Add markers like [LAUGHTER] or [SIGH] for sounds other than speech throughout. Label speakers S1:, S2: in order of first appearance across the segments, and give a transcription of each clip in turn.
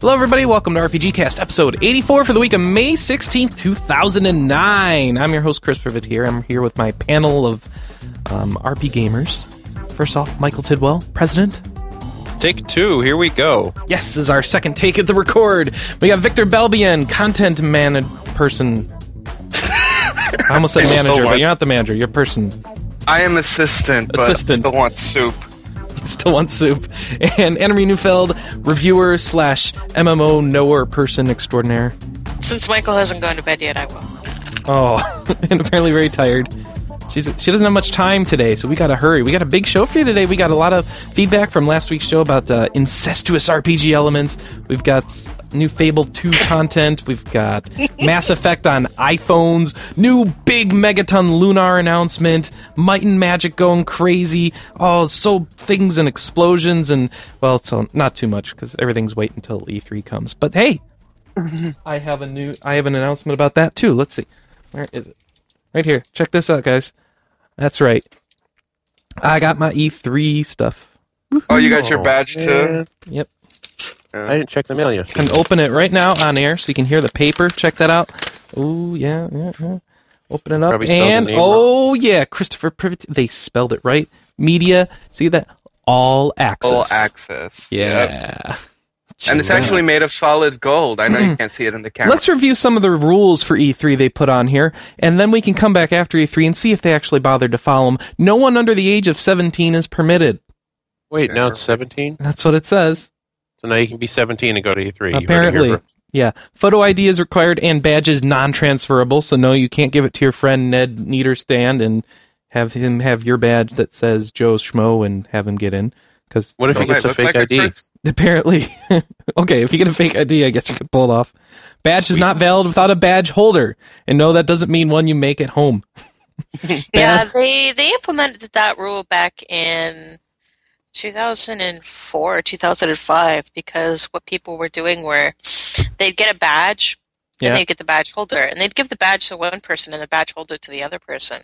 S1: Hello, everybody. Welcome to RPG Cast, episode 84 for the week of May 16th, 2009. I'm your host, Chris Privet here. I'm here with my panel of um, RP gamers. First off, Michael Tidwell, president.
S2: Take two. Here we go.
S1: Yes, this is our second take at the record. We got Victor Belbian, content man person. I almost said
S3: I still
S1: manager, but
S3: want-
S1: you're not the manager. You're person.
S3: I am assistant, but
S1: Assistant.
S3: I still want soup.
S1: Still want soup. And Annery Neufeld, reviewer slash MMO knower person extraordinaire.
S4: Since Michael hasn't gone to bed yet, I will.
S1: [LAUGHS] Oh, and apparently very tired. She's she doesn't have much time today, so we gotta hurry. We got a big show for you today. We got a lot of feedback from last week's show about uh, incestuous RPG elements. We've got s- new Fable Two content. We've got Mass Effect on iPhones. New big Megaton Lunar announcement. Might and Magic going crazy. Oh, so things and explosions and well, so not too much because everything's wait until E3 comes. But hey, I have a new I have an announcement about that too. Let's see. Where is it? Right here. Check this out, guys. That's right. I got my E3 stuff.
S3: Oh, you got your badge too?
S1: Yep.
S5: I didn't check the mail yet.
S1: Can open it right now on air so you can hear the paper. Check that out. Oh, yeah, yeah, yeah. Open it up.
S5: Probably spelled the
S1: and
S5: name
S1: oh, yeah, Christopher Privet. They spelled it right. Media. See that? All access.
S3: Full access. Yep.
S1: Yeah.
S3: And it's
S1: Check it out.
S3: actually made of solid gold. I know you can't see it in the camera.
S1: Let's review some of the rules for E3 they put on here, and then we can come back after E3 and see if they actually bothered to follow them. No one under the age of 17 is permitted.
S5: Wait, now it's 17?
S1: That's what it says.
S5: So now you can be 17 and go to E3. You heard it here
S1: Apparently.
S5: first.
S1: Yeah. Photo ID is required and badges non transferable, so no, you can't give it to your friend Ned Niederstand and have him have your badge that says Joe Schmo and have him get in. Because
S5: What if he
S3: Don't I
S5: gets a
S3: look
S5: fake
S3: like
S5: ID?
S3: Chris?
S1: [LAUGHS] apparently, [LAUGHS] okay, if you get a fake ID, I guess you can pull it off. Badge is not valid without a badge holder, and no, that doesn't mean one you make at home.
S4: Yeah, they they implemented that rule back in 2004, 2005, because what people were doing were they'd get a badge
S1: Yeah.
S4: and they'd get the badge holder, and they'd give the badge to one person and the badge holder to the
S1: [LAUGHS]
S4: other person.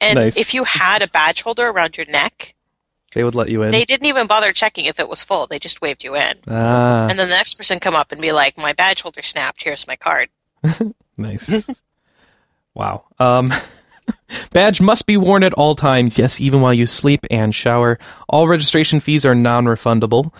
S4: And
S1: Nice.
S4: if you had a badge holder around your neck,
S1: They would let you in.
S4: they didn't even bother checking if it was full. They just waved you in.
S1: ah,
S4: And then the next person come up and be like, "My badge holder snapped. Here's my card."
S1: nice. wow. Um, [LAUGHS] badge must be worn at all times. Yes, even while you sleep and shower. All registration fees are non-refundable.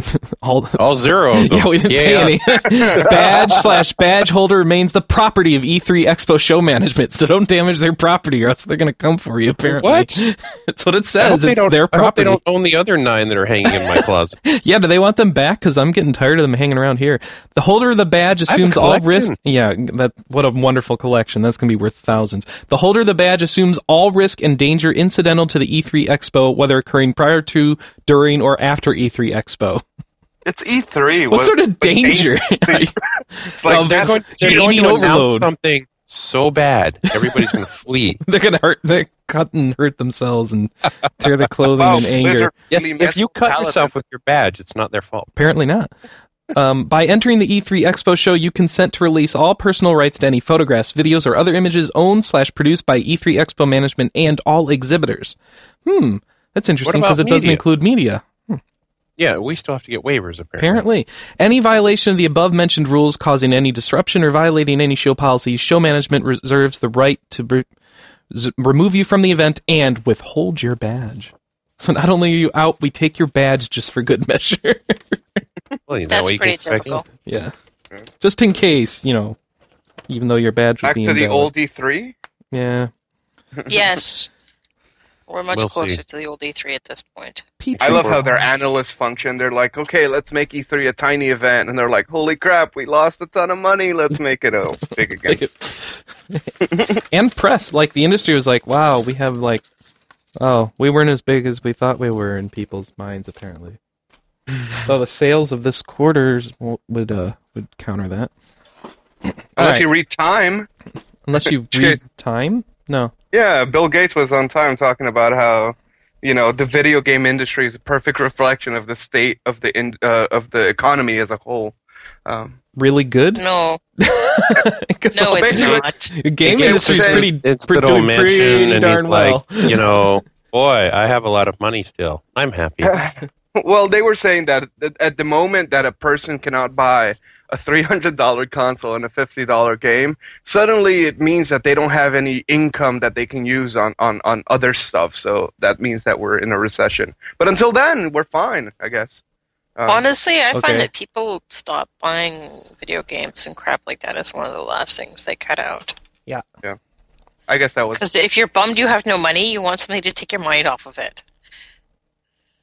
S1: [LAUGHS] all. [LAUGHS]
S5: All zero. of them.
S1: Yeah, we didn't pay any. [LAUGHS] badge slash badge holder remains the property of E3 Expo Show Management, so don't damage their property or else they're going to come for you. Apparently,
S5: What?
S1: [LAUGHS] That's what it
S5: I hope
S1: says.
S5: they
S1: It's
S5: don't-
S1: their
S5: I hope they
S1: property.
S5: don't own the other nine that are hanging in my
S1: [LAUGHS]
S5: closet.
S1: Yeah, do they want them back? Because I'm getting tired of them hanging around here. The holder of the badge
S5: have a
S1: assumes all risk.
S5: collection.
S1: Yeah, that what a wonderful collection. That's going to be worth thousands. The holder of the badge assumes all risk and danger incidental to the E3 Expo, whether occurring prior to, during, or after E3 Expo.
S3: It's E E3.
S1: What, sort of danger? [LAUGHS]
S3: It's like
S1: Well,
S3: that's-
S1: they're
S5: They're going
S1: Gaming
S5: to announce
S1: Oh, overload.
S5: something so bad, everybody's going to flee.
S1: [LAUGHS] They're going to hurt. They cut and hurt themselves and tear their clothing
S3: wow,
S1: in
S3: those
S1: anger.
S3: are
S5: Yes,
S3: really
S5: if you
S3: messed
S5: cut
S3: paladins.
S5: yourself with your badge, it's not their fault.
S1: Apparently not. Um, by entering the E3 Expo show, you consent to release all personal rights to any photographs, videos, or other images owned slash produced by E3 Expo management and all exhibitors. Hmm, that's interesting
S5: about
S1: because it doesn't
S5: media?
S1: include media.
S5: Yeah, we still have to get waivers, apparently.
S1: Apparently, any violation of the above mentioned rules causing any disruption or violating any show policy, show management reserves the right to re- z- remove you from the event and withhold your badge. [LAUGHS] So not only are you out, we take your badge just for good measure.
S5: Well, you know,
S4: That's
S5: you can
S4: pretty
S5: expect-
S4: typical.
S1: Yeah. Just in case, you know, even though your badge would
S3: Back
S1: be
S3: to the
S1: invalid.
S3: old E E3?
S1: Yeah. [LAUGHS]
S4: Yes. We're much
S5: We'll see.
S4: closer to the old E3 at this point.
S3: I love how their analysts function. They're like, okay, let's make E3 a tiny event. And they're like, holy crap, we lost a ton of money. Let's make it a big again.
S1: and press like the industry was like, wow, we have like, oh, we weren't as big as we thought we were in people's minds
S3: [LAUGHS]
S1: apparently. so the sales of this quarters w- would uh would counter that
S3: Unless
S1: Alright.
S3: you read Time.
S1: unless
S3: [LAUGHS]
S1: you
S3: Which
S1: read
S3: case-
S1: time. No,
S3: Yeah, Bill Gates was on time talking about how you know the video game industry is a perfect reflection of the state of the in, uh, of the economy as a whole. Um, [LAUGHS]
S1: really good. [LAUGHS]
S4: No,
S1: 'Cause
S4: no,
S1: all
S4: it's
S1: basically-
S4: not.
S1: The game
S3: It
S1: industry is
S3: was a-
S1: pretty,
S5: It's
S1: pre-
S5: little
S1: doing
S5: mansion,
S1: pretty
S5: and
S1: darn
S5: he's
S1: [LAUGHS] well. [LAUGHS]
S5: like, you know, boy, I have a lot of money still. I'm happy.
S3: Well, they were saying that that at the moment that a person cannot buy a $300 console and a $50 game, suddenly it means that they don't have any income that they can use on, on, on other stuff. So that means that we're in a recession. But until then, we're fine, I guess. Um,
S4: Honestly, I
S1: okay.
S4: find that people stop buying video games and crap like that. It's one of the last things they cut out.
S3: I guess that was.
S4: Because if you're bummed you have no money, you want something to take your mind off of it.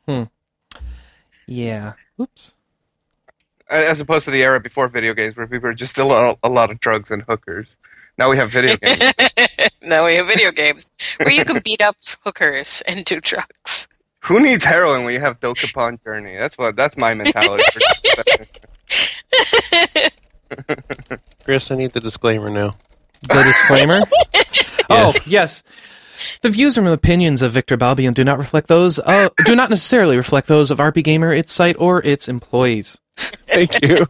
S4: [LAUGHS]
S1: Yeah. Oops.
S3: As opposed to the era before video games where people were just a lot, a lot of drugs and hookers. Now we have
S4: [LAUGHS]
S3: video games.
S4: no, we have video games where
S1: [LAUGHS]
S4: you can beat up hookers and do drugs.
S3: Who needs heroin when you have Dokapon Journey? That's what. That's my mentality.
S4: [LAUGHS]
S3: for-
S5: Chris, I need the disclaimer now.
S1: The disclaimer. Oh [LAUGHS]
S5: Yes.
S1: yes. The views and opinions of Victor Balbian do not reflect those. Uh, do not necessarily reflect those of RP Gamer, its site, or its employees.
S5: Thank [LAUGHS] you.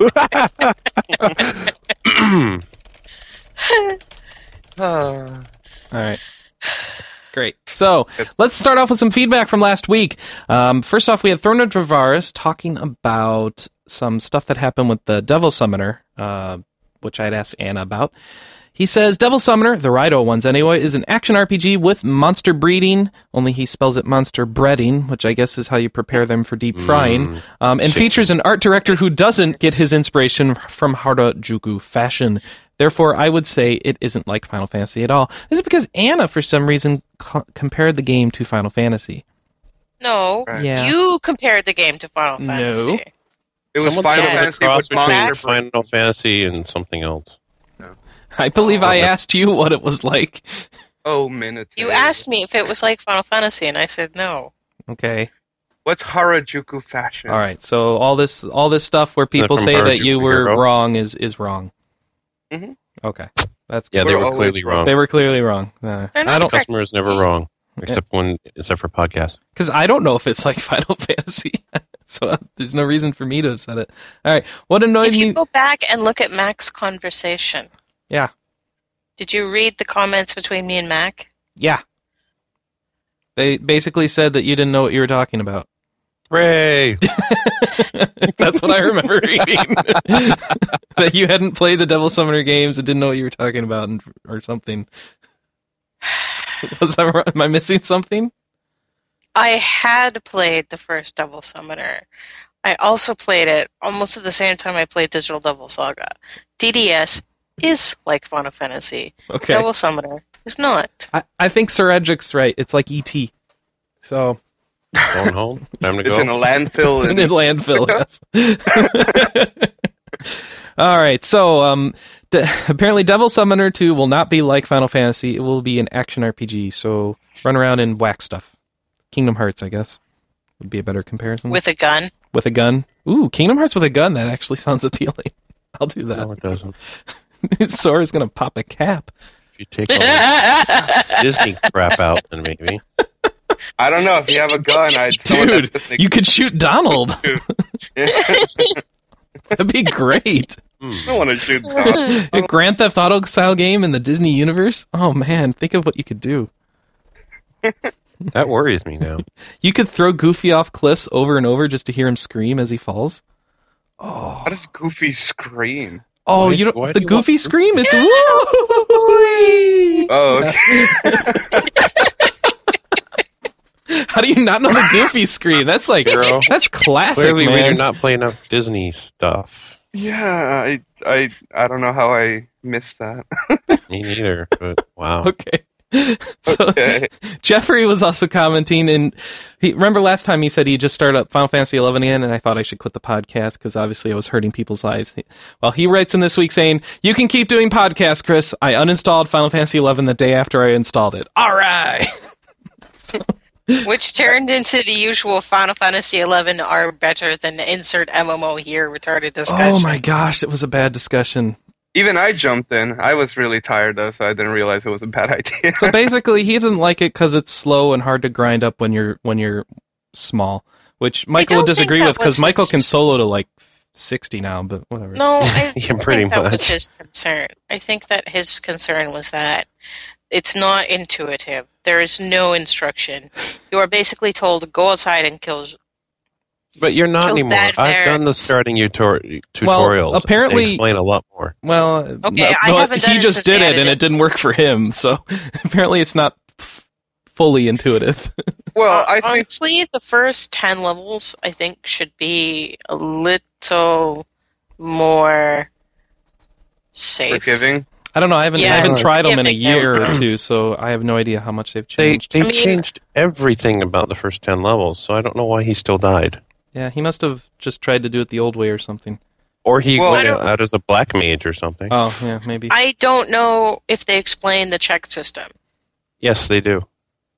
S3: Ah.
S1: All right. Great. So let's start off with some feedback from last week. Um, first off, we had Thorna Dravaris talking about some stuff that happened with the Devil Summoner, uh, which I'd asked Anna about. He says Devil Summoner, the Rido ones anyway, is an action RPG with monster breeding, only he spells it monster breading, which I guess is how you prepare them for deep [CLEARS THROAT] frying,
S5: Mm.
S1: um, and
S5: Chicken.
S1: features an art director who doesn't get his inspiration from Harajuku fashion. Therefore, I would say it isn't like Final Fantasy at all. This is because Anna, for some reason, co- compared the game to Final Fantasy.
S4: No,
S3: Right.
S1: Yeah.
S4: you compared the game to Final
S1: No.
S4: Fantasy.
S3: It was
S5: Someone
S3: Final
S5: said it
S3: Fantasy
S5: was a cross
S3: with
S5: between
S3: Monster Brain.
S5: Final Fantasy and something else.
S1: I believe I
S5: Oh, that-
S1: asked you what it was like.
S3: Oh, minutes.
S4: You asked me if it was like Final Fantasy, and I said no.
S1: Okay.
S3: What's Harajuku fashion?
S1: All right. So all this all this stuff where people
S5: from
S1: say that you
S5: Harajuku
S1: were
S5: Hero?
S1: wrong is is wrong.
S3: Mhm.
S1: Okay. That's
S5: Yeah, they
S3: We're
S5: were
S3: always
S5: clearly
S3: wrong.
S5: wrong.
S1: they were clearly wrong. Uh,
S4: They're not
S1: I don't
S5: The
S4: correct.
S5: customer is never wrong, except when except for podcasts.
S1: because I don't know if it's like [LAUGHS] Final Fantasy. so uh, there's no reason for me to have said it. All right. What annoyed
S4: if you
S1: me.
S4: go back and look at Mac's conversation,
S1: Yeah.
S4: did you read the comments between me and Mac?
S1: Yeah. They basically said that you didn't know what you were talking about. [LAUGHS]
S5: Hooray!
S1: That's what I
S4: [LAUGHS]
S1: remember reading. [LAUGHS] that you hadn't played the Devil Summoner games and didn't know what you were talking about, and, or something. Was I, wrong- am I missing something?
S4: I had played the first Devil Summoner. I also played it almost at the same time I played Digital Devil Saga. DDS is like Final Fantasy.
S1: Okay.
S4: Devil Summoner is not.
S1: I, I think Sir Edric's right. It's like ET. So
S5: [LAUGHS] Going home. Time to
S3: It's in a
S5: go.
S3: landfill.
S1: it's in
S3: and
S1: a landfill. [LAUGHS] yes. All right. So um, de- apparently, Devil Summoner 2 will not be like Final Fantasy. It will be an action RPG. So run around and whack stuff. Kingdom Hearts, I guess, would be a better comparison.
S4: With a gun.
S1: with a gun. Ooh, Kingdom Hearts with a gun. That actually [LAUGHS] sounds appealing. I'll do
S5: No,
S1: that.
S5: it doesn't.
S1: [LAUGHS] Sora's gonna pop a cap.
S5: If you
S3: [LAUGHS]
S5: take all the
S1: Oh.
S5: Disney crap out, then maybe.
S3: I don't know if you have
S1: [LAUGHS]
S3: a gun. I'd someone
S1: Dude,
S3: that's just- [LAUGHS]
S1: You could [LAUGHS] shoot Donald. That'd be [LAUGHS] great.
S5: Hmm.
S3: I don't want to shoot. Tom.
S1: A Grand Theft Auto style game in the Disney universe. Oh man, think of what you could do.
S5: That worries me now.
S1: You could throw Goofy off cliffs over and over just to hear him scream as he falls. Oh,
S3: How does Goofy scream?
S1: oh,
S5: Why-
S1: you
S5: why
S1: don't, the
S5: do you want
S1: Goofy
S5: Goofy?
S1: scream. It's woo.
S3: Oh, okay.
S1: [LAUGHS] How do you not know the Goofy scream? That's like
S5: Hero.
S1: that's classic,
S5: Clearly,
S1: man.
S5: we do not play enough Disney stuff.
S3: yeah. I, I, I don't know how I missed that.
S1: [LAUGHS]
S3: [LAUGHS]
S5: Me neither. But wow.
S1: [LAUGHS] Okay. So
S3: Okay.
S1: Jeffrey was also commenting, and he remember last time he said he just started up Final Fantasy XI again, and I thought I should quit the podcast because obviously I was hurting people's lives. He- Well, he writes in this week saying, "You can keep doing podcasts, Chris. I uninstalled Final Fantasy XI the day after I installed it. All right,
S4: [LAUGHS] Which turned into the usual Final Fantasy eleven are better than insert MMO here retarded discussion.
S1: oh my gosh, it was a bad discussion.
S3: Even I jumped in. I was really tired though, so I didn't realize it was a bad [LAUGHS] idea.
S1: So basically, he doesn't like it because it's slow and hard to grind up when you're when you're small, which Michael will
S4: don't think
S1: disagree
S4: that
S1: with because
S4: was
S1: Michael
S4: his-
S1: can solo to like sixty now, but whatever.
S4: No, I
S5: Yeah, pretty
S4: think that was
S5: much.
S4: his concern. I think that his concern was that it's not intuitive. There is no instruction. You are basically told go outside and kill
S5: But you're not
S4: Feel
S5: anymore.
S4: sad
S5: I've
S4: there.
S5: done the starting utor-
S1: Well,
S5: tutorials.
S1: apparently-
S5: they explain a lot more.
S1: Well, uh,
S4: Okay, I
S1: well,
S4: haven't done
S1: he
S4: it
S1: just
S4: since
S1: did
S4: they
S1: it,
S4: added
S1: and
S4: it.
S1: it didn't work for him. [LAUGHS] So apparently, it's not f- fully intuitive. [LAUGHS]
S3: Well,
S4: Uh,
S3: I think
S4: honestly, the first ten levels I think should be a little more safe.
S3: forgiving.
S1: I don't know. I haven't
S4: Yeah,
S1: I haven't
S4: it's
S1: tried them in a
S4: forgiving.
S1: year or two, so I have no idea how much they've
S5: They
S1: changed.
S5: they
S4: I mean-
S5: changed everything about the first ten levels, so I don't know why he still died.
S1: yeah, he must have just tried to do it the old way or something.
S5: Or he
S3: Well,
S5: went
S3: I don't-
S5: out as a black mage or something.
S1: Oh, yeah, maybe.
S4: I don't know if they explain the check system.
S5: yes, they do.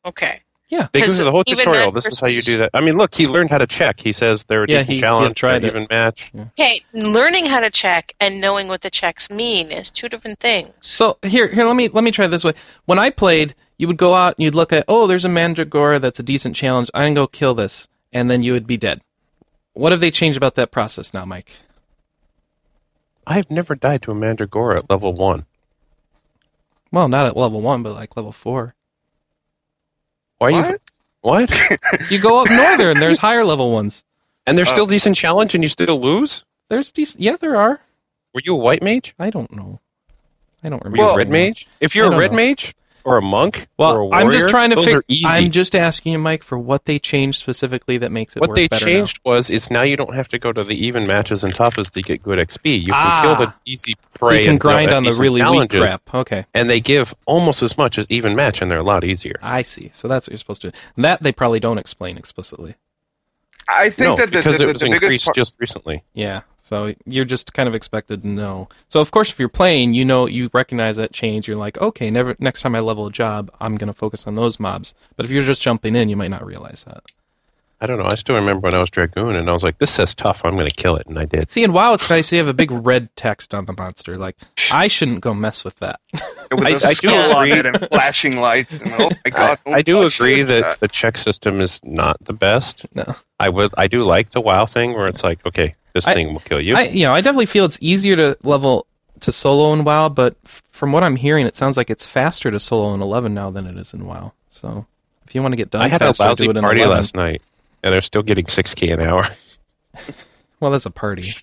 S4: Okay.
S5: They go
S4: 'Cause
S5: through the whole
S4: even
S5: tutorial.
S4: that
S5: This is how you
S4: first-
S5: do that. I mean, look, he learned how to check. He says they're a
S1: Yeah,
S5: decent
S1: he- he had
S5: challenge,
S1: tried
S5: they're
S1: it.
S5: even match.
S4: Okay, learning how to check and knowing what the checks mean is two different things.
S1: So here, here, let me let me try it this way. When I played, you would go out and you'd look at, oh, there's a mandragora that's a decent challenge. I can go kill this, and then you would be dead. What have they changed about that process now, Mike?
S5: I've never died to a mandragora at level one.
S1: Well, not at level one, but like level four.
S5: Why are you?
S3: What?
S5: [LAUGHS] What?
S1: You go up northern. There's higher level ones.
S5: And
S4: Uh,
S5: there's
S3: Oh.
S5: still decent challenge, and you still lose?
S1: There's decent. Yeah, there are.
S5: Were you a white mage?
S1: I don't know. I don't
S5: Were
S1: remember.
S5: you
S3: Well-
S5: a red mage? If
S1: I
S5: you're a
S1: don't
S5: red
S1: know.
S5: mage or a monk or a
S1: Well,
S5: warrior,
S1: I'm just trying to
S5: those
S1: figure.
S5: are easy.
S1: I'm just asking you, Mike, for what they changed specifically that makes it
S5: what
S1: work
S5: they
S1: better now.
S5: changed was is now you don't have to go to the even matches and toughest to get good XP. You can
S1: Ah.
S5: kill the easy prey
S1: So you can
S5: and
S1: grind on the
S5: decent
S1: really weak
S5: challenges,
S1: crap. Okay,
S5: and they give almost as much as even match, and they're a lot easier.
S1: I see. So that's what you're supposed to. do. That they probably don't explain explicitly.
S3: I think
S5: no,
S3: that the,
S5: because
S3: the,
S5: it
S3: the,
S5: was
S3: the biggest
S5: increased
S3: part,
S5: just recently.
S1: Yeah. So you're just kind of expected to know. So of course, if you're playing, you know you recognize that change. You're like, okay, never next time I level a job, I'm gonna focus on those mobs. But if you're just jumping in, you might not realize that.
S5: I don't know. I still remember when I was dragoon, and I was like, "This says tough. I'm going to kill it," and I did.
S1: See, in WoW, it's nice. You have a big red text on the monster. Like, I shouldn't go mess with that. [LAUGHS]
S3: with
S5: I-
S3: the
S5: I do
S3: skull on
S5: agree.
S3: it and flashing lights. And, oh my
S5: [LAUGHS] I,
S3: god! don't
S5: I do
S3: touch
S5: agree
S3: this.
S5: that the check system is not the best.
S1: No.
S5: I would. I do like the WoW thing where it's like, okay, this
S1: I-
S5: thing will kill you.
S1: I, you know, I definitely feel it's easier to level to solo in WoW, but f- from what I'm hearing, it sounds like it's faster to solo in 11 now than it is in WoW. So if you want to get done
S5: I had a
S1: faster,
S5: lousy
S1: do it in
S5: party
S1: 11.
S5: last night, and they're still getting six k an hour. [LAUGHS]
S1: Well, that's a party.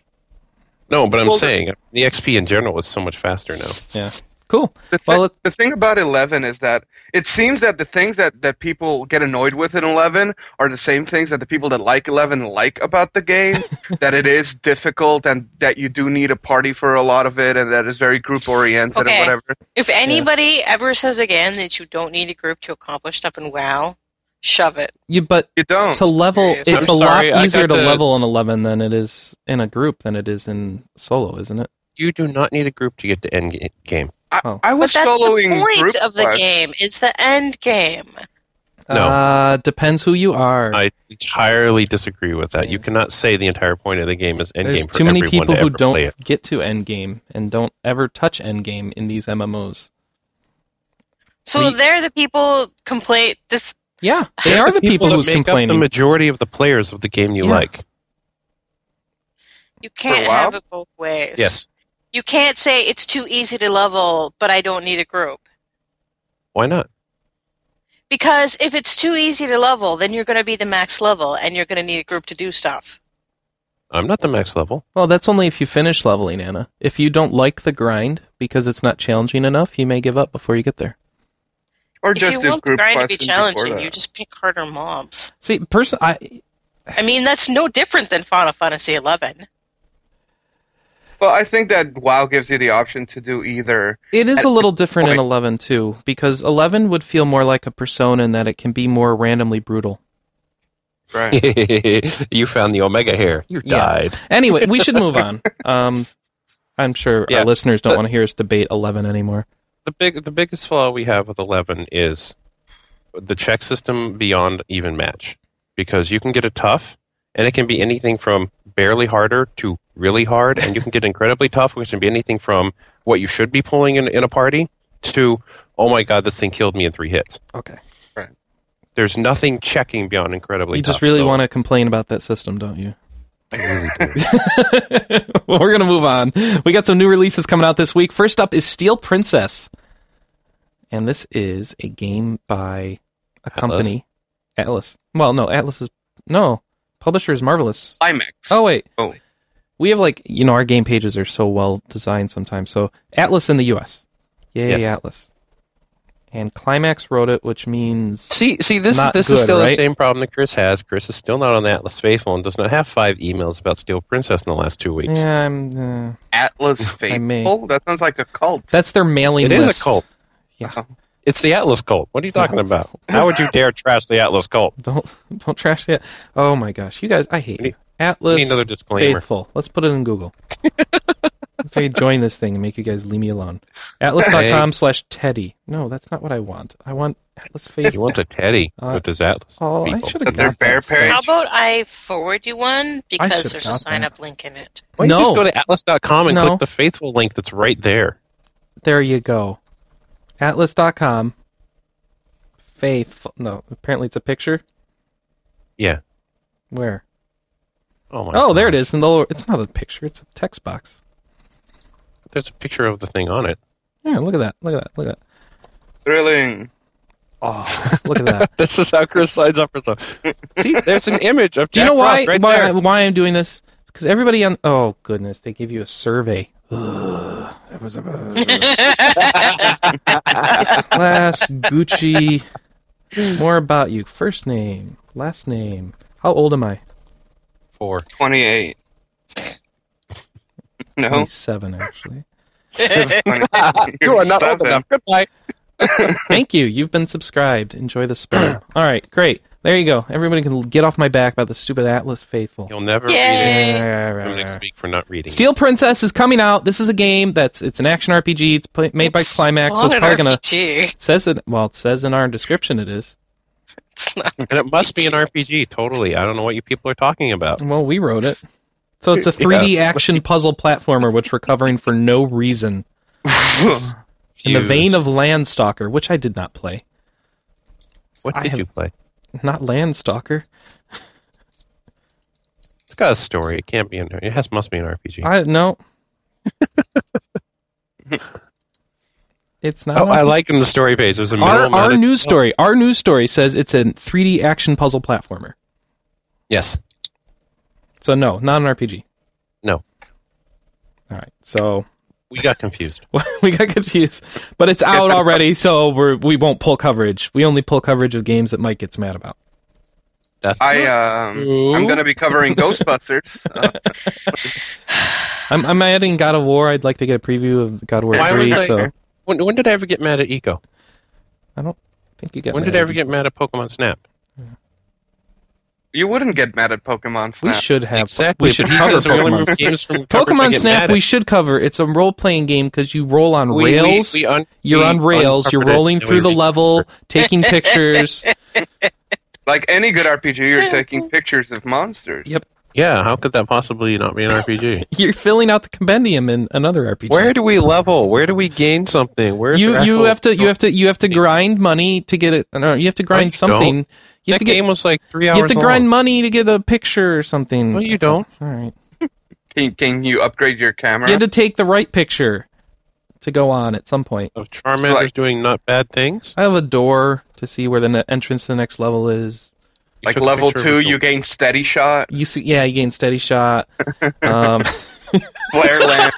S5: No, but I'm
S3: Well, the-
S5: saying the XP in general is so much faster now.
S1: Cool.
S3: The, thi-
S1: Well, it-
S3: the thing about 11 is that it seems that the things that, that people get annoyed with in 11 are the same things that the people that like 11 like about the
S5: [LAUGHS]
S3: game. that it is difficult and that you do need a party for a lot of it and that is very group oriented
S4: Okay.
S3: and whatever.
S4: If anybody ever says again that you don't need a group to accomplish stuff in WoW, shove it.
S1: You but
S3: You don't.
S1: to level,
S4: Yes,
S1: it's
S4: I'm
S1: a
S5: sorry,
S1: lot
S5: I
S1: easier to
S5: got the-
S1: level in 11 than it is in a group than it is in solo, isn't it?
S5: You do not need a group to get to end ga- game.
S3: I,
S1: Oh.
S3: I
S4: But
S3: was
S4: that's the
S3: soloing
S4: point
S3: group
S4: of the
S3: quest.
S4: game. It's the end game.
S5: No.
S1: Uh, depends who you are.
S5: I entirely disagree with that. You cannot say the entire point of the game is end
S1: There's
S5: game for
S1: too many
S5: everyone
S1: people
S5: to
S1: who
S5: ever play
S1: don't
S5: it.
S1: get to endgame and don't ever touch endgame in these MMOs.
S4: So
S1: We-
S4: they're the people complain this
S1: Yeah, they are the people,
S5: that
S1: who's
S5: make up the
S1: complaining.
S5: majority of the players of the game you
S1: Yeah.
S5: like.
S4: you can't
S3: WoW?
S4: have it both ways.
S5: Yes.
S4: You can't say it's too easy to level, but I don't need a group.
S5: Why not?
S4: Because if it's too easy to level, then you're going to be the max level and you're going to need a group to do stuff.
S5: I'm not the max level.
S1: well, that's only if you finish leveling, Anna. If you don't like the grind because it's not challenging enough, you may give up before you get there.
S3: Or
S4: If
S3: just
S4: you
S3: do
S4: want the
S3: group
S4: grind to be
S3: quests and before
S4: challenging,
S3: that.
S4: you just pick harder mobs.
S1: See, person, I
S4: I mean, that's no different than Final Fantasy XI.
S3: Well, I think that WoW gives you the option to do either.
S1: it is a little different in
S3: Right.
S1: eleven too because eleven would feel more like a persona in that it can be more randomly brutal.
S3: Right.
S5: [LAUGHS] you found the omega hair. You
S1: Yeah.
S5: died.
S1: Anyway, we should move
S5: [LAUGHS]
S1: on. Um, I'm sure
S5: Yeah.
S1: our listeners don't
S5: But-
S1: want to hear us debate eleven anymore.
S5: The big the biggest flaw we have with 11 is the check system beyond even match because you can get a tough and it can be anything from barely harder to really hard and you can get incredibly tough which can be anything from what you should be pulling in, in a party to oh my god this thing killed me in three hits
S1: Okay,
S5: there's nothing checking beyond incredibly
S1: you
S5: tough
S1: just really
S5: so
S1: want to complain about that system, don't you?
S5: I really do.
S1: [LAUGHS] well, we're gonna move on. We got some new releases coming out this week. First up is Steel Princess, and this is a game by a
S5: Atlas?
S1: company, Atlas. Well, no, Atlas is no Publisher is marvelous.
S3: IMAX.
S1: Oh wait.
S3: Oh.
S1: We have like you know our game pages are so well designed sometimes. So Atlas in the U.S. Yay
S5: Yes.
S1: Atlas. And Climax wrote it, which means
S5: See, see, this
S1: Not
S5: this
S1: good,
S5: is still
S1: right?
S5: the same problem that Chris has. Chris is still not on the Atlas faithful and does not have five emails about Steel Princess in the last two weeks.
S1: yeah, I'm, uh,
S3: Atlas
S1: may.
S3: Faithful? That sounds like a cult.
S1: that's their mailing
S5: It is
S1: list.
S5: a cult. Uh-huh.
S1: Yeah.
S5: It's the Atlas cult. What are you talking
S1: Atlas
S5: about? How would you dare trash the
S1: [LAUGHS]
S5: Atlas cult?
S1: Don't don't trash that. Oh my gosh, you guys, I hate
S5: We need-
S1: you. Atlas.
S5: need another disclaimer.
S1: Faithful. Let's put it in
S5: [LAUGHS]
S1: Google. If I join this thing and make you guys leave me alone. Atlas.com slash Teddy. No, that's not what I want. I want Atlas
S5: He
S1: Faithful.
S5: wants a teddy
S1: Uh,
S5: with his Atlas.
S1: Oh, I
S5: people.
S1: should have
S3: But they're
S1: got
S3: bear
S1: that. site.
S3: parents.
S4: How about I forward you one
S1: should've
S4: because there's a
S1: got
S4: sign
S1: that.
S4: up link in it.
S5: Why don't you just
S1: No.
S5: go to atlas.com and
S1: No.
S5: click the faithful link that's right there.
S1: There you go. Atlas.com. Faithful. No, apparently it's a picture.
S5: Yeah.
S1: Where?
S5: Oh my.
S1: Oh, there it
S5: God.
S1: is. In the lower. It's not a picture. It's a text box.
S5: There's a picture of the thing on it.
S1: Yeah, look at that. Look at that. Look at that.
S3: Thrilling.
S1: Oh, look at that.
S5: [LAUGHS] This is how Chris signs up
S1: [LAUGHS]
S5: for stuff. See, there's an image of.
S1: Do you
S5: Jack
S1: know why
S5: Frost right
S1: why, [LAUGHS]
S5: there.
S1: why I'm doing this? Because everybody on oh goodness, they give you a survey. Ugh, that was a class Gucci. More about you. First name, last name. How old am I?
S5: Four.
S3: 28. [LAUGHS]
S5: Oh.
S3: No?
S1: Twenty-seven, actually.
S5: [LAUGHS] [LAUGHS] You are not old
S3: seven.
S5: enough. Goodbye.
S1: Thank you. You've been subscribed. Enjoy the
S5: [CLEARS THROAT]
S1: spam. All right, great. There you go. Everybody can get off my back about the stupid Atlas faithful.
S5: You'll never read
S4: Yay.
S5: it
S1: Yeah, right,
S5: from
S1: right, right.
S5: next week for not reading.
S1: Steel Princess is coming out. This is a game that's it's an action RPG. It's pla made by
S4: It's
S1: Climax. So
S4: not
S1: it's
S4: an
S1: probably gonna
S4: RPG.
S1: It says it. Well, it says in our description it is.
S4: It's not.
S5: it. And it must be an RPG. Totally. I don't know what you people are talking about.
S1: Well, we wrote it. So
S5: [LAUGHS]
S1: it's a 3D action puzzle platformer, which we're covering for no reason. In the
S5: Fuse.
S1: vein of Landstalker, which I did not play.
S5: what
S1: I
S5: did
S1: have-
S5: you play?
S1: Not Landstalker.
S5: It's got a story. It can't be an. It has must be an RPG.
S1: I no. it's not.
S5: oh,
S1: on-
S5: I like in the story page. There's a middle
S1: our, our
S5: amount of-
S1: news story. Our news story says it's a 3D action puzzle platformer.
S5: Oh, Yes.
S1: So no, not an RPG.
S5: No.
S1: All right. So
S5: We got confused.
S1: [LAUGHS] we got confused, but it's out already, so we're, we won't pull coverage. We only pull coverage of games that Mike gets mad about.
S5: That's
S3: I,
S5: not-
S3: um, I'm
S5: Ooh.
S3: going to be covering
S5: [LAUGHS]
S3: Ghostbusters. Uh,
S1: I'm, I'm adding God of War. I'd like to get a preview of God of War
S5: Why was
S1: 3.
S5: I-
S1: so I
S5: when, when did I ever get mad at Eco?
S1: think you get.
S5: When
S1: mad
S5: did I
S1: at
S5: ever
S1: me.
S5: get mad at Pokemon Snap?
S3: you wouldn't get mad at Pokemon
S1: We
S3: Snap.
S1: should have.
S5: exactly.
S1: We should
S5: but he
S1: cover
S5: says we only
S1: Pokemon.
S5: remove games from coverage I
S1: Pokemon
S5: get
S1: Snap.
S5: mad at.
S1: We should cover. It's a role playing game because you roll on
S5: We- we-
S1: rails.
S5: we un-
S1: you're
S5: we
S1: on rails. You're
S5: uncovered it,
S1: rolling
S5: and we
S1: through the
S5: re- [LAUGHS]
S1: level, taking pictures.
S3: like any good RPG, you're
S5: [LAUGHS]
S3: taking pictures of monsters.
S1: Yep,
S5: Yeah, how could that possibly not be an RPG?
S1: you're filling out the compendium in another RPG.
S5: Where do we level? Where do we gain something? Where's
S1: you
S5: your
S1: you
S5: actual-
S1: have to you have to you have to
S5: Oh.
S1: grind money to get it. No, you have to grind
S5: you
S1: something. You have
S5: That
S1: to get
S5: game was like three hours.
S1: You have to
S5: long.
S1: grind money to get a picture or something.
S5: No, you don't.
S1: All right.
S3: Can, can you upgrade your camera?
S1: You had to take the right picture to go on at some point.
S5: Of Charmander's
S3: Like-
S5: doing not bad things.
S1: I have a door to see where the ne- entrance to the next level is.
S5: You
S3: like
S5: took a
S3: level
S5: picture of
S3: two,
S5: it.
S3: you gain steady shot,
S1: You see, yeah, you gain steady
S5: [LAUGHS]
S1: shot. Um,
S3: flare lens.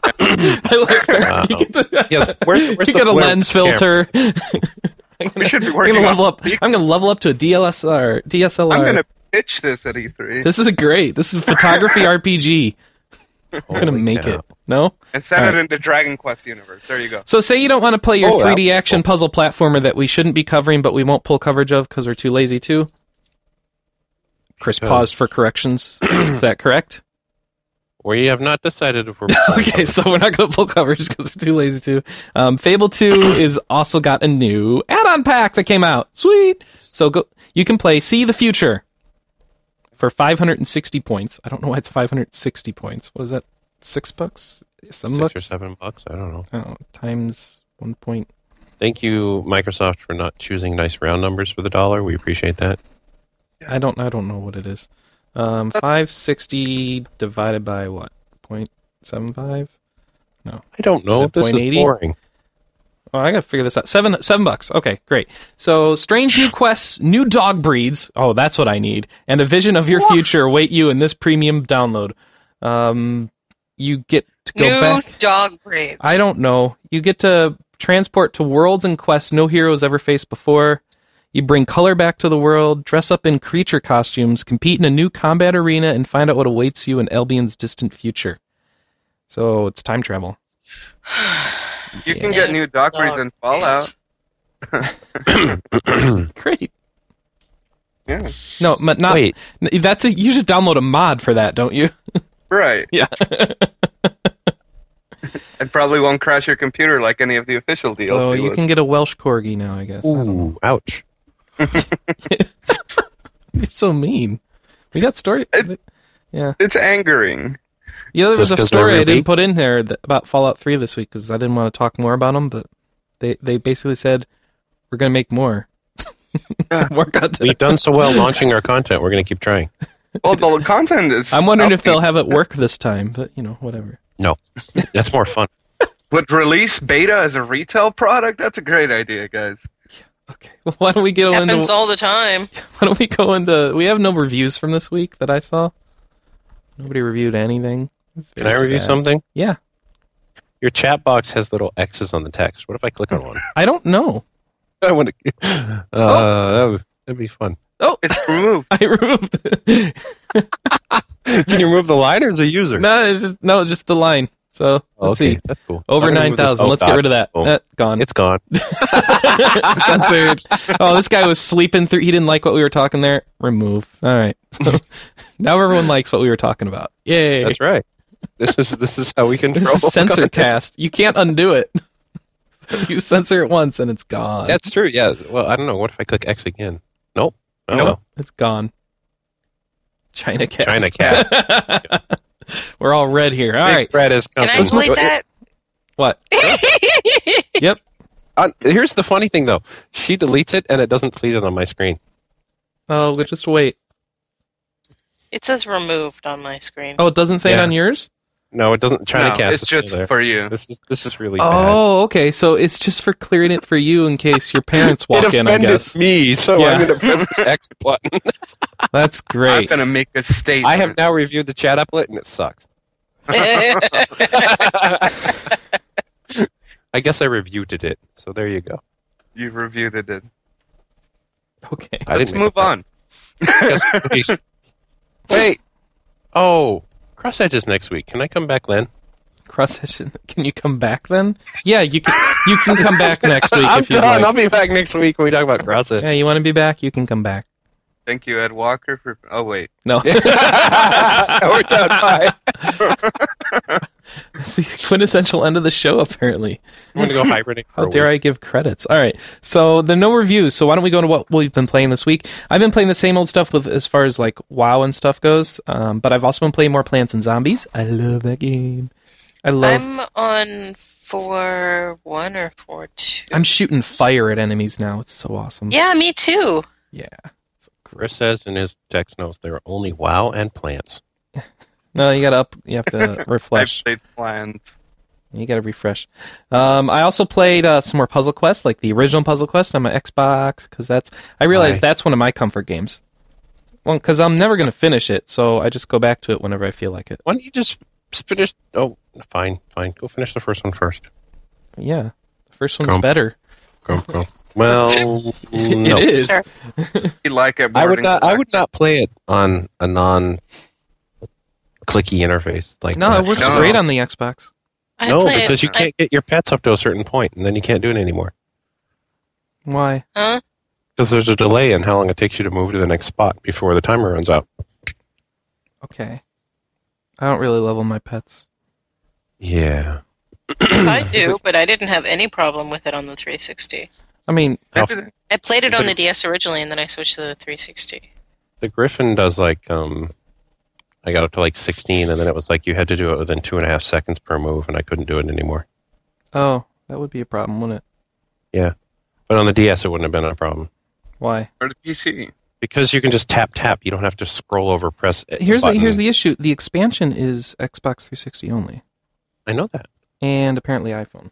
S1: I like that. [LAUGHS] [LAUGHS] You
S5: Wow.
S1: get, the-
S5: Yeah, where's the,
S1: [LAUGHS]
S5: where's
S1: you
S5: the
S1: get a
S5: flare
S1: lens
S5: camera? [LAUGHS]
S1: filter. I'm
S3: We should be
S1: gonna
S3: working
S1: level
S3: on.
S1: up. I'm gonna level up to a DLSR, DSLR.
S3: I'm going to pitch this at E E3.
S1: This is great. This is
S5: [LAUGHS]
S1: photography RPG. I'm gonna
S5: Holy
S1: make
S5: cow.
S1: it. No.
S3: and set
S1: Alright.
S3: it in the Dragon Quest universe. There you go.
S1: So say you don't want to play your
S5: Oh,
S1: 3D
S5: wow.
S1: action puzzle platformer that we shouldn't be covering, but we won't pull coverage of because we're too lazy to. Chris
S5: Because-
S1: paused for
S5: [CLEARS THROAT]
S1: corrections. Is that correct?
S5: We have not
S1: [LAUGHS]
S5: decided if we're
S1: Okay, so we're not going to pull coverage because we're too lazy to. Um, Fable
S5: [COUGHS]
S1: 2 is also got a new add-on pack that came out. Sweet. So go. You can play See the Future for 560 points. I don't know why it's 560 points. What is that? Six bucks? Some
S5: six
S1: bucks?
S5: or seven bucks. I don't know.
S1: I don't know, times one point.
S5: Thank you, Microsoft, for not choosing nice round numbers for the dollar. We appreciate that.
S1: I don't. I don't know what it is. Um, five sixty divided by what? Point seven five.
S5: I don't know.
S1: Is that
S5: This is
S1: 0.80?
S5: boring.
S1: Oh, I gotta figure this out. Seven, seven bucks. Okay, great. So, strange new quests, new dog breeds. Oh, that's what I need. And a vision of your future await you in this premium download. Um, you get to go
S4: New
S1: back.
S4: dog breeds.
S1: I don't know. You get to transport to worlds and quests no heroes ever faced before. You bring color back to the world, dress up in creature costumes, compete in a new combat arena, and find out what awaits you in Albion's distant future. So it's time travel.
S3: You can
S4: Yeah.
S3: get new dog breeds
S4: Dog
S3: in Fallout.
S1: Great.
S3: Yeah.
S1: No, but not.
S5: Wait.
S1: n- That's a. You just download a mod for that, don't you?
S3: Right. [LAUGHS]
S1: Yeah.
S3: It probably won't crash your computer like any of the official DLC.
S1: so you
S3: would.
S1: can get a Welsh corgi now, I guess.
S5: Ooh, ouch.
S1: You're so mean. We got story.
S3: It's angering.
S1: Yeah, there was
S5: Just
S1: a
S5: 'cause
S1: story
S5: they're
S1: I didn't
S5: repeat?
S1: put in there that, about Fallout 3 this week because I didn't want to talk more about them, but they, they basically said, we're going to make more. [LAUGHS] more content.
S5: We've done so well launching our content. We're going to keep trying.
S1: [LAUGHS]
S3: Well, the content is.
S1: I'm wondering if they'll
S3: outdated.
S1: have it work this time, but you know, whatever. [LAUGHS]
S5: That's more fun.
S3: Would release beta as a retail product? That's a great idea, guys.
S1: Okay, [LAUGHS] well, why don't we get into
S4: Happens all the time.
S1: why don't we go into we have no reviews from this week that I saw. Nobody reviewed anything. It's
S5: Can
S1: very
S5: I review
S1: sad.
S5: something?
S1: Yeah,
S5: Your chat box has little X's on the text. What if I click on
S1: [LAUGHS]
S5: one?
S1: I don't know.
S5: I want to. [LAUGHS] Uh,
S1: Oh.
S5: that would, that'd be fun.
S3: It's removed.
S1: [LAUGHS] I removed. it. [LAUGHS]
S5: Can you remove the line or is it user?
S1: no, it's just no, just the line. So
S5: Oh,
S1: let's
S5: okay,
S1: see,
S5: that's cool.
S1: over
S5: I'm gonna
S1: nine
S5: remove this-
S1: thousand.
S5: oh,
S1: Let's
S5: God.
S1: get rid of that.
S5: Oh.
S1: Eh, gone.
S5: It's gone.
S1: [LAUGHS] censored. Oh, this guy was sleeping through. He didn't like what we were talking there. Remove. All right. [LAUGHS] So, now everyone likes what we were talking about. Yay!
S5: That's right. This is this is how we control.
S1: [LAUGHS] This is
S5: [LAUGHS]
S1: censor
S5: content.
S1: cast. You can't undo it. [LAUGHS] you censor it once and it's gone.
S5: That's true. Yeah. Well, I don't know. What if I click X again? Nope. I don't
S1: Nope,
S5: know.
S1: it's gone. China cast.
S5: China cast.
S1: [LAUGHS] We're all red here. All
S5: Big
S1: right.
S5: Brad is
S4: Can I
S5: comfortable.
S4: delete that?
S1: What?
S5: Uh, here's the funny thing, though. She deletes it, and it doesn't delete it on my screen.
S1: Oh, we just wait.
S4: [LAUGHS] it says removed on my screen.
S1: Oh, it doesn't say it
S5: Yeah.
S1: on yours.
S5: No, it doesn't. China
S3: No,
S5: cast.
S3: it's
S5: is still
S3: just
S5: there.
S3: for you.
S5: This is this is really bad.
S1: Oh, okay. So it's just for clearing it for you in case your parents walk
S5: [LAUGHS] it
S1: in.
S5: offended
S1: I guess
S5: me, so
S1: Yeah.
S5: I'm going to press [LAUGHS] the X button.
S1: that's
S3: I'm
S1: great.
S3: gonna make a statement.
S5: I have now reviewed the chat applet, and it sucks. [LAUGHS] I guess I reviewed it, so there you go.
S3: You reviewed it. Let's
S1: Okay.
S5: I didn't make
S3: move
S5: a point.
S3: on.
S5: Yes, please. [LAUGHS] Wait. Oh, Cross Edge is next week. Can I come back, Len?
S1: cross session. [LAUGHS] Can you come back then? Yeah, you can. You can come back next week
S5: I'm
S1: if you
S5: done.
S1: like.
S5: I'll be back next week when we talk about Cross Edge.
S1: [LAUGHS] Yeah, you want to be back? You can come back.
S3: Thank you, Ed Walker, for. Oh wait.
S1: No,
S5: [LAUGHS] We're done. Bye.
S1: it's [LAUGHS] the quintessential end of the show. Apparently,
S5: I'm going to go hibernate.
S1: how dare I give credits? All right, so there are no reviews. So why don't we go into what we've been playing this week? I've been playing the same old stuff with as far as like WoW and stuff goes, um, but I've also been playing more Plants and Zombies. I love that game. I love. I'm,
S4: I'm on four one or four two.
S1: shooting fire at enemies now. It's so awesome.
S4: yeah, me too.
S5: Chris says in his text notes there are only WoW and plants.
S1: No, you gotta up. You have to refresh.
S3: I played plans.
S1: You got to refresh. Um, I also played uh, some more puzzle quests, like the original puzzle quest on my Xbox, because that's I realized
S5: Why?
S1: that's one of my comfort games. Well, because I'm never going to finish it, so I just go back to it whenever I feel like it.
S5: Why don't you just finish? Oh, fine, fine. Go finish the first one first.
S1: Yeah, the first one's
S5: Grump.
S1: better.
S5: Go,
S1: [LAUGHS]
S5: go. Well, no.
S1: It is.
S4: Sure.
S3: You like it?
S5: I
S3: Martin?
S5: would not. I would not play it on a non-clicky interface like
S1: No,
S5: that.
S1: it works
S3: No.
S1: great on the Xbox.
S4: I
S5: no,
S4: played.
S5: because you
S4: I-
S5: can't get your pets up to a certain point, and then you can't do it anymore
S1: Why? [CLEARS THROAT]
S4: huh?
S5: because there's a delay in how long it takes you to move to the next spot before the timer runs out.
S1: Okay, I don't really level my pets.
S5: Yeah.
S4: I do, but I didn't have any problem with it on the 360.
S1: I mean,
S3: Maybe they-
S4: I played it on
S5: But-
S4: the DS originally, and then I switched to the 360.
S5: The Griffin does like um, I got up to like 16, and then it was like you had to do it within two and a half seconds per move, and I couldn't do it anymore.
S1: oh, that would be a problem, wouldn't it?
S5: But on the DS, it wouldn't have been a problem
S1: Why?
S3: Or the PC.
S5: because you can just tap tap. You don't have to scroll over. Press. a
S1: Here's the,
S5: button.
S1: here's the issue. The expansion is Xbox 360 only,
S5: I know that.
S1: and apparently iPhone.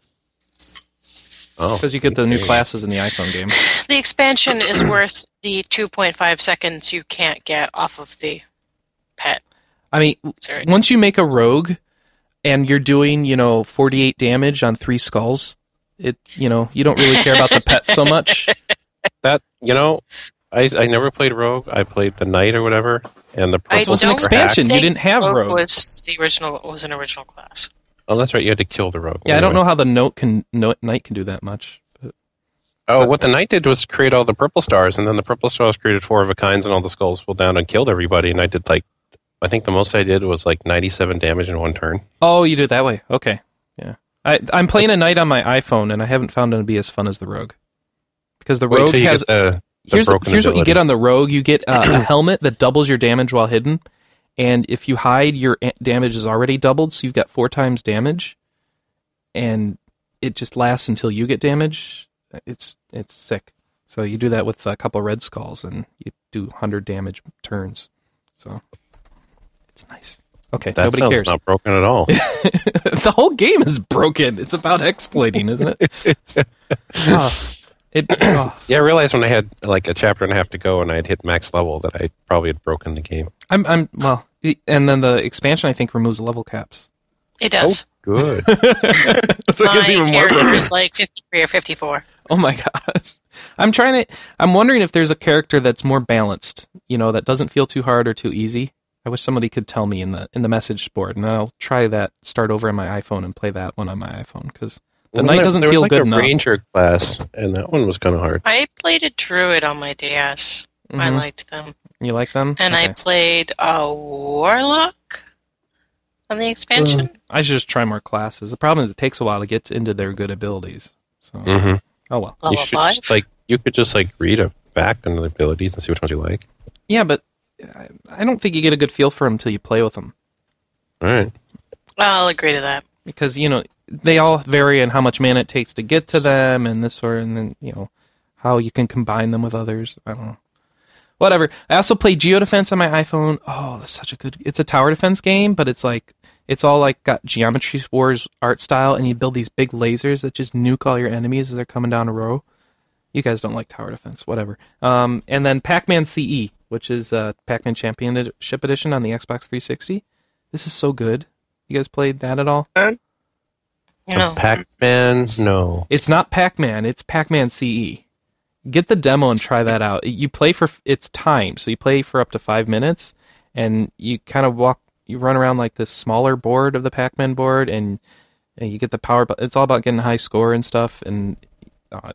S5: Oh,
S1: because you get the new classes in the iPhone game.
S4: The expansion is worth the 2.5 seconds you can't get off of the pet.
S1: I mean,
S4: Sorry.
S1: once you make a rogue and you're doing, you know, 48 damage on three skulls, it, you know, you don't really care about the pet so much.
S5: That you know, I I never played Rogue. I played the Knight or whatever, and the
S4: I
S1: It was an
S4: don't
S5: Purple Hack.
S1: expansion. You didn't have
S4: Rogue
S1: rogue.
S4: was the original was an original class.
S5: Oh, that's right. You had to kill the Rogue.
S1: yeah, I don't
S5: anyway.
S1: know how the note can note knight can do that much. But
S5: Oh, what the Knight did was create all the purple stars, and then the purple stars created four of a kinds, and all the skulls fell down and killed everybody. And I did like, I think the most I did was like 97 damage in one turn.
S1: oh, you do it that way. Okay, yeah. I, I'm playing a knight on my iPhone, and I haven't found it to be as fun as the rogue because the
S5: Wait
S1: rogue
S5: till you
S1: has
S5: get the, the
S1: here's
S5: broken
S1: here's what you
S5: ability.
S1: get on the rogue. You get uh,
S5: [CLEARS THROAT]
S1: a helmet that doubles your damage while hidden, and if you hide, your a- damage is already doubled, so you've got four times damage, and it just lasts until you get damage. It's it's sick. So you do that with a couple red skulls, and you do hundred damage turns. So it's nice. Okay,
S5: That
S1: nobody
S5: sounds
S1: cares.
S5: not broken at
S1: [LAUGHS]
S5: all.
S1: the whole game is broken. It's about exploiting, isn't it?
S5: [LAUGHS]
S1: Ah, it ah.
S5: yeah, I realized when I had like a chapter and a half to go, and I had hit max level, that I probably had broken the game.
S1: I'm I'm well, e- and then the expansion I think removes level caps. [LAUGHS]
S4: It does.
S5: Good.
S1: Oh,
S5: [LAUGHS]
S1: so it gets
S4: My
S1: even more
S4: character
S1: broken.
S4: is like 53 or 54.
S1: [LAUGHS] Oh my gosh. I'm trying to I'm wondering if there's a character that's more balanced, you know, that doesn't feel too hard or too easy. I wish somebody could tell me in the in the message board and I'll try that start over on my iPhone and play that one on my iPhone cuz the
S5: Well,
S1: night
S5: there-
S1: doesn't
S5: there was,
S1: feel
S5: like,
S1: good
S5: a
S1: enough.
S5: Ranger class, and that one was kind of hard.
S4: I played a druid on my DS. I
S1: Mhm.
S4: liked them.
S1: you like them?
S4: And I
S1: Okay.
S4: played a warlock on the expansion.
S1: I should just try more classes. The problem is it takes a while to get into their good abilities. So
S5: Mm-hmm.
S1: oh well.
S4: level
S5: You should
S4: five.
S5: just, like you could just like read a back under the abilities and see which ones you like.
S1: Yeah, but I, I don't think you get a good feel for them until you play with them.
S5: All right.
S4: I'll agree to that.
S1: because you know they all vary in how much mana it takes to get to them and this sort and then you know how you can combine them with others i don't know whatever i also play geo defense on my iphone oh that's such a good it's a tower defense game but it's like it's all like got geometry wars art style and you build these big lasers that just nuke all your enemies as they're coming down a row you guys don't like tower defense whatever um, and then pac-man ce which is uh, pac-man championship edition on the xbox 360 this is so good you guys played that at all
S4: No.
S5: Pac-Man, no.
S1: It's not Pac-Man. It's Pac-Man CE. Get the demo and try that out. You play for it's time, so you play for up to five minutes, and you kind of walk, you run around like this smaller board of the Pac-Man board, and, and you get the power. But it's all about getting a high score and stuff. And uh,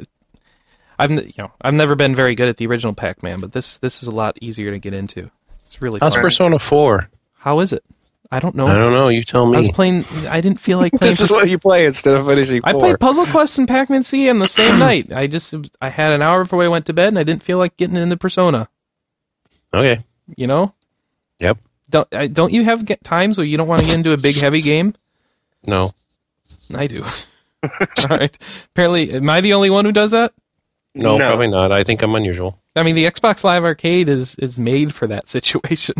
S1: I've n- you know I've never been very good at the original Pac-Man, but this this is a lot easier to get into. It's really
S5: How's
S1: fun.
S5: Persona 4?
S1: How is it? I don't know.
S5: I don't know. You tell
S1: I
S5: me.
S1: was playing. I didn't feel [LAUGHS] like playing. Persona-
S5: you play instead of finishing
S1: I played Puzzle Quest and Pac-Man C on the same night. I just I had an hour before I went to bed, and I didn't feel like getting into Persona.
S5: okay.
S1: You know?
S5: Yep.
S1: Don't I, don't you have get times where you don't want to get into a big heavy game?
S5: No.
S1: I do. All right. Apparently, am I the only one who does that?
S5: no,
S3: No.
S5: probably not. I think I'm unusual.
S1: I mean, the Xbox Live Arcade is is made for that situation.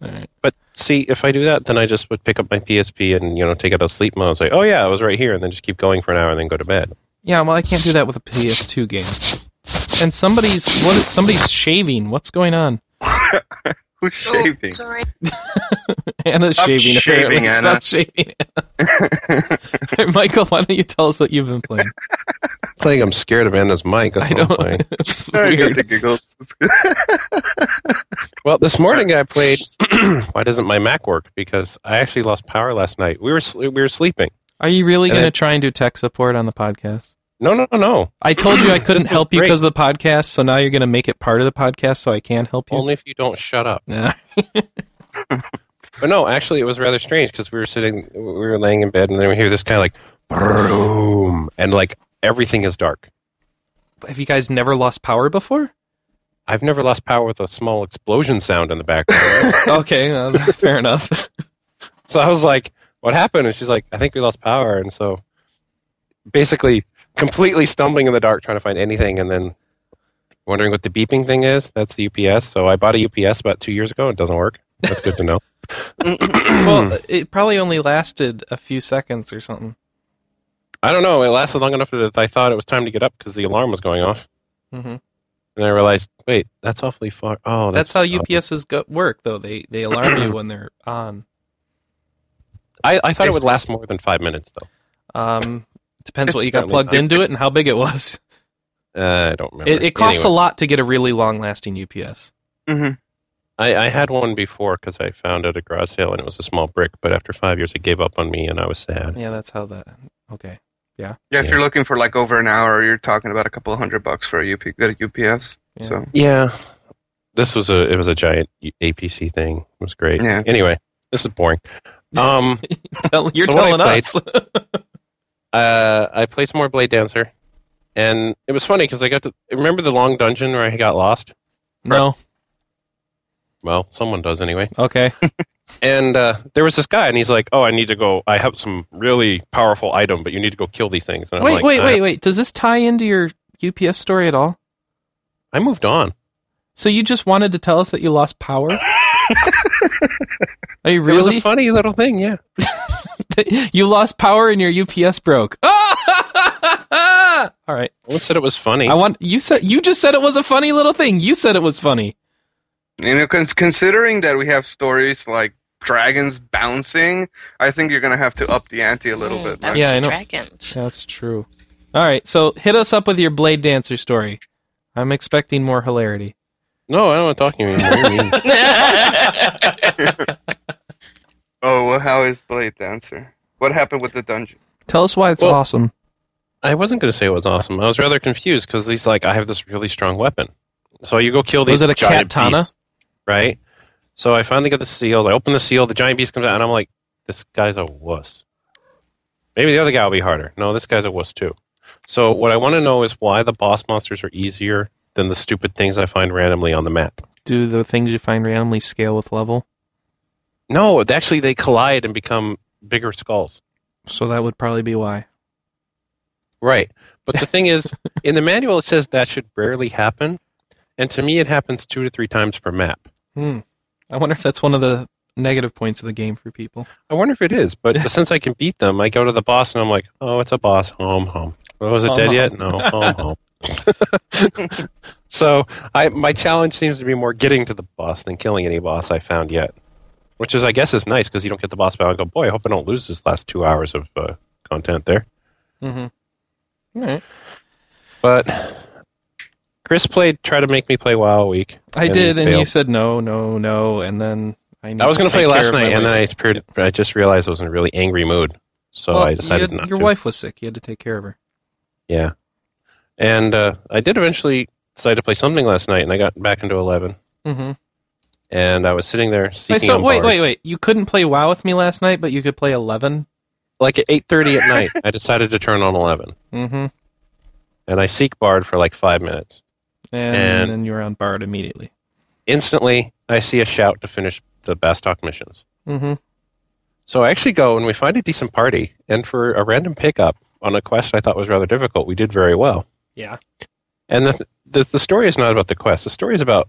S1: All right.
S5: But see, if I do that, then I just would pick up my PSP and you know take it out of sleep mode. and say, oh yeah, I was right here, and then just keep going for an hour and then go to bed.
S1: Yeah. Well, I can't do that with a PS2 game. And somebody's what? Somebody's shaving. What's going on?
S3: Who's
S4: Oh,
S3: shaving? [LAUGHS]
S4: sorry.
S1: Anna's
S3: Stop
S1: shaving, apparently.
S3: shaving, Anna.
S1: Stop
S5: [LAUGHS]
S1: shaving. Anna. Michael, why don't you tell us what you've been
S5: [LAUGHS]
S1: playing?
S5: Playing, I'm scared of Anna's mic. That's
S1: I
S5: what I'm
S1: don't.
S5: playing.
S1: [LAUGHS] it's
S3: I got
S1: weird.
S3: the giggles.
S5: Well, this morning I played. [CLEARS THROAT] why doesn't my Mac work? Because I actually lost power last night. We were sl- we were sleeping.
S1: Are you really
S5: And
S1: going to
S5: then-
S1: try and do tech support on the podcast?
S5: No, no, no, no.
S1: I told
S5: [CLEARS THROAT]
S1: you I couldn't
S5: was
S1: help you
S5: great.
S1: because of the podcast, so now you're going to make it part of the podcast so I can help you.
S5: Only if you don't shut up.
S1: Nah.
S5: But no, actually, it was rather strange because we were sitting, we were laying in bed, and then we hear this kind of like boom, and like everything is dark.
S1: Have you guys never lost power before?
S5: I've never lost power with a small explosion sound in the background.
S1: okay, uh, [LAUGHS] fair enough.
S5: so I was like, "What happened?" And she's like, "I think we lost power." And so, basically, completely stumbling in the dark trying to find anything, and then wondering what the beeping thing is. That's the UPS. So I bought a UPS about two years ago. It doesn't work. That's good
S1: [LAUGHS]
S5: to know. [CLEARS THROAT]
S1: well, it probably only lasted a few seconds or something.
S5: I don't know. It lasted long enough that I thought it was time to get up because the alarm was going off,
S1: hmm
S5: and I realized, wait, that's awfully far. Oh,
S1: That's
S5: that's,
S1: how
S5: uh,
S1: UPSs go- work, though. They they alarm you when they're on.
S5: I, I thought it would last more than five minutes though.
S1: Um, depends what you got
S5: Probably
S1: plugged
S5: not.
S1: into it and how big it was.
S5: Uh, I don't remember.
S1: It, it costs
S5: Anyway,
S1: a lot to get a really long lasting UPS.
S5: I, I had one before because I found it at a garage sale and it was a small brick. But after five years, it gave up on me and I was sad.
S1: Yeah, that's how that. Okay. [LAUGHS]
S3: Yeah, if
S5: Yeah.
S3: you're looking for like over an hour, you're talking about a couple hundred bucks for a, UP, at a UPS.
S1: Yeah.
S3: So
S5: Yeah, this was a it was a giant APC thing. It was great.
S3: Yeah.
S5: Anyway, this is
S1: [LAUGHS]
S5: boring. Um.
S1: Tell, you're
S5: So what I
S1: telling
S5: played-
S1: us. [LAUGHS]
S5: uh, I played some more Blade Dancer, and it was funny because I got to remember the long dungeon where I got lost.
S1: no.
S5: Well, someone does anyway.
S1: Okay.
S5: And uh, there was this guy, and he's like, "Oh, I need to go. I have some really powerful item, but you need to go kill these things." And I'm
S1: Wait,
S5: like, uh,
S1: wait,
S5: "I-
S1: wait, wait. Does this tie into your UPS story at all?
S5: I moved on.
S1: So you just wanted to tell us that you lost
S5: [LAUGHS]
S1: power? Are you
S5: It was
S1: really?
S5: a funny little thing, yeah.
S1: [LAUGHS] you lost power and your UPS broke. [LAUGHS] all right.
S5: No one said it was funny.
S1: I want you said you just said it was a funny little thing. You said it was funny.
S3: you know, cons- considering that we have stories like dragons bouncing, I think you're gonna have to up the ante a little
S4: Mm,
S3: bit.
S4: that's
S3: Max.
S1: Yeah, I know.
S4: dragons.
S1: That's true. All right. So hit us up with your Blade Dancer story. I'm expecting more hilarity.
S5: no, I don't want to talk to you anymore. What do you mean? [LAUGHS]
S3: Oh, well, how is Blade Dancer? What happened with the dungeon?
S1: Tell us why it's
S5: Well-
S1: awesome.
S5: I wasn't going to say it was awesome. I was rather confused because he's like, I have this really strong weapon. So you go kill these
S1: Was it a
S5: giant
S1: katana?
S5: beasts, right? So I finally get the seal. I open the seal. The giant beast comes out, and I'm like, this guy's a wuss. Maybe the other guy will be harder. No, this guy's a wuss too. So what I want to know is why the boss monsters are easier than the stupid things I find randomly on the map.
S1: Do the things you find randomly scale with level?
S5: No, actually they collide and become bigger skulls.
S1: So that would probably be why.
S5: Right. But the thing
S1: [LAUGHS]
S5: is, in the manual, it says that should rarely happen. And to me, it happens two to three times per map.
S1: Hmm. I wonder if that's one of the negative points of the game for people.
S5: I wonder if it is, but since I can beat them, I go to the boss and I'm like, oh, it's a boss. Home, home. Oh, is it
S1: Home,
S5: dead
S1: home.
S5: yet? No, home, home. [LAUGHS] so I, my challenge seems to be more getting to the boss than killing any boss I found yet, which is, I guess, is nice because you don't get the boss battle and go, boy, I hope I don't lose this last two hours of uh, content there.
S1: Mm-hmm. All right.
S5: But Chris played, tried to make me play WoW a week.
S1: I did, and you
S5: failed.
S1: said no, no, no, and then I. Need
S5: I was going to play
S1: take care
S5: last
S1: of my
S5: night, and then I,
S1: wife.
S5: appeared, I just realized I was in a really angry mood, so
S1: Well,
S5: I
S1: you
S5: decided
S1: had-
S5: not
S1: Your
S5: to.
S1: wife was sick. You had to take care of her.
S5: Yeah. And uh, I did eventually decide to play something last night, and I got back into 11.
S1: Mm-hmm.
S5: And I was sitting there seeking
S1: Wait, so
S5: on
S1: wait,
S5: Bard.
S1: wait, wait. You couldn't play WoW with me last night, but you could play Eleven.
S5: Like at
S1: [LAUGHS]
S5: 8.30 at night, I decided to turn on 11.
S1: Mm-hmm. And,
S5: And I seek Bard for like five minutes. And-
S1: then you were on Bard immediately.
S5: Instantly, I see a shout to finish the Bastok missions.
S1: Mm-hmm.
S5: So I actually go, and we find a decent party. And for a random pickup on a quest I thought was rather difficult, we did very well.
S1: Yeah.
S5: And the, the, the story is not about the quest. The story is about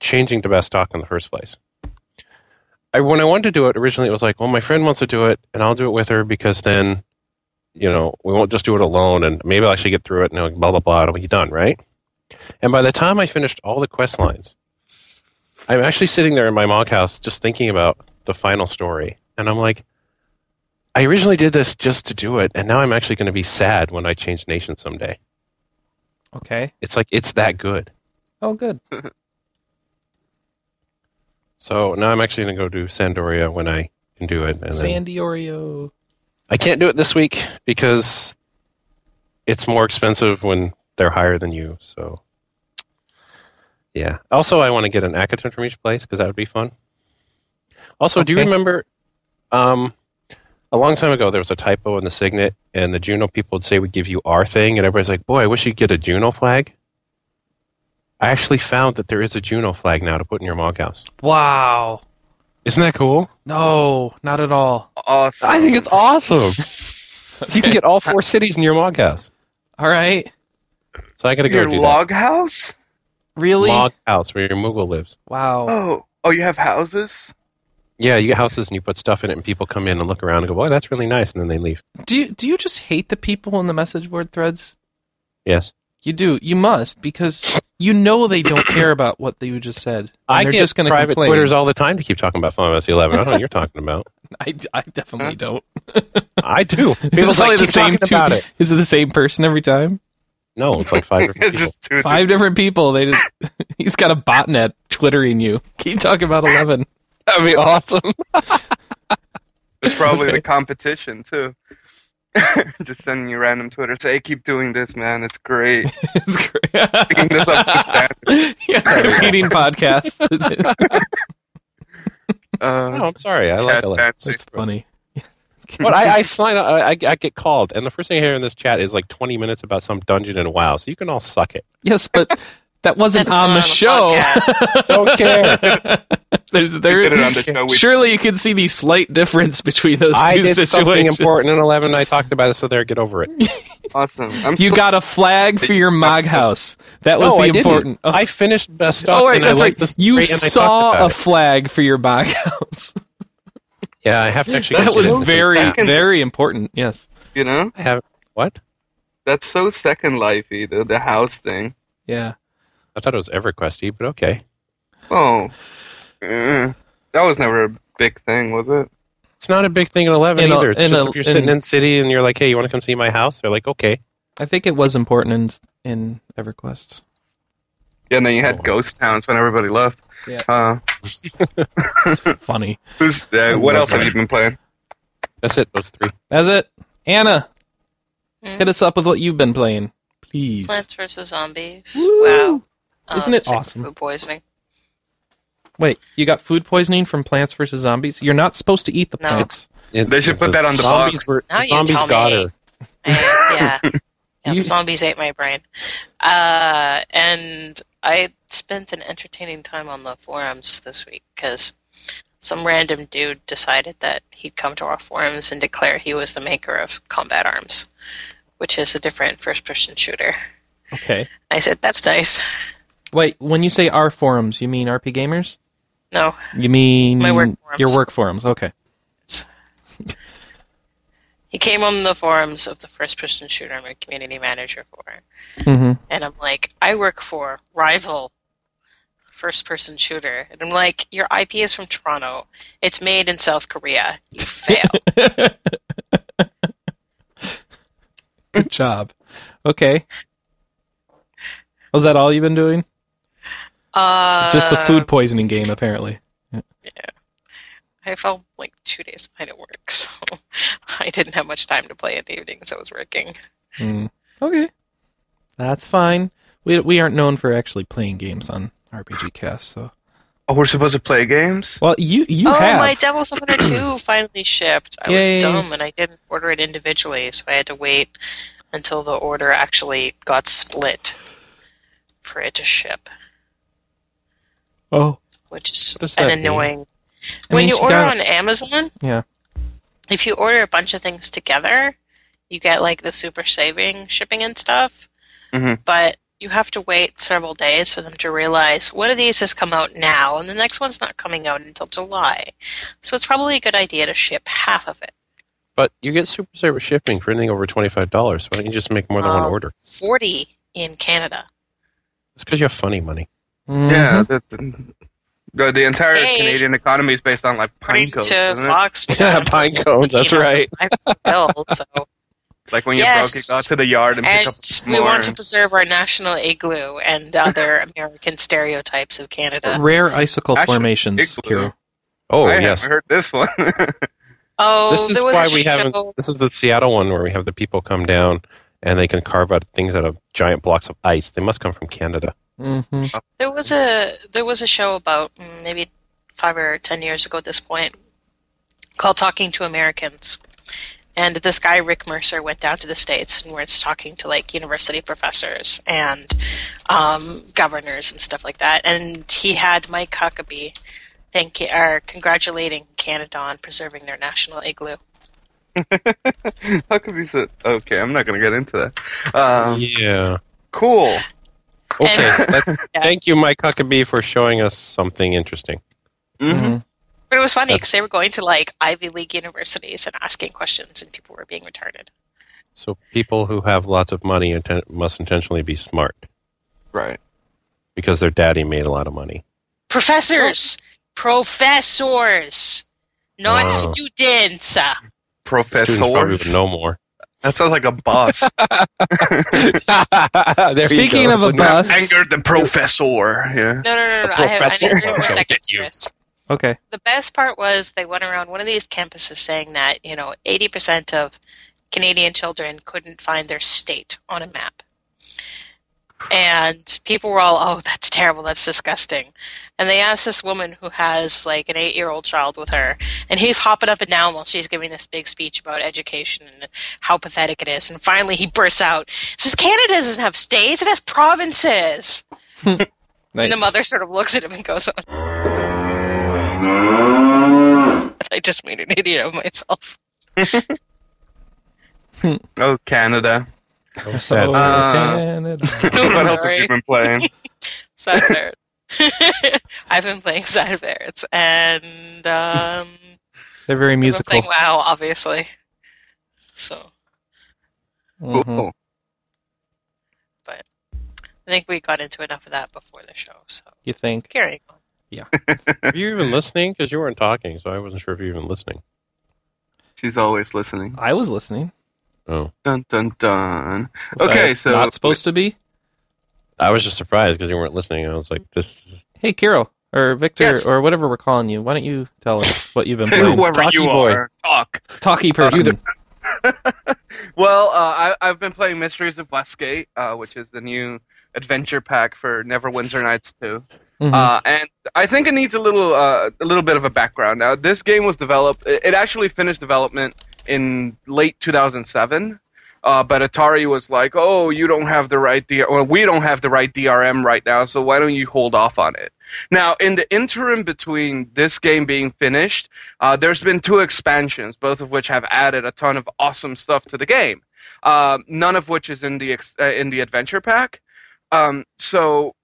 S5: changing to Bastok in the first place. I, when I wanted to do it originally, it was like, well, my friend wants to do it, and I'll do it with her because then, you know, we won't just do it alone, and maybe I'll actually get through it, and blah, blah, blah, it'll be done, right? And by the time I finished all the quest lines, I'm actually sitting there in my mock house just thinking about the final story. And I'm like, I originally did this just to do it, and now I'm actually going to be sad when I change nation someday.
S1: Okay.
S5: It's like it's that good.
S1: Oh, good.
S5: So now I'm actually going to go do Sandoria when I can do it. And then
S1: Sandy Oreo.
S5: I can't do it this week because it's more expensive when they're higher than you. So yeah. Also, I want to get an Akaton from each place because that would be fun. Also, do you
S1: Okay.
S5: remember? Um, a long time ago, there was a typo in the signet, and the Juno people would say we give you our thing, and everybody's like, "Boy, I wish you'd get a Juno flag." I actually found that there is a Juno flag now to put in your mog house.
S1: Wow.
S5: Isn't that cool?
S1: No, not at all.
S3: Awesome.
S5: I think it's [LAUGHS] awesome. So you can get all four cities in your log house.
S1: All right.
S5: So I gotta go
S3: your
S5: do that.
S3: log house.
S1: Really?
S5: Log house where your Moogle lives.
S1: Wow.
S3: Oh, oh, you have houses.
S5: Yeah, you get houses and you put stuff in it, and people come in and look around and go, "Boy, that's really nice," and then they leave.
S1: Do you, do you just hate the people in the message board threads?
S5: Yes,
S1: You do. You must because you know they don't care about what you just said. and
S5: I
S1: they're
S5: get
S1: just gonna
S5: private
S1: complain.
S5: Twitters all the time to keep talking about Final Fantasy Eleven. I don't know what you're talking about.
S1: I, I definitely don't.
S5: [LAUGHS] I do.
S1: Is it
S5: People's
S1: probably
S5: like,
S1: the
S5: keep
S1: same
S5: talking
S1: two-
S5: about it.
S1: Is it the same person every time?
S5: [LAUGHS] No, it's
S3: [LAUGHS]
S5: like five different
S3: it's
S5: people.
S3: just two
S1: Five different people. They just [LAUGHS] he's got a botnet twittering you. Keep talking about eleven. [LAUGHS]
S5: That'd be awesome.
S3: It's probably
S1: Okay.
S3: the competition too. [LAUGHS] Just sending you random Twitter. Say, hey, keep doing this, man. It's great. [LAUGHS]
S1: It's great.
S3: Picking this up
S1: [LAUGHS]
S3: to standard.
S1: yeah, it's competing
S5: [LAUGHS]
S1: podcast.
S3: Uh,
S5: No, [LAUGHS] I'm sorry. I
S3: yeah,
S5: like
S3: it's
S5: Eleven.
S3: fancy.
S1: That's funny.
S5: But I, I sign up. I, I I get called, and the first thing I hear in this chat is like 20 minutes about some dungeon in WoW. So you can all suck it.
S1: Yes, but that wasn't
S4: That's
S1: on the
S4: not a
S1: show.
S4: podcast.
S5: [LAUGHS] Don't [LAUGHS] care.
S1: [LAUGHS] There's
S3: we
S1: there.
S3: did
S1: [LAUGHS]
S3: it on the show. We,
S1: Surely you can see the slight difference between those
S5: I
S1: two
S5: did something
S1: situations.
S5: important in 11. I talked about it, so there. Get over it.
S3: Awesome. I'm
S1: You
S3: still-
S1: got a flag for your
S5: [LAUGHS]
S1: mog house. That was
S5: no,
S1: the
S5: I
S1: important.
S5: Didn't. I finished the stuff.
S1: oh wait,
S5: and
S1: that's
S5: I liked
S1: right.
S5: the story,
S1: You
S5: and I talked
S1: saw
S5: about
S1: a
S5: it.
S1: flag for your mog
S5: [LAUGHS]
S1: house.
S5: yeah, I have to actually.
S1: That
S5: go
S1: was
S5: through this
S1: very,
S5: app.
S1: very important. Yes.
S3: you know
S5: I have what?
S3: that's so Second Lifey, the the house thing.
S1: Yeah.
S5: I thought it was EverQuesty, but okay.
S3: Oh, Uh, that was never a big thing, was it?
S5: It's not a big thing in 11
S1: In a-
S5: either. It's
S1: in
S5: just
S1: a-
S5: if you're sitting
S1: in-
S5: in city and you're like, hey, you want to come see my house? They're like, okay.
S1: I think it was important in in EverQuest.
S3: Yeah, and then you had
S5: Oh.
S3: ghost towns when everybody left.
S1: Yeah.
S3: Uh,
S5: [LAUGHS]
S1: It's funny.
S3: who's uh, what
S5: love
S3: else have
S5: that.
S3: you been playing?
S5: That's it. Those three.
S1: That's it. Anna,
S4: Mm.
S1: hit us up with what you've been playing, please.
S4: Plants vs Zombies.
S1: Woo!
S4: Wow. Um,
S1: Isn't it
S4: sick
S1: awesome?
S4: Food poisoning.
S1: Wait, you got food poisoning from Plants vs Zombies? You're not supposed to eat the
S4: No.
S1: plants.
S3: They should put that on the
S5: zombies
S3: box.
S5: Were,
S4: Now
S5: the
S4: you
S5: zombies
S4: tell me.
S5: got her.
S4: I-
S1: [LAUGHS]
S4: yeah. yeah
S1: You-
S4: the zombies ate my brain. Uh, and I spent an entertaining time on the forums this week because some random dude decided that he'd come to our forums and declare he was the maker of Combat Arms, which is a different first person shooter.
S1: Okay.
S4: I said, that's nice.
S1: Wait, when you say our forums, you mean RP Gamers?
S4: No,
S1: You mean
S4: My work forums.
S1: your work forums? Okay.
S4: he came on the forums of the first person shooter I'm a community manager for.
S1: hmm
S4: And I'm like, I work for Rival, first person shooter. And I'm like, your IP is from Toronto. It's made in South Korea.
S1: [LAUGHS]
S4: You fail.
S1: [LAUGHS] Good job. Okay. Was that all you've been doing?
S4: uh,
S1: Just the food poisoning game, apparently.
S4: I fell like two days behind at work, [LAUGHS] so I didn't have much time to play in the evenings. I was working.
S1: Mm. Okay. That's fine. We we aren't known for actually playing games on RPG Cast, so
S3: Oh, we're supposed to play games.
S1: well you you
S4: oh,
S1: have
S4: my Devil
S1: [CLEARS THROAT]
S4: Summoner 2 finally shipped. I
S1: Yay.
S4: was dumb and I didn't order it individually, so I had to wait until the order actually got split for it to ship,
S1: oh
S4: which is
S5: What does
S4: an
S5: that mean?
S4: annoying
S1: I
S4: when
S1: mean,
S4: you
S1: she
S4: order
S1: got-
S4: on Amazon,
S1: Yeah.
S4: if you order a bunch of things together, you get like the super saving shipping and stuff.
S1: Mm-hmm.
S3: Mhm.
S4: But you have to wait several days for them to realize one of these has come out now, and the next one's not coming out until July. So it's probably a good idea to ship half of it.
S5: But you get super service shipping for anything over $25. So why don't you just make more than one
S4: Um,
S5: order?
S4: Forty in Canada.
S5: It's because you have funny money.
S1: [LAUGHS] Mhm.
S3: Yeah,
S5: Mm-hmm.
S3: the, the, the- the entire
S4: Hey.
S3: Canadian economy is based on like pine cones,
S4: to
S3: isn't it?
S1: [LAUGHS]
S4: Fox,
S5: Yeah, pine cones. That's
S4: You know,
S5: right.
S4: I bill, so
S3: Like when you
S4: Yes.
S3: broke, you got to the yard and, pick
S4: and
S3: up some
S4: we
S3: more.
S4: want to preserve our national igloo and
S3: [LAUGHS]
S4: other American stereotypes of Canada.
S1: Rare icicle
S3: Actually,
S1: formations,
S3: igloo.
S1: Kira.
S5: Oh,
S3: I
S5: yes.
S3: haven't heard this one. [LAUGHS]
S4: Oh,
S5: this is
S4: there was
S5: why
S4: an
S5: we haven't.
S4: igloo.
S5: This is the Seattle one where we have the people come down and they can carve out things out of giant blocks of ice. They must come from Canada.
S1: hmm
S3: Uh-huh.
S4: There was a there was a show about mm, maybe five or ten years ago at this point called Talking to Americans, and this guy Rick Mercer went down to the states and was talking to like university professors and um, governors and stuff like that, and he had Mike Huckabee thank or congratulating Canada on preserving their national igloo.
S3: How could you say? Okay, I'm not gonna get into that. Um,
S5: yeah.
S3: Cool.
S5: Okay. that's,
S4: Yeah.
S1: Mm-hmm.
S5: Thank you, Mike Huckabee, for showing us something interesting.
S3: Mhm.
S4: But it was funny
S5: That's-
S4: because they were going to like Ivy League universities and asking questions, and people were being retarded.
S5: So people who have lots of money inten- must intentionally be smart
S3: Right.
S5: because their daddy made a lot of money.
S4: Professors, professors, not
S5: Oh.
S4: students. Uh,
S5: Students probably would
S3: Professor.
S5: know more.
S3: That sounds like a
S4: [LAUGHS]
S3: boss.
S1: Speaking of a bus,
S3: Anger the professor. Yeah.
S4: No, no, no, no. I have, I
S5: professor
S4: need thirty
S5: shall
S4: seconds,
S5: get you.
S4: Chris.
S1: okay,
S4: The best part was they went around one of these campuses saying that you know eighty percent of Canadian children couldn't find their state on a map, and people were all, "Oh, that's terrible. That's disgusting." And they asked this woman who has like an eight-year-old child with her, and he's hopping up and down while she's giving this big speech about education and how pathetic it is. And finally, he bursts out, "says Canada doesn't have states; it has provinces."
S1: nice.
S4: And the mother sort of looks at him and goes, on. I just made an idiot of myself.
S3: Oh,
S4: [LAUGHS]
S3: Canada. [LAUGHS]
S5: Oh,
S1: So,
S5: sad.
S3: Uh,
S1: Canada.
S3: what else have
S4: Sorry.
S3: you been playing?
S1: [LAUGHS]
S4: Side ferret. [LAUGHS] I've been playing side ferrets and um,
S1: They're
S4: [LAUGHS]
S1: very
S4: I've been
S1: musical.
S4: playing WoW, obviously. So
S5: Mm-hmm.
S1: Mhm.
S3: Cool.
S4: I think we got into enough of that before the show. So
S1: You think?
S4: carrying on.
S5: Were you even listening? Because you weren't talking, so I wasn't sure if you were even listening.
S3: She's always listening.
S1: I was listening.
S5: Oh,
S3: Dun dun dun.
S1: Was
S3: Okay,
S1: I
S3: so-
S1: not supposed to be.
S5: I was just surprised because you weren't listening. I was like, "This is
S1: Hey, Carol or Victor
S4: Yes.
S1: or whatever we're calling you. Why don't you tell us what
S3: [LAUGHS]
S1: you've been playing?
S3: Whoever
S5: Talkie
S3: you
S5: boy.
S3: are, talk.
S1: Talkie person.
S3: Well, uh, I, I've been playing Mysteries of Westgate, uh, which is the new adventure pack for Neverwinter Nights 2.
S1: Mhm.
S3: Uh, and I think it needs a little, uh, a little bit of a background. Now, this game was developed. It it actually finished development in late 2007. Uh, but Atari was like, "Oh, you don't have the right D, or we don't have the right DRM right now, so why don't you hold off on it?" Now, in the interim between this game being finished, uh, there's been two expansions, both of which have added a ton of awesome stuff to the game. Uh, none of which is in the ex- uh, in the adventure pack. Um, so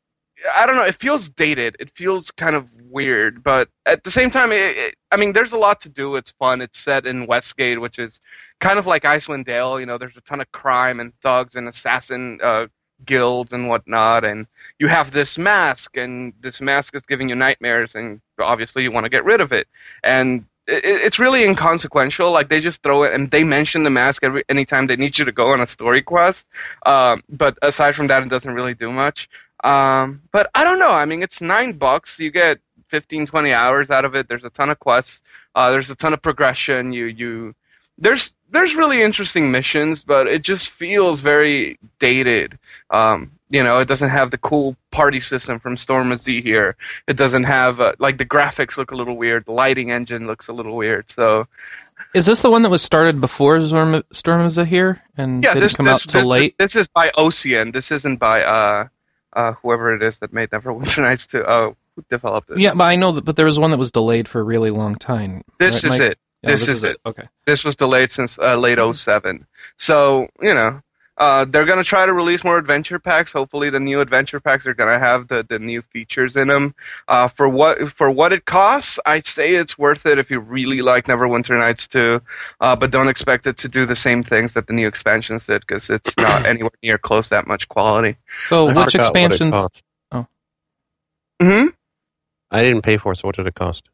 S3: I don't know. It feels dated. It feels kind of weird, but at the same time, it, it, I mean, there's a lot to do. It's fun. It's set in Westgate, which is kind of like Icewind Dale. You know, there's a ton of crime and thugs and assassin uh, guilds and whatnot. And you have this mask, and this mask is giving you nightmares, and obviously you want to get rid of it. And it, it- it's really inconsequential. Like they just throw it, and they mention the mask every anytime they need you to go on a story quest. Um, but aside from that, it doesn't really do much. Um, but I don't know. I mean, it's nine bucks. You get 15, 20 hours out of it. There's a ton of quests. Uh, there's a ton of progression. You, you, there's, there's really interesting missions, but it just feels very dated. Um, you know, it doesn't have the cool party system from Storm of Z here. It doesn't have, uh, like, the graphics look a little weird. The lighting engine looks a little weird. So,
S1: Is this the one that was started before Storm, Storm of Zahir and
S3: yeah,
S1: didn't
S3: this,
S1: come
S3: this,
S1: out till
S3: this,
S1: late?
S3: This is by Ocean. This isn't by, uh, uh, whoever it is that made Neverwinter Nights 2. Oh, who developed it?
S1: yeah, but I know that. But there was one that was delayed for a really long time.
S3: This
S1: right,
S3: is
S1: Mike?
S3: it.
S1: Yeah,
S3: This is it.
S1: Okay.
S3: This was delayed since uh, late 07. So, you know, uh, they're going to try to release more adventure packs. Hopefully, the new adventure packs are going to have the, the new features in them. Uh, for what for what it costs, I'd say it's worth it if you really like Neverwinter Nights 2. Uh, but don't expect it to do the same things that the new expansions did because
S1: [COUGHS]
S3: it's not anywhere near close that much quality.
S1: So
S5: I
S1: which
S5: forgot what it
S1: Oh, expansions?
S5: cost.
S3: hmm
S5: I didn't pay for. it, So what did it cost?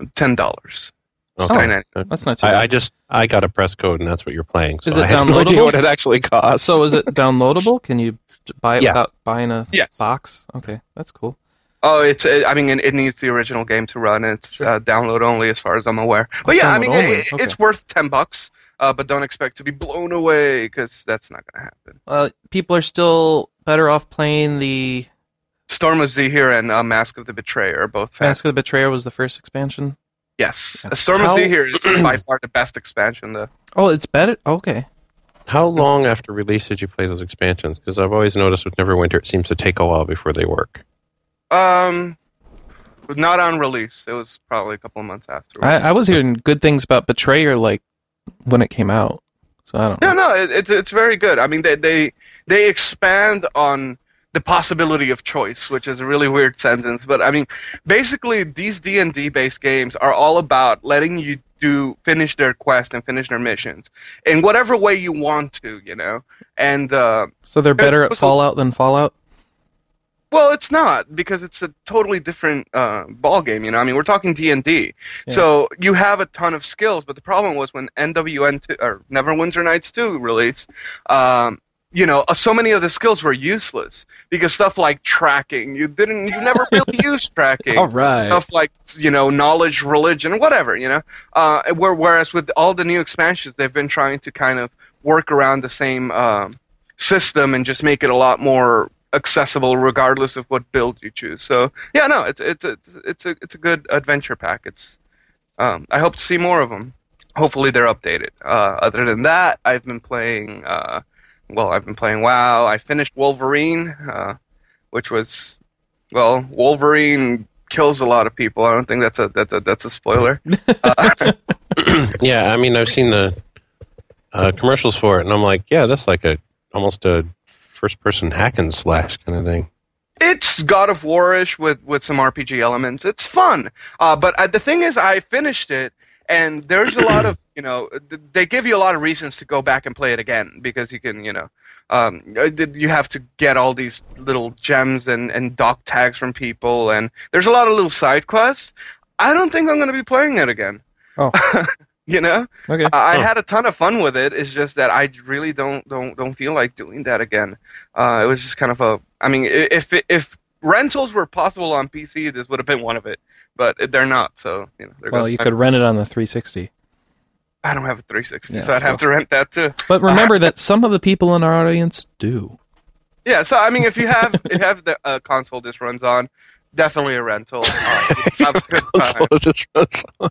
S3: $10.
S5: Okay.
S3: Nine ninety-
S1: That's not too
S5: I,
S1: bad.
S5: I just I got a press code and that's what you're playing. So
S1: Is it
S5: I have no idea
S1: downloadable?
S5: what it actually costs.
S1: Uh, so is
S5: [LAUGHS]
S1: it downloadable? Can you buy it
S5: Yeah.
S1: without buying a
S3: Yes.
S1: box? Okay, that's cool.
S3: Oh, it's. It, I mean, it, it needs the original game to run. It's uh, download only, as far as I'm aware. But
S1: it's
S3: yeah, I
S1: download
S3: mean,
S1: only,
S3: it,
S1: okay.
S3: it's worth ten bucks. Uh, but don't expect to be blown away because that's not gonna happen.
S1: Uh, people are still better off playing the
S3: Storm of Zehir and uh, Mask of the Betrayer are both fast.
S1: Mask of the Betrayer was the first expansion.
S3: Yes, Uh, Storm
S5: How-
S3: of Zehir
S1: [CLEARS THROAT]
S3: is by far the best expansion. Though
S1: Oh, it's better. Okay,
S5: How long after release did you play those expansions? Because I've always noticed with Neverwinter, it seems to take a while before they
S1: [CLEARS THROAT]
S5: work.
S3: um, was not on release. It was probably a couple of months after.
S1: I, I was hearing good things about Betrayer like when it came out. So I don't know.
S3: No, no, it, it's it's very good. I mean, they they they expand on the possibility of choice, which is a really weird sentence, but I mean, basically these D and D based games are all about letting you do finish their quest and finish their missions in whatever way you want to, you know. And uh,
S1: So they're better at
S3: what's the-
S1: Fallout than Fallout.
S3: well, it's not because it's a totally different uh, ball game. You know, I mean, we're talking D and D,
S1: Yeah.
S3: so you have a ton of skills. But the problem was when NWN two, or Never Winter Nights two released. Um, you know, uh, so many of the skills were useless because stuff like tracking, you didn't,
S1: [LAUGHS]
S3: you never really used tracking
S1: All right.
S3: stuff like you know knowledge, religion, whatever you know. Uh, where, whereas with all the new expansions, they've been trying to kind of work around the same um, system and just make it a lot more accessible, regardless of what build you choose. So yeah, no, it's it's it's it's a it's a good adventure pack. It's um, I hope to see more of them. Hopefully they're updated. Uh, other than that, I've been playing. Uh, well, I've been playing WoW. I finished Wolverine, uh, which was well, Wolverine kills a lot of people. I don't think that's a that's a that's a spoiler.
S5: yeah, I mean, I've seen the uh, commercials for it, and I'm like, yeah, that's like a almost a first person hack and slash kind
S1: [LAUGHS]
S5: of thing.
S3: It's God of Warish with with some RPG elements. It's fun. Uh, but uh, the thing is, I finished it, and there's a lot of you know th- they give you a lot of reasons to go back and play it again because you can you know um, uh, th- you have to get all these little gems and and doc tags from people, and there's a lot of little side quests. I don't think I'm going to be playing it again.
S1: Oh.
S3: [LAUGHS] you know.
S1: Okay.
S3: I I
S5: Huh.
S3: had a ton of fun with it. It's just that I really don't don't don't feel like doing that again. Uh, it was just kind of a. I mean, i- if it- if rentals were possible on PC, this would have been one of it, but they're not. So you know, they're
S1: Well,
S3: gonna-
S1: you could rent it on the 360.
S3: I don't have a 360,
S1: Yes,
S3: so I'd have
S1: well.
S3: to rent that too.
S1: But remember that some of the people in our audience do. [LAUGHS]
S3: Yeah. So I mean, if you have if you have the uh, console this runs on, definitely a rental.
S1: [LAUGHS]
S3: Uh, you'll have a good
S5: That's
S3: time.
S5: [LAUGHS] what this was.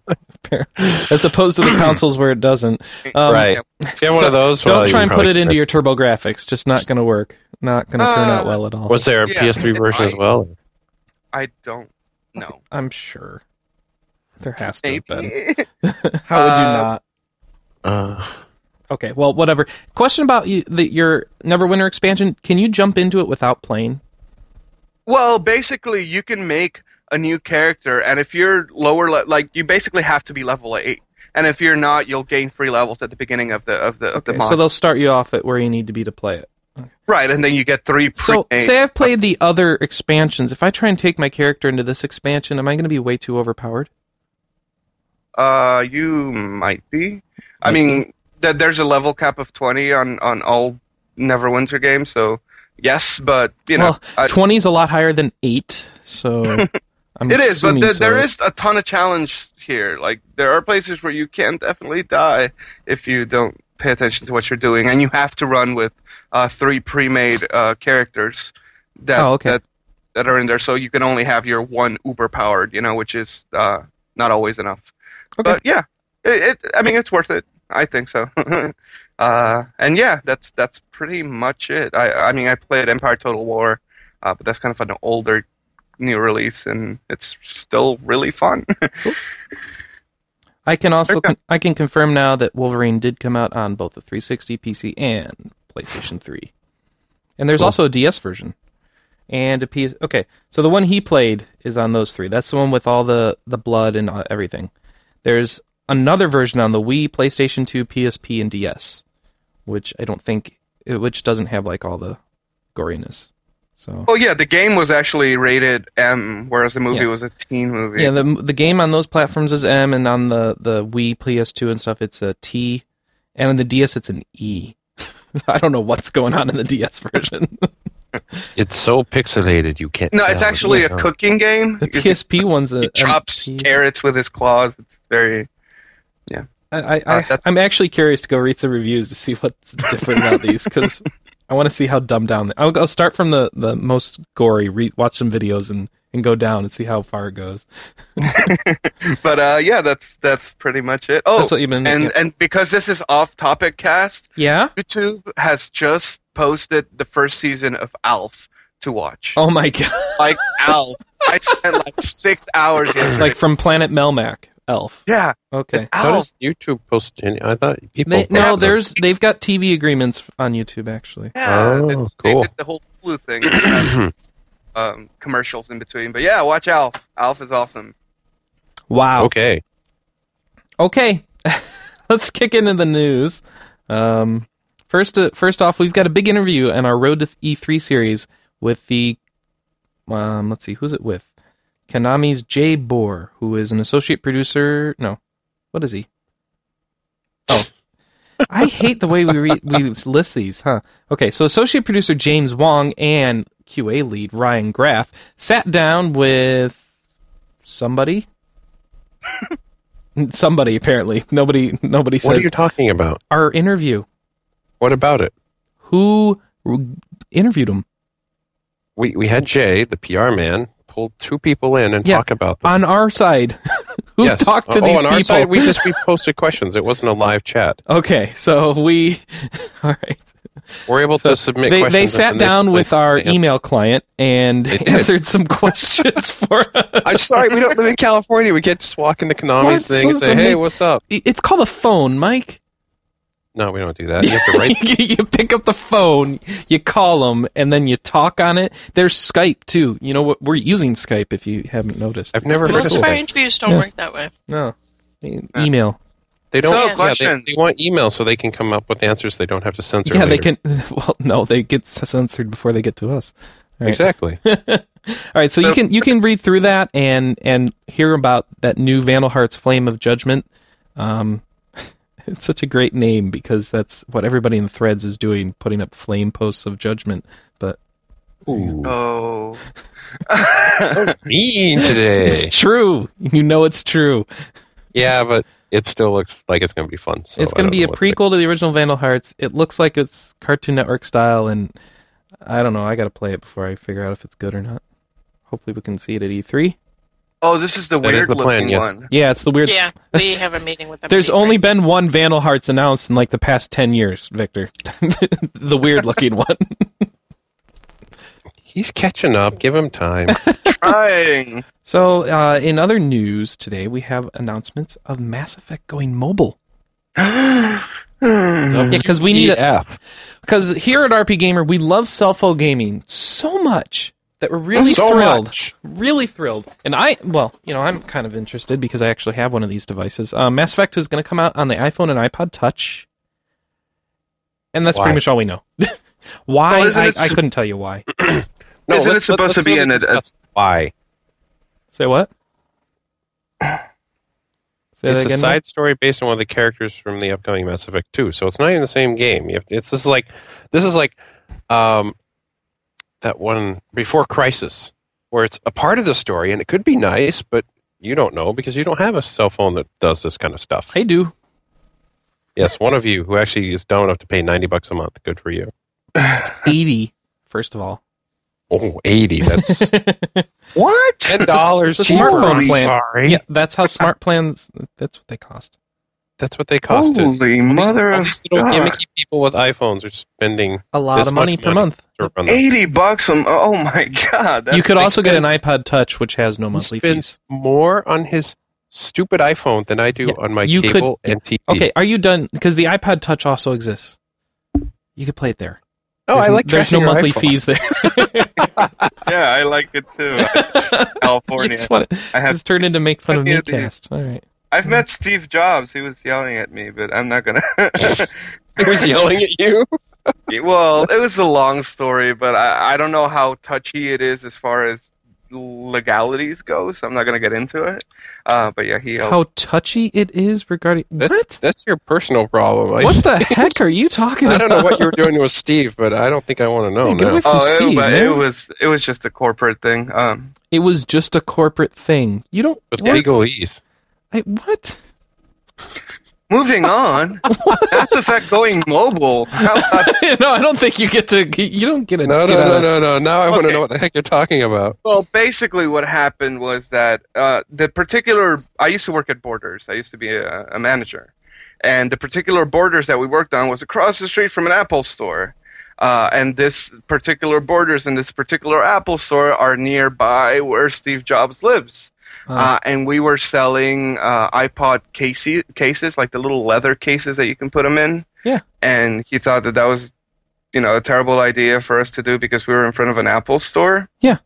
S1: As opposed to the consoles where it doesn't. Um,
S5: right. If you have one of those,
S1: Don't
S5: well, you
S1: try
S5: can
S1: and put
S5: probably-
S1: it into your turbo graphics. Just not going to work. Not going to turn out
S3: Uh,
S1: well at all.
S5: Was there a
S3: Yeah,
S5: PS3
S3: it
S1: [LAUGHS]
S5: version as
S3: might.
S5: well?
S3: I don't know.
S1: I'm sure. There has to have been.
S3: Maybe.
S1: [LAUGHS] How would you
S3: Uh,
S1: not?
S5: Uh,
S1: Okay, well, whatever. Question about you, the, your Neverwinter expansion. Can you jump into it without playing?
S3: [LAUGHS] Well, basically, you can make a new character, and if you're lower, le- like you basically have to be level eight, and if you're not, you'll gain free levels at the beginning of the of the of the
S1: Okay,
S3: mod.
S1: so they'll start you off at where you need to be to play it.
S3: right, and then you get three. Pre-
S1: So, say I've played the other expansions. If I try and take my character into this expansion, am I going to be way too overpowered?
S3: uh, you might be. I mean, th- there's a level cap of twenty on on all Neverwinter games, so yes, but you know, I-
S1: well, twenty is a lot higher than eight,
S3: [LAUGHS]
S1: so I'm
S3: It is, but
S1: assuming
S3: th-
S1: so.
S3: there is a ton of challenge here. Like there are places where you can definitely die if you don't pay attention to what you're doing, and you have to run with uh, three pre-made uh, characters that
S1: Oh, okay.
S3: that that are in there. So you can only have your one uber powered, you know, which is uh, not always enough.
S1: Okay.
S3: But yeah, it, it. I mean, it's worth it. I think so. [LAUGHS] uh, and yeah, that's that's pretty much it. I I mean, I played Empire Total War, uh, but that's kind of an older new release, and it's still really fun. [LAUGHS]
S1: I can also
S3: Okay.
S1: con- I can confirm now that Wolverine did come out on both the 360 PC and PlayStation 3, and there's
S5: Cool.
S1: also a DS version and a PS. Okay, so the one he played is on those three. That's the one with all the the blood and uh, everything. There's another version on the Wii, PlayStation 2, PSP, and DS, which I don't think which doesn't have like all the goriness. So
S3: well, Oh, yeah, the game was actually rated M, whereas the movie
S1: Yeah.
S3: was a teen movie.
S1: Yeah, the the game on those platforms is M, and on the the Wii, PS2, and stuff, it's a T, and on the DS, it's an E. [LAUGHS] I don't know what's going on in the DS
S3: [LAUGHS]
S1: version.
S5: it's so pixelated you can't.
S3: no,
S5: tell.
S3: it's actually a
S5: Yeah.
S3: cooking game.
S1: the
S3: You-
S1: PSP one's a.
S3: he chops
S1: a P.
S3: carrots with his claws. It's very
S1: I, I,
S3: Uh,
S1: I
S3: that's-
S1: I'm actually curious to go read some reviews to see what's
S3: [LAUGHS]
S1: different about these because I want to see how dumbed down. I'll, I'll start from the the most gory. Re- watch some videos and and go down and see how far it goes.
S3: but uh, yeah, that's that's pretty much it. Oh,
S1: That's what you've been.
S3: and and because this is off-topic cast,
S1: yeah.
S3: YouTube has just posted the first season of Alf to watch.
S1: Oh my [LAUGHS] god!
S3: Like Alf, I spent
S5: [LAUGHS]
S3: like six hours yesterday.
S1: like from Planet Melmac, Elf.
S3: yeah,
S1: Okay.
S5: How
S3: Alf.
S5: does YouTube post any? I thought people.
S1: They, no,
S5: posted those.
S1: there's they've got TV agreements on YouTube actually.
S3: Yeah,
S5: Oh,
S3: they- they
S5: cool.
S3: did the whole Hulu thing. It
S5: [CLEARS THROAT]
S3: has, um, commercials in between, but yeah, watch Alf. Alf is awesome.
S1: Wow.
S5: Okay.
S1: Okay, [LAUGHS] let's kick into the news. Um, first, uh, first off, we've got a big interview in our Road to E3 series with the. Um, let's see, who's it with? Konami's Jay Bohr, who is an associate producer. No, what is he? Oh, I hate the way we re- we list these, huh? Okay, so associate producer James Wong and QA lead Ryan Graff sat down with somebody. somebody apparently nobody nobody
S5: What are
S1: says
S5: you talking about?
S1: our interview.
S5: What about it?
S1: Who r- interviewed him
S5: We we had Jay, the PR man, pull two people in and
S1: Yeah.
S5: talk about them.
S1: on our side? [LAUGHS] Who
S5: Yes.
S1: talked to
S5: oh,
S1: these
S5: on
S1: people?
S5: our side, we just we posted questions. It wasn't a live chat.
S1: okay, so we [LAUGHS] all right.
S5: We're able
S1: [LAUGHS] So
S5: to submit.
S1: they,
S5: questions
S1: they
S5: and
S1: sat
S5: then
S1: down with our
S5: Yeah.
S1: email client and [LAUGHS]
S5: did.
S1: answered some
S5: [LAUGHS]
S1: questions for us.
S5: I'm sorry, we don't live in California. We can't just walk into
S1: What?
S5: Konami's thing and
S1: So-
S5: say,
S1: so
S5: "Hey,
S1: make-
S5: what's up?"
S1: It's called a phone, Mike.
S5: No, we don't do that. You have to write.
S1: [LAUGHS] you you pick up the phone, you call them, and then you talk on it. There's Skype too. You know what? We're using Skype if you haven't noticed.
S5: I've never
S4: For the
S5: heard of Ah.
S4: most part,
S5: that.
S4: interviews don't
S1: Yeah.
S4: work that way.
S1: No. E- Email.
S5: They don't.
S4: So,
S5: yeah, they,
S3: questions.
S5: they want email so they can come up with answers. They don't have to censor.
S1: Yeah, they
S5: later.
S1: can. [LAUGHS] Well, no, they get censored before they get to us. All right. [LAUGHS]
S5: Exactly.
S1: All right, so you can you can read through that and and hear about that new Vandalhart's Flame of Judgment. Um, [LAUGHS] it's such a great name because that's what everybody in the threads is doing, putting up flame posts of judgment. But
S3: Oh,
S5: mean today.
S1: it's true, you know it's true.
S5: yeah, but it still looks like it's going to be fun. So
S1: it's
S5: I
S1: going to
S5: don't
S1: be
S5: know
S1: a
S5: what they-
S1: prequel to the original Vandal Hearts. It looks like it's Cartoon Network style, and I don't know. I got to play it before I figure out if it's good or not. Hopefully, we can see it at E3.
S3: oh, this is the
S5: That
S3: weird
S5: is the
S3: looking
S5: plan, yes.
S3: one.
S1: Yeah, it's the weird.
S4: Yeah, we have a meeting with them.
S1: There's
S4: at eight,
S1: only
S4: right?
S1: been one Vandal Hearts announced in like the past 10 years, Victor. [LAUGHS] the weird looking one.
S5: He's catching up. Give him time.
S3: Trying.
S1: So, uh, in other news today, we have announcements of Mass Effect going mobile. [LAUGHS] Yeah, because we need a
S5: F.
S1: Because here at RP Gamer, we love cell phone gaming so much that we're really thrilled. Really thrilled. And I, well, you know, I'm kind of interested because I actually have one of these devices. Uh, Mass Effect is going to come out on the iPhone and iPod Touch. And that's
S5: Why?
S1: pretty much all we know. [LAUGHS] why?
S3: Well, isn't
S1: I,
S3: it
S1: I
S3: sup-
S1: couldn't tell you why.
S5: No,
S3: Isn't
S5: let's-
S3: it supposed
S5: let's
S3: to be
S5: really
S3: in a-
S5: discuss Why?
S1: Say what? Say that
S5: It's a
S1: again.
S5: side story based on one of the characters from the upcoming Mass Effect 2. So it's not even the same game. You have- It's this is like this is like um, that one before Crisis, where it's a part of the story and it could be nice, but you don't know because you don't have a cell phone that does this kind of stuff.
S1: Mike? I do.
S5: Yes, one of you who actually is dumb enough to pay ninety bucks a month. Good for you. [CLEARS THROAT]
S1: 80, first of
S5: [LAUGHS]
S1: all.
S5: Oh,
S1: [LAUGHS]
S5: 80. That's
S3: What?
S5: ten dollars
S1: it's a smartphone plan.
S5: Sorry,
S1: Yeah, that's how smart plans, that's what they cost.
S5: that's what they cost. it.
S3: Holy mother
S5: all
S3: of
S5: these little
S3: God.
S5: gimmicky people with iPhones are spending
S1: A lot
S5: This
S1: of money
S5: much
S1: per
S5: money.
S1: month.
S5: to run that.
S3: Eighty bucks. A m- oh my [LAUGHS] god. That's
S1: you could
S5: they
S1: also get an iPod Touch, which has no
S5: He
S1: monthly
S5: spends
S1: fees.
S5: more on his stupid iPhone than I do
S1: Yeah,
S5: on my
S1: you could-
S5: cable and TV.
S1: Okay, are you done? Because the iPod Touch also exists. You could play it there.
S5: Oh,
S1: there's,
S5: I like
S1: There's no
S5: trashing your
S1: monthly
S5: iPhone.
S1: fees
S5: [LAUGHS]
S1: there. [LAUGHS]
S3: yeah, I like it too.
S1: You
S3: California.
S1: just want to-
S3: I have.
S1: it's turned into make fun of
S3: Yeah,
S1: me
S3: the-
S1: cast. All right.
S3: I've met Steve Jobs. He was yelling at me, but I'm not gonna. [LAUGHS]
S5: [LAUGHS] He was yelling at you.
S3: well, it was a long story, but I, I don't know how touchy it is as far as legalities go, so I'm not gonna get into it. Uh, but yeah, he.
S1: How touchy it is regarding
S5: That-
S1: what?
S5: That's your personal problem. I,
S1: What the heck are you talking
S5: [LAUGHS] I
S1: about?
S5: don't know what you were doing with Steve, but I don't think I want to know.
S1: Hey, get
S5: now.
S1: away from
S3: Oh,
S1: Steve,
S3: it, but
S1: man.
S3: it was it was just a corporate thing. Um,
S1: It was just a corporate thing. You don't.
S5: With
S1: What?
S5: legalese.
S1: I, what? [LAUGHS]
S3: moving on, Mass Effect going mobile. How about
S1: no, I don't think you get to. You don't get a.
S5: No, no,
S1: get out
S5: no,
S1: of-
S5: no, no. Now I want to
S3: Okay.
S5: know what the heck you're talking about.
S3: Well, basically, what happened was that uh, the particular I used to work at Borders. I used to be a, a manager, and the particular Borders that we worked on was across the street from an Apple store. Uh, and this particular Borders and this particular Apple store are nearby where Steve Jobs lives.
S1: Uh,
S3: Uh, and we were selling uh, iPod cases, cases like the little leather cases that you can put them in.
S1: Yeah.
S3: And he thought that that was you know, a terrible idea for us to do because we were in front of an Apple store.
S1: Yeah.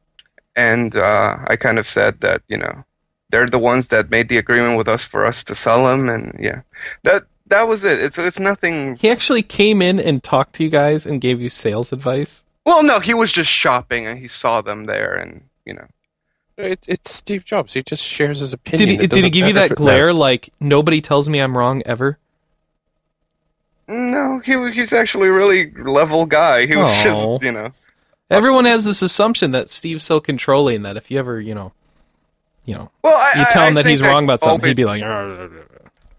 S3: And uh, I kind of said that, you know, they're the ones that made the agreement with us for us to sell them, and yeah, that that was it. It's it's nothing.
S1: He actually came in and talked to you guys and gave you sales advice.
S3: Well, no, he was just shopping and he saw them there, and you know,
S5: It, it's Steve Jobs. He just shares his opinion.
S1: Did he,
S5: It
S1: did he
S5: doesn't
S1: give you
S5: matter
S1: that
S5: if it- no.
S1: glare like nobody tells me I'm wrong ever?
S3: no, he wa- he's actually a really level guy. He was
S1: Aw.
S3: just you know,
S1: Everyone has this assumption that Steve's so controlling that if you ever, you know, you know,
S3: well, I,
S1: you tell
S3: I,
S1: him
S3: I
S1: that he's
S3: think I
S1: wrong about something,
S3: always-
S1: he'd be like, "Arr."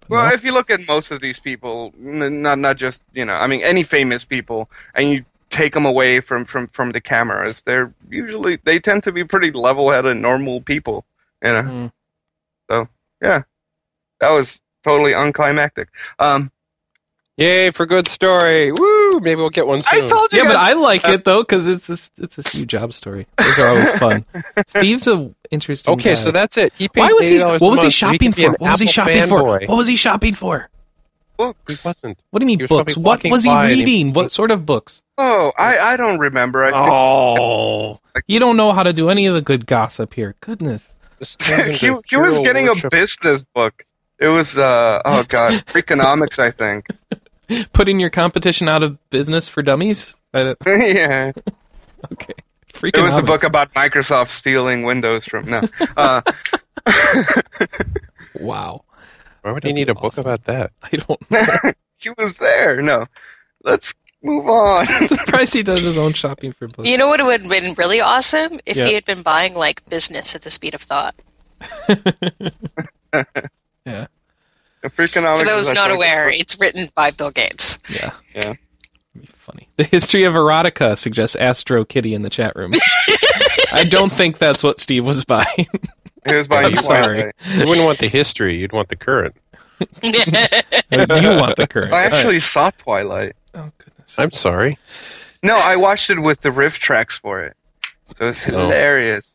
S3: Well,
S1: No?
S3: if you look at most of these people, n- not not just you know, I mean, any famous people, and you take them away from from from the cameras, they're usually they tend to be pretty level-headed, normal people. You know,
S1: Hmm.
S3: so yeah, that was totally unclimactic. Um,
S5: Yay for good story! Woo! Maybe we'll get one soon.
S3: I told you.
S1: yeah, but
S3: guys-
S1: I like it though because it's a, it's a Steve Jobs story. Those are always
S3: [LAUGHS]
S1: fun. Steve's a interesting.
S5: okay,
S1: guy.
S5: so that's it. He pays
S1: why was he?
S5: $80
S1: What was
S5: a
S1: he
S5: month so
S1: shopping
S5: could be
S1: for?
S5: an
S1: What was he
S5: Apple
S1: shopping for?
S5: fanboy.
S1: What was he shopping for?
S5: He wasn't.
S1: What do you mean
S5: He was
S1: books?
S5: probably
S1: What
S5: walking
S1: was he
S5: by and he-
S1: reading? What sort of books?
S3: oh, I I don't remember. I think
S1: Oh, you don't know how to do any of the good gossip here. Goodness.
S3: [LAUGHS]
S5: This turns
S3: he,
S5: into
S3: he was
S5: hero
S3: getting a
S5: worship.
S3: business book. It was uh oh
S1: [LAUGHS]
S3: god, Freakonomics, I think. [LAUGHS]
S1: Putting your competition out of business for dummies? I don't-
S3: yeah.
S1: Okay. Freaking
S3: It was the book about Microsoft stealing Windows from no.
S1: [LAUGHS]
S3: Uh,
S1: Wow.
S5: Why would he
S1: That'd
S5: need
S1: be
S5: a book
S1: awesome.
S3: [LAUGHS]
S5: about that?
S1: I don't.
S3: he was there. No, let's
S1: [LAUGHS]
S3: move on.
S1: I'm surprised he does his own shopping for books.
S4: You know what would have been really awesome if
S1: Yeah.
S4: he had been buying like business at the speed of thought.
S3: [LAUGHS] Freakonomics.
S4: For
S3: is
S4: those
S3: our
S4: not
S3: second
S4: aware,
S3: book.
S4: it's written by Bill Gates.
S1: Yeah.
S3: Yeah.
S1: Be funny. The history of erotica suggests Astro Kitty in the chat
S4: [LAUGHS]
S1: room. I don't think that's what Steve was buying. [LAUGHS]
S3: It was by
S1: I'm
S3: you,
S1: sorry.
S5: You wouldn't want the history. You'd want the current.
S4: That's
S1: Or you want the current.
S3: I actually saw Twilight.
S1: All right. Oh goodness.
S5: I'm sorry.
S3: No, I watched it with the riff tracks for it. It was
S1: Oh.
S3: hilarious.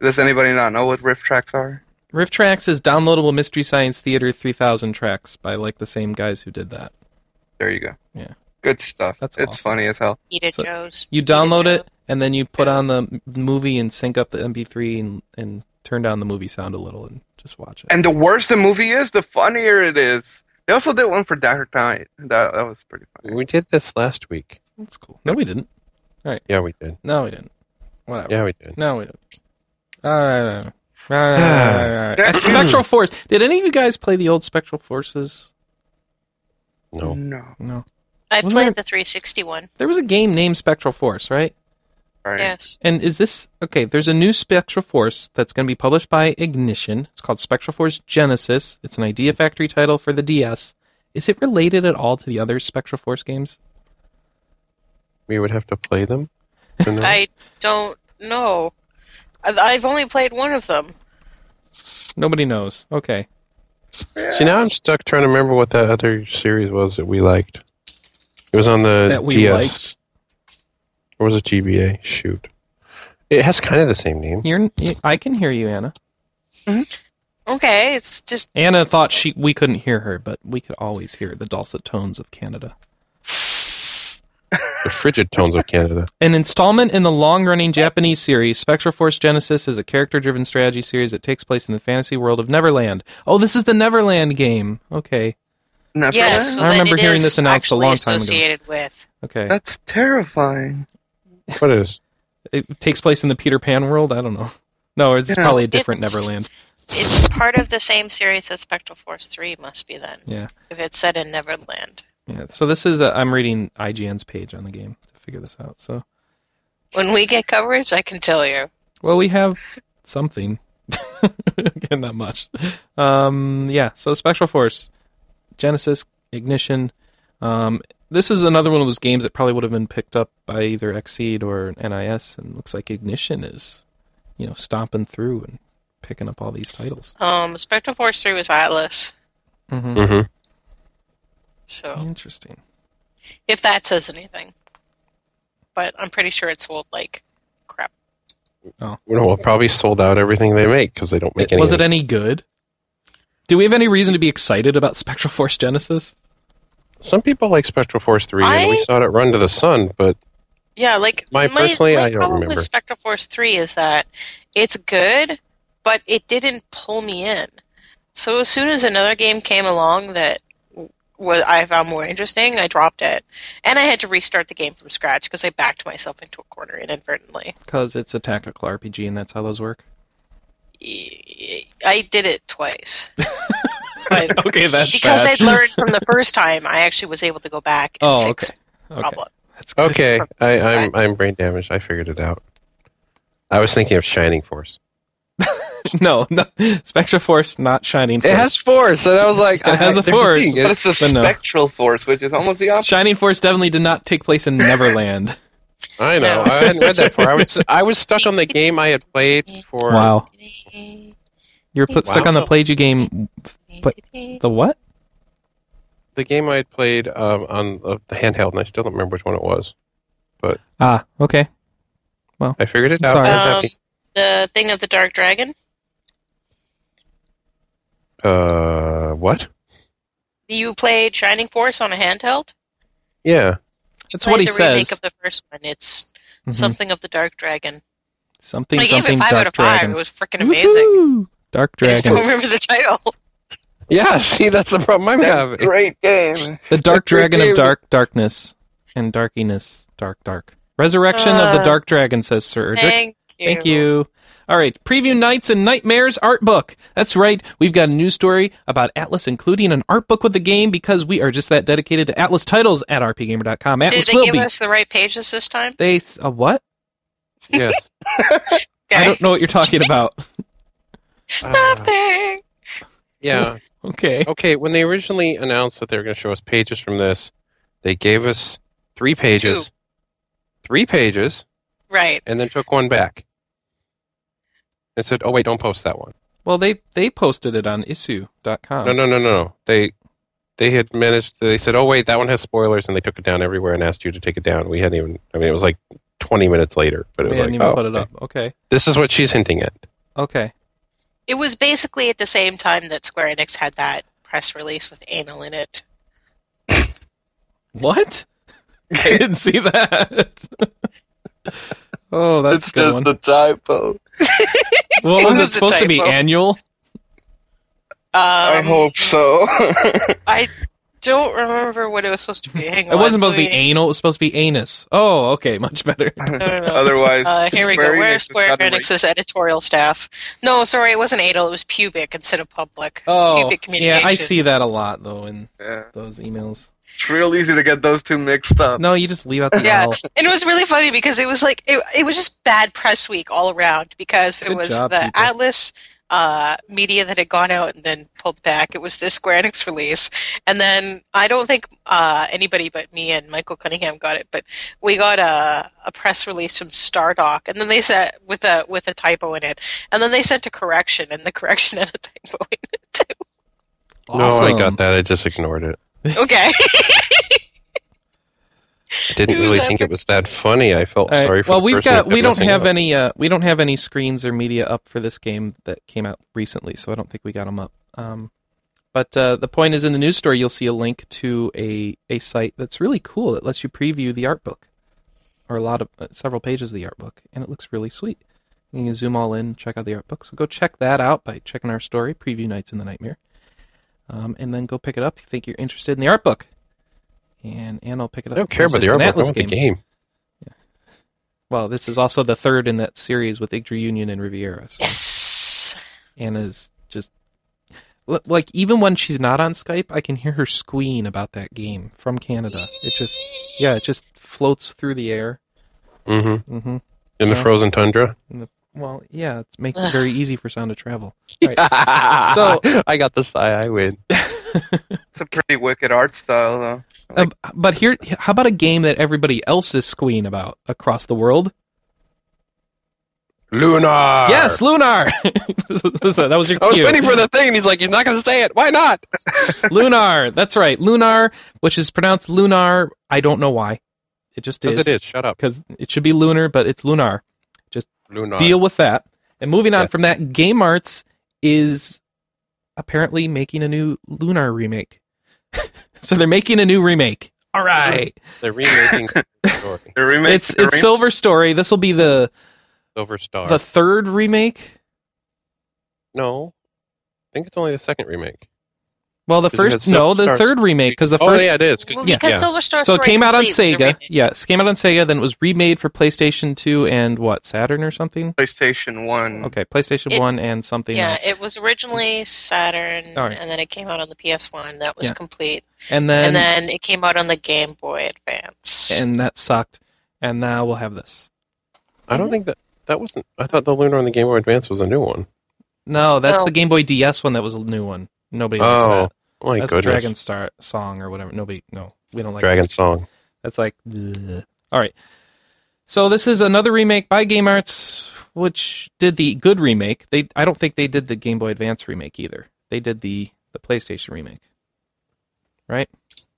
S3: Does anybody not know what riff tracks are?
S1: Rift Tracks is downloadable Mystery Science Theater 3000 tracks by like the same guys who did that.
S3: There you go.
S1: Yeah.
S3: Good stuff.
S1: That's
S3: it's
S1: awesome.
S3: funny as hell.
S4: Eat it,
S1: So-
S4: Joe's.
S1: You
S4: Eat It
S1: download it
S4: Joe's.
S1: and then you put on the m- movie and sync up the MP3 and, and turn down the movie sound a little and just watch it.
S3: And the worse the movie is, the funnier it is. They also did one for Dark Knight. That that was pretty funny.
S5: We did this last week.
S1: That's cool. No, we didn't.
S5: Yeah, we did.
S1: No, we didn't. Whatever.
S5: Yeah, we did.
S1: No, we didn't. Uh, uh, uh, and Spectral Force. Did any of you guys play the old Spectral Forces?
S5: No.
S3: no.
S1: No.
S4: I
S1: Wasn't
S4: played
S1: it-
S4: the 361.
S1: There was a game named Spectral Force, right?
S3: Right.
S4: Yes.
S1: And is this okay? There's a new Spectral Force that's going to be published by Ignition. It's called Spectral Force Genesis. It's an Idea Factory title for the DS. Is it related at all to the other Spectral Force games?
S5: We would have to play them. to know.
S4: I don't know. I- I've only played one of them.
S1: Nobody knows. Okay.
S5: See, now I'm stuck trying to remember what that other series was that we liked. It was on the
S1: That we
S5: DS. Or was it GBA? Shoot. It has kind of the same name.
S1: You're, you, I can hear you, Anna.
S4: Okay, it's just
S1: Anna thought she we couldn't hear her, but we could always hear the dulcet tones of Canada.
S5: The frigid tones of Canada.
S1: An installment in the long running Japanese series, Spectral Force Genesis is a character driven strategy series that takes place in the fantasy world of Neverland. Oh, this is the Neverland game. Okay.
S3: Never
S4: yes. So
S1: I
S4: then
S1: remember
S4: it
S1: hearing
S4: is
S1: this announced a
S4: actually
S1: long time ago.
S4: associated with.
S1: Okay.
S3: That's terrifying.
S5: What is?
S1: It takes place in the Peter Pan world? I don't know. No, it's
S3: Yeah.
S1: probably a different
S4: It's-
S1: Neverland.
S4: It's part of the same series that Spectral Force 3 must be then.
S1: Yeah.
S4: If it's set in Neverland.
S1: Yeah. So this is i I'm reading IGN's page on the game to figure this out. So,
S4: When we get coverage, I can tell you.
S1: well, we have something. [LAUGHS] Again, not much. Um, yeah. So Spectral Force, Genesis, Ignition. Um, this is another one of those games that probably would have been picked up by either Xseed or NIS, and looks like Ignition is, you know, stomping through and picking up all these titles.
S4: Um, Spectral Force 3 was Atlas,
S1: Mm-hmm.
S5: Mm-hmm.
S4: so
S1: Interesting.
S4: if that says anything. But I'm pretty sure it sold like crap.
S5: Well, it probably sold out everything they make because they don't make any.
S1: was it any good? Do we have any reason to be excited about Spectral Force Genesis?
S5: Some people like Spectral Force 3, and we
S4: I-
S5: saw it run to the sun, but
S4: Yeah, like
S5: My-
S4: my,
S5: personally,
S4: my
S5: I don't
S4: problem
S5: remember.
S4: with Spectral Force Three is that it's good, but it didn't pull me in. So as soon as another game came along that w- was I found more interesting, I dropped it, and I had to restart the game from scratch because I backed myself into a corner inadvertently.
S1: because it's a tactical RPG and that's how those work.
S4: Y- I did it
S1: [LAUGHS]
S4: twice.
S1: [LAUGHS]
S4: But
S1: Okay, that's
S4: because
S1: bad.
S4: I'd learned from the first time, I actually was able to go back and
S1: Oh,
S4: fix
S1: okay.
S4: the
S1: Okay,
S4: problem.
S1: that's good.
S5: okay, I, I'm I'm brain damaged. I figured it out. I was thinking of Shining Force.
S1: No, no, Spectra Force, not Shining Force.
S2: It has force, and I was like,
S1: It has
S2: I-
S1: a
S2: there's
S1: force.
S2: thing.
S3: But it's the
S1: But no.
S3: spectral force, which is almost the opposite.
S1: Shining Force definitely did not take place in Neverland.
S5: I know.
S4: No.
S5: I hadn't read that far. I was I was stuck on the game I had played for.
S1: wow, you're pl- stuck on the
S5: Wow.
S1: played you game. But- The what?
S5: The game I had played um, on uh, the handheld, and I still don't remember which one it was.
S1: Ah, okay.
S5: I figured it
S1: I'm
S5: out.
S1: sorry.
S5: I
S4: um,
S5: was
S4: the thing of the dark dragon.
S5: happy. Uh, what?
S4: You played Shining Force on a handheld.
S5: Yeah.
S1: That's what
S4: Played
S1: he
S4: the
S1: says.
S4: Remake of the first one. It's
S1: Mhm.
S4: something of the dark dragon.
S1: Something,
S4: I gave
S1: something,
S4: it five
S1: Dark
S4: out of five.
S1: Dragon.
S4: It was freaking amazing.
S1: Woohoo! Dark
S4: I just
S1: Dragon.
S4: don't remember the title.
S5: Yeah. [LAUGHS] See, that's the problem I'm
S3: That's
S5: having.
S3: great game.
S1: The Dark
S4: [LAUGHS]
S5: That's your
S1: Dragon of
S5: favorite.
S1: Dark Darkness and Darkiness, Dark Dark. Resurrection of the
S4: Uh,
S1: Dark Dragon, says Sir Erdrick.
S4: Thank you.
S1: Thank you. All right, Preview Nights and Nightmares art book. That's right. We've got a news story about Atlas including an art book with the game because we are just that dedicated to Atlas titles at rpgamer.com.
S4: Did
S1: Atlas
S4: they
S1: will
S4: give
S1: be.
S4: us the right pages this time?
S1: they a what?
S5: Yes.
S1: I don't know what you're
S4: [LAUGHS]
S1: talking about.
S5: Uh,
S4: Nothing.
S5: yeah.
S1: Okay.
S5: Okay, when they originally announced that they were going to show us pages from this, they gave us three pages, three pages,
S4: Right.
S5: and then took one back and said, "Oh wait, don't post that one."
S1: Well, they they posted it on issue.com.
S5: No, no, no, no, no. They they had managed. They said, "Oh wait, that one has spoilers," and they took it down everywhere and asked you to take it down. We hadn't even. I mean, it was like twenty minutes later, but
S1: They
S5: it was
S1: didn't
S5: like,
S1: even
S5: "Oh,
S1: put it
S5: okay.
S1: up. Okay.
S5: this is what she's hinting at."
S1: Okay.
S4: It was basically at the same time that Square Enix had that press release with anal in it.
S1: What? [LAUGHS] I didn't see that. [LAUGHS] oh, that's
S3: it's
S1: a good
S3: just
S1: one.
S3: the typo.
S1: Well, was
S4: It
S1: it
S4: was a
S1: supposed to be
S4: typo.
S1: annual?
S4: Um,
S3: I hope
S4: [LAUGHS]
S3: so.
S4: I don't remember what it was supposed to be. Hang
S1: It
S4: on.
S1: wasn't supposed to be
S4: Let me-
S1: anal. It was supposed to be anus. Oh, okay, [LAUGHS] much better.
S4: No, no, no.
S3: Otherwise,
S4: Uh, here we go.
S3: Square Enix
S4: Where's
S3: has
S4: Square
S3: gotten, like,
S4: Enix's editorial staff? No, sorry, it wasn't anal. It was pubic instead of public.
S1: Oh,
S4: pubic
S1: yeah,
S4: communication.
S1: I see that a lot though in
S3: yeah.
S1: those emails.
S3: It's real easy to get those two mixed up.
S1: No, you just leave out the
S4: Yeah.
S1: L.
S4: And it was really funny because it was like it, it was just bad press week all around because it
S1: Good
S4: was
S1: job,
S4: the
S1: people.
S4: Atlas uh, media that had gone out and then pulled back. It was this Square Enix release, and then I don't think uh, anybody but me and Michael Cunningham got it, but we got a, a press release from Stardock, and then they said with a with a typo in it, and then they sent a correction, and the [LAUGHS] correction had a typo in it too.
S1: Awesome.
S5: No, I got that. I just ignored it.
S4: Okay,
S5: I didn't
S4: It was
S5: really think
S4: epic.
S5: it was that funny. I felt
S1: All right,
S5: sorry for.
S1: well,
S5: the
S1: we've
S5: person who
S1: got
S5: kept
S1: we don't
S5: messing
S1: have
S5: up.
S1: any uh, we don't have any screens or media up for this game that came out recently, so I don't think we got them up. Um, but uh, the point is, in the news story, you'll see a link to a a site that's really cool. It lets you preview the art book, or a lot of uh, several pages of the art book, and it looks really sweet. You can zoom all in, check out the art book. So go check that out by checking our story, preview nights in the nightmare, um, and then go pick it up if you think you're interested in the art book. And and I'll pick it
S5: I
S1: up.
S5: don't care
S1: because
S5: about
S1: it's
S5: the
S1: an
S5: art book. I
S1: Atlas
S5: want the game.
S1: well, this is also the third in that series with Igdra Union and Riviera. So
S4: yes,
S1: Anna's just L- like even when she's not on Skype, I can hear her squean about that game from Canada. It just yeah, it just floats through the air.
S5: hmm
S1: hmm
S5: In the
S1: Yeah.
S5: frozen tundra.
S1: [LAUGHS] Well, yeah, it makes it very easy for sound to travel.
S5: so [LAUGHS] I got the sigh. I win.
S3: It's a pretty wicked art style, though.
S1: Um, but here, how about a game that everybody else is squeeing about across the world?
S5: Lunar.
S1: Yes, Lunar. [LAUGHS] that was your
S5: I was
S1: cue.
S5: waiting for the thing, and he's like, "He's not going to say it. Why not?"
S1: Lunar. That's right. Lunar, which is pronounced Lunar. I don't know why. It just
S5: Because
S1: is.
S5: it is. Shut up.
S1: because it should be lunar, but it's lunar.
S5: Lunar.
S1: Deal with that. And moving on
S5: Yes.
S1: from that, Game Arts is apparently making a new lunar remake. [LAUGHS] So they're making a new remake. All right. [LAUGHS]
S5: They're remaking story.
S3: The remake.
S1: It's
S3: the
S1: it's
S3: remake-
S1: Silver Story. This will be the
S5: Silver Star.
S1: the third remake.
S5: no, I think it's only the second remake.
S1: Well, the
S5: Because you
S1: first
S5: had
S1: no,
S5: Silver
S1: the
S5: Star-
S1: third remake because the
S5: oh
S1: first
S5: yeah, it is. 'cause-
S4: Well,
S5: yeah.
S4: because Silver Star
S1: so it
S4: Story
S1: came out on
S4: Complete was a
S1: Sega.
S4: remake.
S1: Yes, came out on Sega. Then it was remade for PlayStation 2 and what Saturn or something.
S3: PlayStation
S5: Hmm.
S3: One.
S1: Okay, PlayStation
S4: It-
S1: 1 and something
S4: Yeah,
S1: else.
S4: it was originally Saturn,
S1: All right.
S4: and then it came out on the PS1. That was
S1: Yeah.
S4: complete,
S1: and then
S4: and
S1: and,
S4: then it came out on the Game Boy Advance.
S1: that sucked. And now we'll have this.
S5: I don't think that that wasn't. I thought the Lunar on the Game Boy Advance was a new one.
S1: No, that's
S4: No.
S1: the Game Boy DS one that was a new one. Nobody likes
S5: Oh,
S1: that.
S5: My
S1: that's
S5: goodness,
S1: Dragon Star song or whatever. Nobody no, we don't like that.
S5: Dragon Song.
S1: That's like, ugh. all right. So this is another remake by Game Arts, which did the good remake. They, I don't think they did the Game Boy Advance remake either. They did the the PlayStation remake.
S5: Right.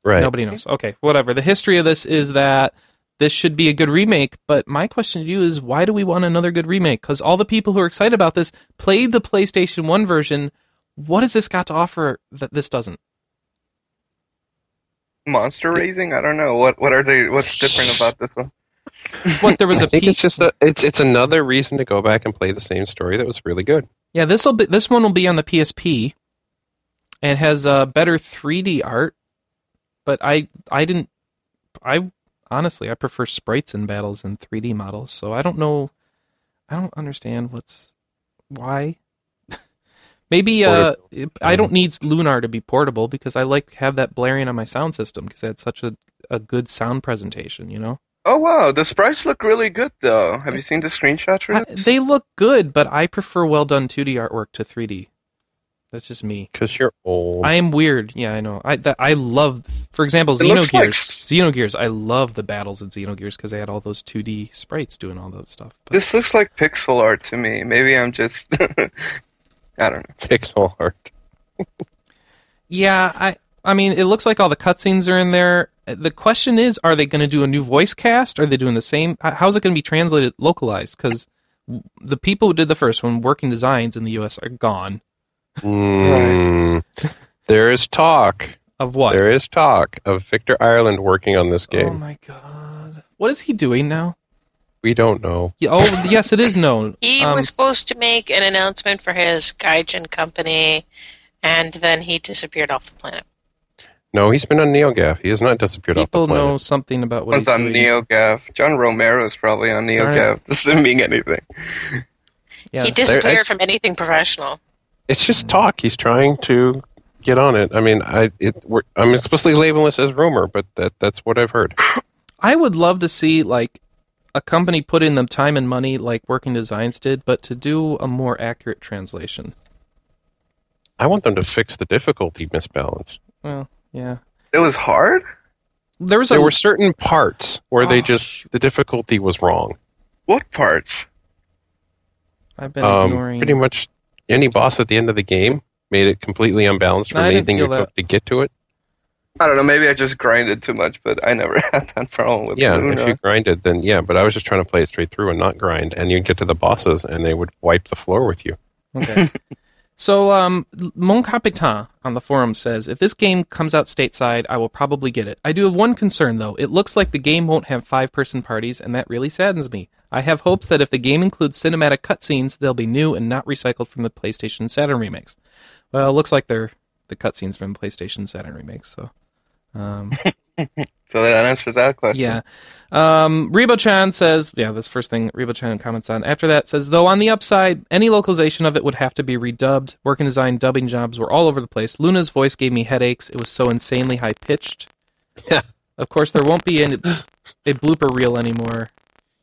S1: Nobody knows. Okay, whatever. The history of this is that this should be a good remake, but my question to you is why do we want another good remake? Because all the people who are excited about this played the PlayStation 1 version. What has this got to offer that this doesn't?
S3: Monster raising. I don't know. What What are they? What's different about this one?
S1: What, there was
S5: [LAUGHS] I
S1: a
S5: think
S1: piece.
S5: it's just that it's it's another reason to go back and play the same story that was really good.
S1: Yeah, this will be this one will be on the PSP, and has uh, better 3D art. But I I didn't I honestly I prefer sprites in battles and 3D models, so I don't know I don't understand what's why. [LAUGHS] Maybe uh, I don't need Lunar to be portable because I like have that blaring on my sound system because I had such a, a good sound presentation, you know.
S3: Oh wow, the sprites look really good though. Have you seen the screenshots for
S1: I-
S3: this?
S1: they look good, but I prefer well done 2D artwork to 3D. That's just me.
S5: Because you're old.
S1: I am weird. Yeah, I know. I that, I loved, for example,
S3: It looks
S1: Xenogears.
S3: like s-
S1: Xenogears. I love the battles in Xenogears because they had all those 2D sprites doing all that stuff. But
S3: This looks like pixel art to me. Maybe I'm just. [LAUGHS] I don't know.
S5: pixel art.
S1: yeah, I I mean, it looks like all the cutscenes are in there. The question is, are they going to do a new voice cast? Are they doing the same? h- How's it going to be translated, localized? Because the people who did the first one, Working Designs in the U.S., are gone.
S5: Mm. There is talk.
S1: Of what?
S5: There is talk of Victor Ireland working on this
S1: oh
S5: game.
S1: my god! What is he doing now?
S5: we don't know.
S1: Yeah, oh, yes, it is known.
S4: He
S1: Um,
S4: was supposed to make an announcement for his Gaijin company, and then he disappeared off the planet.
S5: No, he's been on NeoGAF. He has not disappeared
S1: People
S5: off the planet.
S1: know something about what
S3: One's
S1: he's
S3: on
S1: doing.
S3: NeoGAF. John Romero's probably on NeoGAF. [LAUGHS] This doesn't mean anything.
S1: Yeah.
S4: He
S5: There- I-
S4: disappeared from anything professional.
S5: It's just talk. He's trying to get on it. I mean, I it we're, I'm explicitly labeling this as rumor, but that that's what I've heard.
S1: I would love to see like a company put in the time and money like Working Designs did, but to do a more accurate translation.
S5: I want them to fix the difficulty misbalance.
S1: Well, yeah.
S3: It was hard.
S1: There was a
S5: there were certain parts where
S1: Oh,
S5: they just
S1: shoot.
S5: the difficulty was wrong.
S3: What parts?
S1: I've been
S5: Um,
S1: ignoring.
S5: pretty much any boss at the end of the game made it completely unbalanced
S1: No,
S5: from
S1: I didn't
S5: anything you
S1: feel
S5: took to get to it.
S3: I don't know. Maybe I just grinded too much, but I never [LAUGHS] had that problem with
S5: Yeah,
S3: Luna.
S5: if you grinded, then yeah. But I was just trying to play it straight through and not grind, and you'd get to the bosses, and they would wipe the floor with you.
S1: Okay. [LAUGHS] so, um, Mon Capitan on the forum says, if this game comes out stateside, I will probably get it. I do have one concern, though. It looks like the game won't have five person parties, and that really saddens me. I have hopes that if the game includes cinematic cutscenes, they'll be new and not recycled from the PlayStation and Saturn remakes. Well, it looks like they're the cutscenes from PlayStation and Saturn remakes, so. Um,
S3: So that answers that question.
S1: yeah. Um, Rebo-chan says, yeah, this first thing Rebo-chan comments on. After that says, though on the upside, any localization of it would have to be redubbed. Work and design dubbing jobs were all over the place. Luna's voice gave me headaches. It was so insanely high-pitched.
S5: [LAUGHS]
S1: of course, there won't be an, a blooper reel anymore.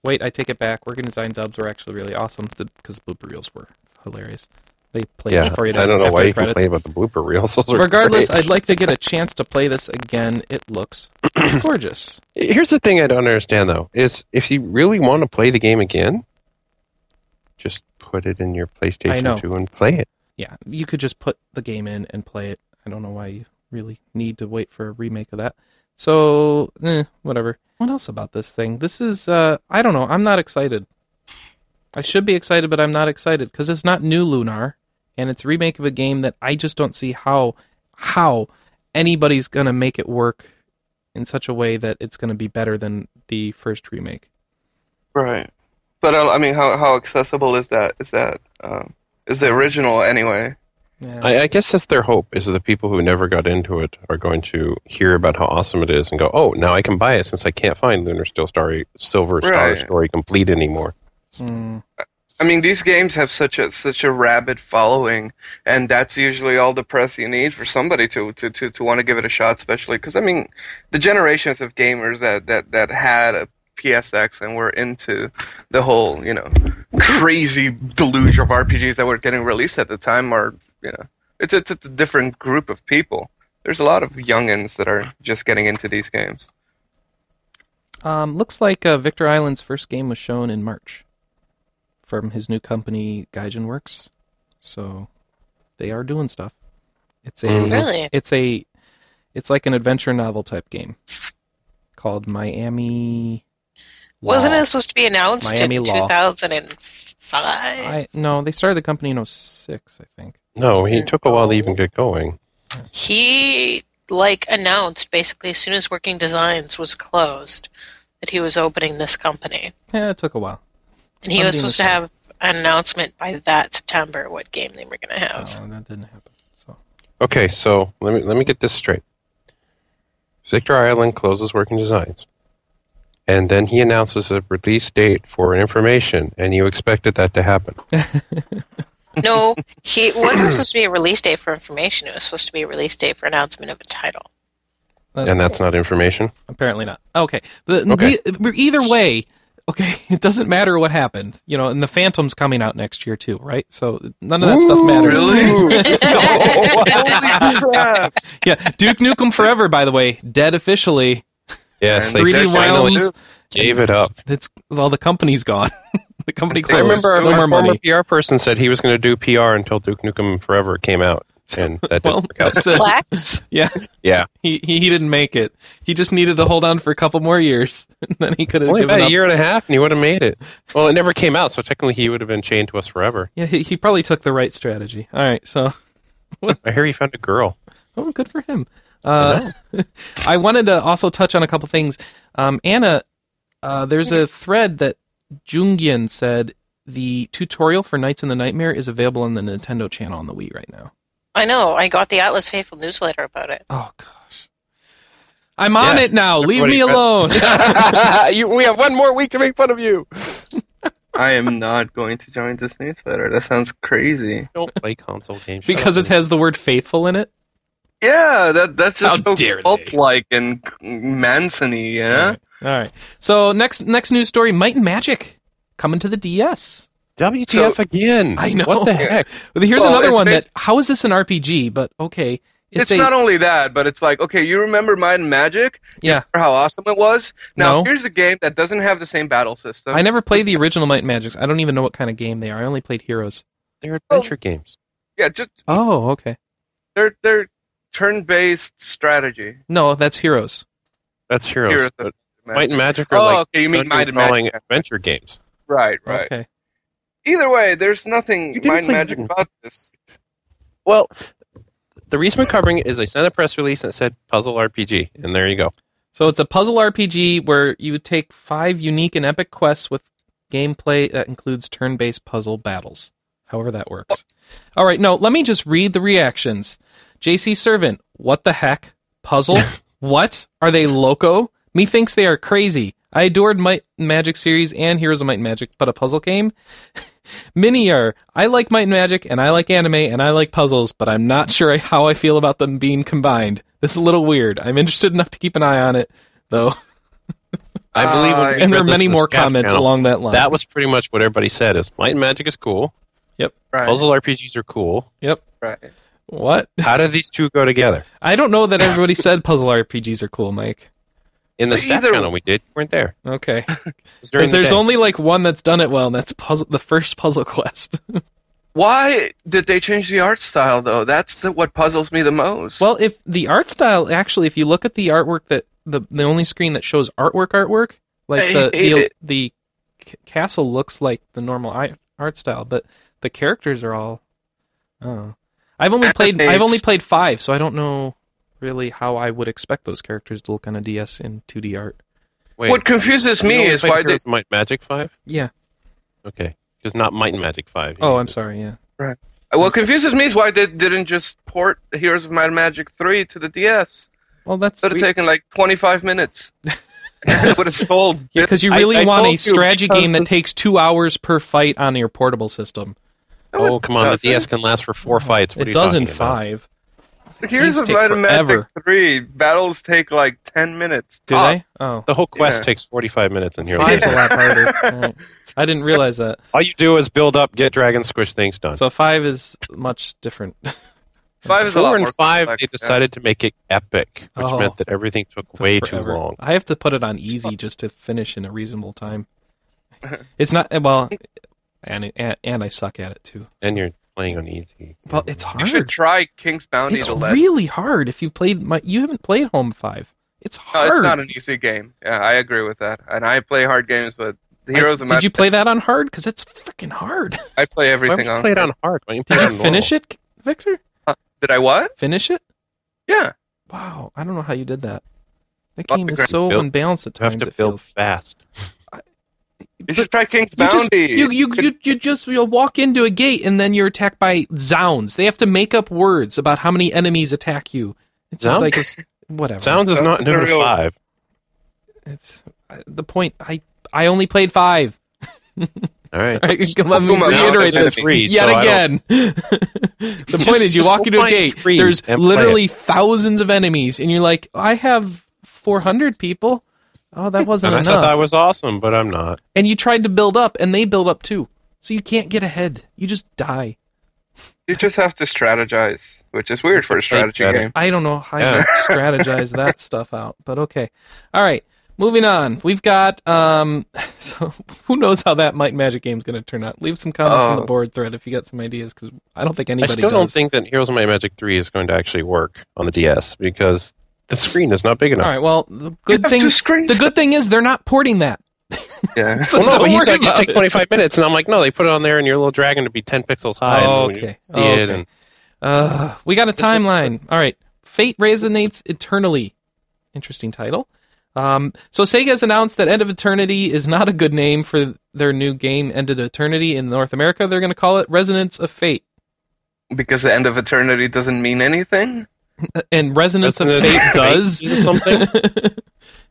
S1: Wait, I take it back. Work and design dubs were actually really awesome because blooper reels were hilarious. They played
S5: Yeah,
S1: them for you.
S5: I don't know
S1: after
S5: why
S1: the
S5: you
S1: credits.
S5: complain about the blooper reels. [LAUGHS] Those are
S1: Regardless,
S5: great.
S1: I'd like to get a chance to play this again. It
S5: [CLEARS THROAT]
S1: looks gorgeous.
S5: Here's the thing I don't understand though: is if you really want to play the game again, just put it in your
S1: I know.
S5: PlayStation Two and play it.
S1: yeah, you could just put the game in and play it. I don't know why you really need to wait for a remake of that. So, eh, whatever. What else about this thing? This is, uh, I don't know. I'm not excited. I should be excited, but I'm not excited because it's not new Lunar, and it's a remake of a game that I just don't see how, how anybody's going to make it work in such a way that it's going to be better than the first remake.
S3: Right. But uh, I mean, how how accessible is that? Is that um, is the original anyway?
S1: Yeah.
S5: I, I guess that's their hope is that the people who never got into it are going to hear about how awesome it is and go, "Oh, now I can buy it since I can't find Lunar Steel Story Silver Star
S3: Right.
S5: Story Complete anymore."
S1: Mm.
S3: I mean, these games have such a such a rabid following, and that's usually all the press you need for somebody to to to, to want to give it a shot. Especially because I mean, the generations of gamers that that that had a PSX and were into the whole you know crazy deluge of RPGs that were getting released at the time are you know it's it's, it's a different group of people. There's a lot of youngins that are just getting into these games.
S1: Um, looks like uh, Victor Island's first game was shown in March from his new company, Gaijin Works. So they are doing stuff. It's a
S5: Mhm.
S4: Really?
S1: it's a it's like an adventure novel type game called Miami.
S4: Wasn't
S1: Law.
S4: it supposed to be announced
S1: Miami
S4: in
S1: Law.
S4: 2005?
S1: I no, they started the company in 06, I think.
S5: No, he
S4: Mm.
S5: took a while to even get going.
S4: He like announced basically as soon as Working Designs was closed that he was opening this company,
S1: Yeah, it took a while.
S4: and he
S1: I'm
S4: was
S1: doing
S4: supposed to
S1: this
S4: have an announcement by that September what game they were going to
S1: Oh,
S4: have.
S1: that didn't happen. So
S5: Okay, so let me let me get this straight. Victor Ireland closes Working Designs, and then he announces a release date for information, and you expected that to happen.
S1: Oh. [LAUGHS]
S4: no, he it wasn't supposed to be a release date for information. It was supposed to be a release date for announcement of a title.
S1: that-
S5: And that's not information.
S1: Apparently not. Okay. The,
S5: Okay.
S1: the- either way, okay, [LAUGHS] it doesn't matter what happened. You know, and the Phantom's coming out next year too, right? So none of that stuff matters.
S3: Really? Holy crap!
S1: [LAUGHS] Yeah. Duke Nukem Forever, by the way, dead officially.
S5: Yes, they
S1: 3D
S5: just finally
S1: Realms.
S5: gave it up.
S1: It's well, the company's gone. [LAUGHS] the company
S3: I
S1: closed.
S5: I remember our,
S1: no
S5: our
S1: more
S5: former [LAUGHS]
S1: money.
S5: PR person said he was going to do PR until Duke Nukem Forever came out, and
S1: [LAUGHS]
S5: that didn't
S1: Well,
S5: work out. [LAUGHS]
S1: that's it.
S4: Plex?
S1: Yeah,
S5: Yeah,
S1: he, he he didn't make it. He just needed to hold on for a couple more years, [LAUGHS] and then he could have
S5: only
S1: given
S5: about
S1: up.
S5: a year and a half, and he would have made it. Well, it never came out, so technically he would have been chained to us forever.
S1: Yeah, he, he probably took the right strategy. All right, so
S5: I hear he found a girl.
S1: Oh, good for him. Uh, [LAUGHS] I wanted to also touch on a couple things. Um, Anna, uh, there's a thread that Jungyan said the tutorial for Nights in the Nightmare is available on the Nintendo channel on the Wii right now.
S4: I know. I got the Atlas Faithful newsletter about it.
S1: Oh, gosh. I'm on
S5: Yes.
S1: it now. Leave me
S5: Everybody-
S1: alone.
S5: [LAUGHS]
S1: [LAUGHS]
S5: you, we have one more week to make fun of you.
S3: I am not going to join this newsletter. That sounds crazy.
S5: Don't play console games Shut
S1: because
S5: up.
S1: it has the word faithful in it.
S3: Yeah, that that's just
S1: How dare
S3: so
S1: they.
S3: cult-like and Mancini,
S1: All
S3: yeah.
S1: right. All right. So, next next news story Might and Magic coming to the DS.
S5: WTF
S3: So-
S5: again?
S1: I know.
S5: What the heck?
S1: Well, Here's
S3: Well,
S1: another
S3: it's
S1: one
S3: basi-
S1: that, how is this an RPG? But, okay.
S3: It's,
S1: a-
S3: not only that, but it's like, okay, you remember Might and Magic
S1: Yeah.
S3: or how awesome it was? Now
S1: No.
S3: here's a game that doesn't have the same battle system.
S1: I never played the original Might and Magics. I don't even know what kind of game they are. I only played Heroes.
S5: They're adventure games.
S3: Yeah, just
S1: Oh, okay.
S3: they're they're turn-based strategy.
S1: No, that's Heroes.
S5: That's heroes.
S3: Heroes
S5: but
S3: of
S5: Might and Magic are
S3: Oh,
S5: like
S3: okay, you mean
S5: dungeon
S3: Might and
S5: crawling
S3: Magic.
S5: adventure games.
S3: Right, right.
S1: Okay.
S3: Either way, there's nothing
S5: You didn't
S3: Might and
S5: play
S3: Magic
S5: Might and-
S3: about this.
S5: Well, the reason we're covering it is I sent a press release that said puzzle RPG, and there you go.
S1: So it's a puzzle RPG where you take five unique and epic quests with gameplay that includes turn based puzzle battles. However, that works. All right, no, let me just read the reactions. JC Servant, what the heck? [LAUGHS] Puzzle? what? Are they loco? Methinks they are crazy. I adored Might and Magic series and Heroes of Might and Magic, but a puzzle game? Minier, I like Might and Magic, and I like anime, and I like puzzles, but I'm not [LAUGHS] sure how I feel about them being combined. This is a little weird. I'm interested enough to keep an eye on it, though.
S5: [LAUGHS] I believe, when
S3: Uh,
S5: we
S1: And there are
S5: read this
S1: many
S5: in the
S1: more
S5: staff
S1: comments
S5: channel,
S1: along that line.
S5: That was pretty much what everybody said: is Might and Magic is cool,
S3: Right.
S5: puzzle RPGs are cool.
S1: yep.
S3: right.
S1: What?
S5: How do these two go together?
S1: I don't know that everybody said puzzle RPGs are cool, Mike.
S5: In the
S3: But
S5: staff
S3: either-
S5: channel, we did. You weren't there.
S1: Okay,
S5: It was during
S1: because
S5: the
S1: there's
S5: day.
S1: only like one that's done it well, and that's puzzle the first puzzle [LAUGHS] quest.
S3: Why did they change the art style though? That's the, what puzzles me the most.
S1: well, if the art style actually, if you look at the artwork that the the only screen that shows artwork artwork, like
S3: I
S1: the
S3: hate
S1: the,
S3: it.
S1: the c- castle looks like the normal i- art style, but the characters are all. Oh, I've only played I've only
S3: Animates.
S1: played five, so I don't know really how I would expect those characters to look on a DS in 2D art.
S5: Wait,
S3: what confuses
S5: you
S3: me
S5: only
S3: is
S5: played
S3: why they.
S5: Heroes of Might Magic Five.
S1: Yeah.
S5: Okay, because not Might and Magic Five.
S1: Oh, I'm sorry. Yeah.
S3: Uh, What confuses me is why they didn't just port Heroes of Might and Magic 3 to the DS.
S1: Well, that's
S3: It would have
S1: we-
S3: taken like
S1: [LAUGHS]
S3: 25 minutes. it would have sold.
S1: yeah, because you
S5: I-
S1: really
S5: I
S1: want
S5: told
S1: a
S5: you,
S1: strategy
S5: because
S1: game that
S5: this-
S1: takes two hours per fight on your portable system.
S5: Oh, come on. The
S3: Doesn't.
S5: DS can last for four fights. What
S1: it
S5: are you
S1: does in
S5: talking about?
S1: five.
S3: Heroes
S1: These
S3: of
S1: take
S3: Might and Magic
S1: forever.
S3: 3 battles take like 10 minutes.
S1: Do
S5: Ah.
S3: tops.
S1: they? Oh,
S5: The whole quest
S3: Yeah.
S5: takes 45 minutes in here.
S1: five's a lot harder.
S5: [LAUGHS]
S1: All right. I didn't realize that.
S5: All you do is build up, get dragon squish things done.
S1: So five is much different. [LAUGHS]
S3: Five is a lot
S5: Four and
S3: more
S5: five,
S3: complex,
S5: they
S3: yeah.
S5: decided to make it epic, which
S1: Oh.
S5: meant that everything took,
S1: took
S5: way
S1: forever.
S5: too long.
S1: I have to put it on easy just to finish in a reasonable time. It's not well, and and, and I suck at it too.
S5: And you're playing on easy.
S1: Well, it's
S3: You should
S1: hard.
S3: try King's Bounty
S1: It's
S3: to let.
S1: really hard. If you played my, you haven't played Home Five. It's
S3: No,
S1: hard.
S3: it's not an easy game. Yeah, I agree with that. And I play hard games, but the Heroes
S1: I,
S3: of Might.
S1: did you play that on hard? Because it's freaking hard. [LAUGHS]
S3: I play
S5: Why
S3: everything
S5: would you
S3: on.
S5: play it on hard? Why didn't
S1: Did
S5: play it
S1: you
S5: on
S1: finish it, Victor?
S3: Did I what?
S1: Finish it?
S3: Yeah.
S1: Wow, I don't know how you did that. That
S3: Off
S1: game
S3: the
S1: is
S3: ground.
S1: so
S5: Build-
S1: unbalanced at
S5: normal?
S1: times.
S5: You have to
S1: it
S5: build
S1: feels.
S5: fast.
S3: You should try King's
S1: You
S3: Bounty.
S1: just, you, you, you, you just you'll walk into a gate and then you're attacked by zounds. They have to make up words about how many enemies attack you. It's just
S5: Zounds?
S1: like whatever.
S5: Sounds is
S3: That's
S5: not
S3: a
S5: new to
S3: real-
S5: five.
S1: It's I- the point. I I only played five. [LAUGHS]
S5: All right.
S1: All right, let
S5: Oh
S1: me
S3: Pokemon
S1: reiterate
S3: Now
S1: this
S3: there's
S5: three,
S1: yet
S5: so I
S1: again. [LAUGHS] the point is, you
S5: just
S1: walk
S5: go
S1: into a
S5: find
S1: gate.
S5: three
S1: There's
S5: and play
S1: literally thousands of enemies, and you're like, I have 400 people. Oh, that wasn't
S5: And I
S1: enough.
S5: thought that was awesome, but I'm not.
S1: and you tried to build up, and they build up too. So you can't get ahead. You just die.
S3: You just have to strategize, which is weird for a strategy
S5: better.
S3: game.
S1: I don't know how you [LAUGHS] strategize that stuff out, but okay. All right. Moving on. We've got um [LAUGHS] so who knows how that Might Magic game's going to turn out. Leave some comments on the
S3: Oh.
S1: board thread if you got some ideas cuz I don't think
S5: I
S1: anybody
S5: still
S1: does.
S5: don't think that Heroes of Might and Magic 3 is going to actually work on the DS because the screen is not big enough.
S1: All right. Well, the
S3: You
S1: good
S3: have
S1: thing
S3: two screens.
S1: the good thing is they're not porting that.
S3: yeah. [LAUGHS]
S1: So
S5: [LAUGHS] well, no,
S1: don't
S5: but he's
S1: worry
S5: like,
S1: about
S5: it takes
S1: it.
S5: 25 minutes, and I'm like, no, they put it on there, and your little dragon to be 10 pixels high.
S1: Oh,
S5: and you
S1: okay.
S5: See
S1: Oh,
S5: it
S1: okay.
S5: and
S1: Uh, we got a timeline. All right. Fate resonates eternally. Interesting title. Um, so Sega has announced that End of Eternity is not a good name for their new game, End of Eternity, in North America. They're going to call it Resonance of Fate.
S3: Because the end of eternity doesn't mean anything.
S1: And Resonance of
S5: Doesn't it
S1: Fate
S5: [LAUGHS] fate
S1: does
S5: mean something? [LAUGHS]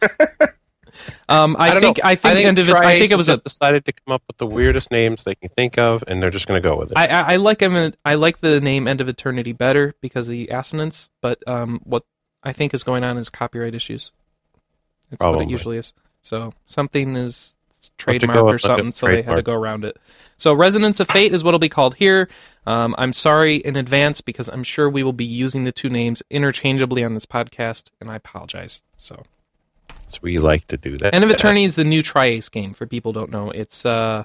S1: um, [LAUGHS] I,
S5: don't
S1: think
S5: know.
S1: I think End of it, I
S5: Triace
S1: think it was a
S5: just decided to come up with the weirdest names they can think of, and they're just going to go with it.
S1: I, I I like him. I like the name End of Eternity better because of the assonance. But um, what I think is going on is copyright issues. That's what
S5: Probably.
S1: it usually is. So something is
S5: Have to go
S1: trademarked
S5: with,
S1: or
S5: like, a
S1: something, so they had to
S5: trademark.
S1: go around it. So Resonance of Fate is what it'll be called here. Um, I'm sorry in advance because I'm sure we will be using the two names interchangeably on this podcast, and I apologize. So.
S5: So we like to do that.
S1: End of Attorney is the new Tri-Ace game for people who don't know. It's uh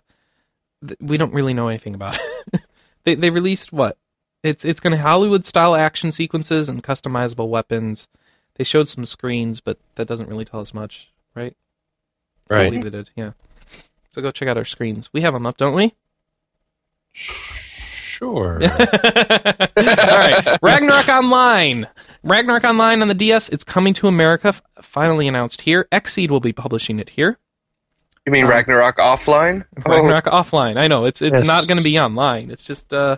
S1: th- we don't really know anything about it. [LAUGHS] they they released what? It's it's going to Hollywood style action sequences and customizable weapons. They showed some screens, but that doesn't really tell us much, right? I
S5: right?
S1: believe they did. Yeah. So go check out our screens. We have them up, don't we?
S5: Sure.
S1: [LAUGHS] All right. Ragnarok Online. Ragnarok Online on the DS. It's coming to America. f- Finally announced here. Xseed will be publishing it here.
S3: You mean
S1: Um,
S3: Ragnarok offline?
S1: Ragnarok offline. I know it's it's
S5: Yes.
S1: not going to be online. It's just uh,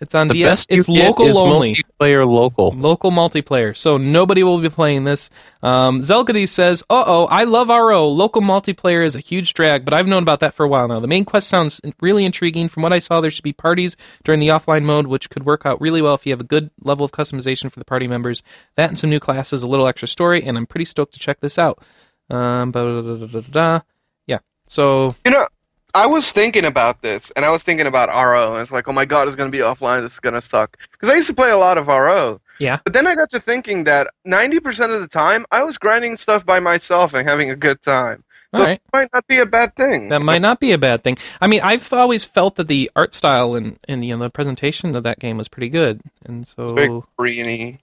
S1: it's on
S5: The
S1: DS.
S5: best you
S1: It's
S5: get
S1: local
S5: is
S1: only,
S5: multiplayer local.
S1: local multiplayer. So nobody will be playing this. Um, Zelgadi says, "Uh oh, I love RO. Local multiplayer is a huge drag, but I've known about that for a while now. The main quest sounds really intriguing. From what I saw, there should be parties during the offline mode, which could work out really well if you have a good level of customization for the party members. That and some new classes, a little extra story, and I'm pretty stoked to check this out." Um, blah, blah, blah, blah, blah, blah. yeah. So
S3: You know, I was thinking about this, and I was thinking about RO, and it's like, oh my god, it's going to be offline. This is going to suck. Because I used to play a lot of RO.
S1: Yeah.
S3: But then I got to thinking that 90% of the time, I was grinding stuff by myself and having a good time.
S1: all right.
S3: Might not be a bad thing.
S1: that might not be a bad thing. I mean, I've always felt that the art style and, and you know the presentation of that game was pretty good, and
S3: Very
S1: so
S3: greeny.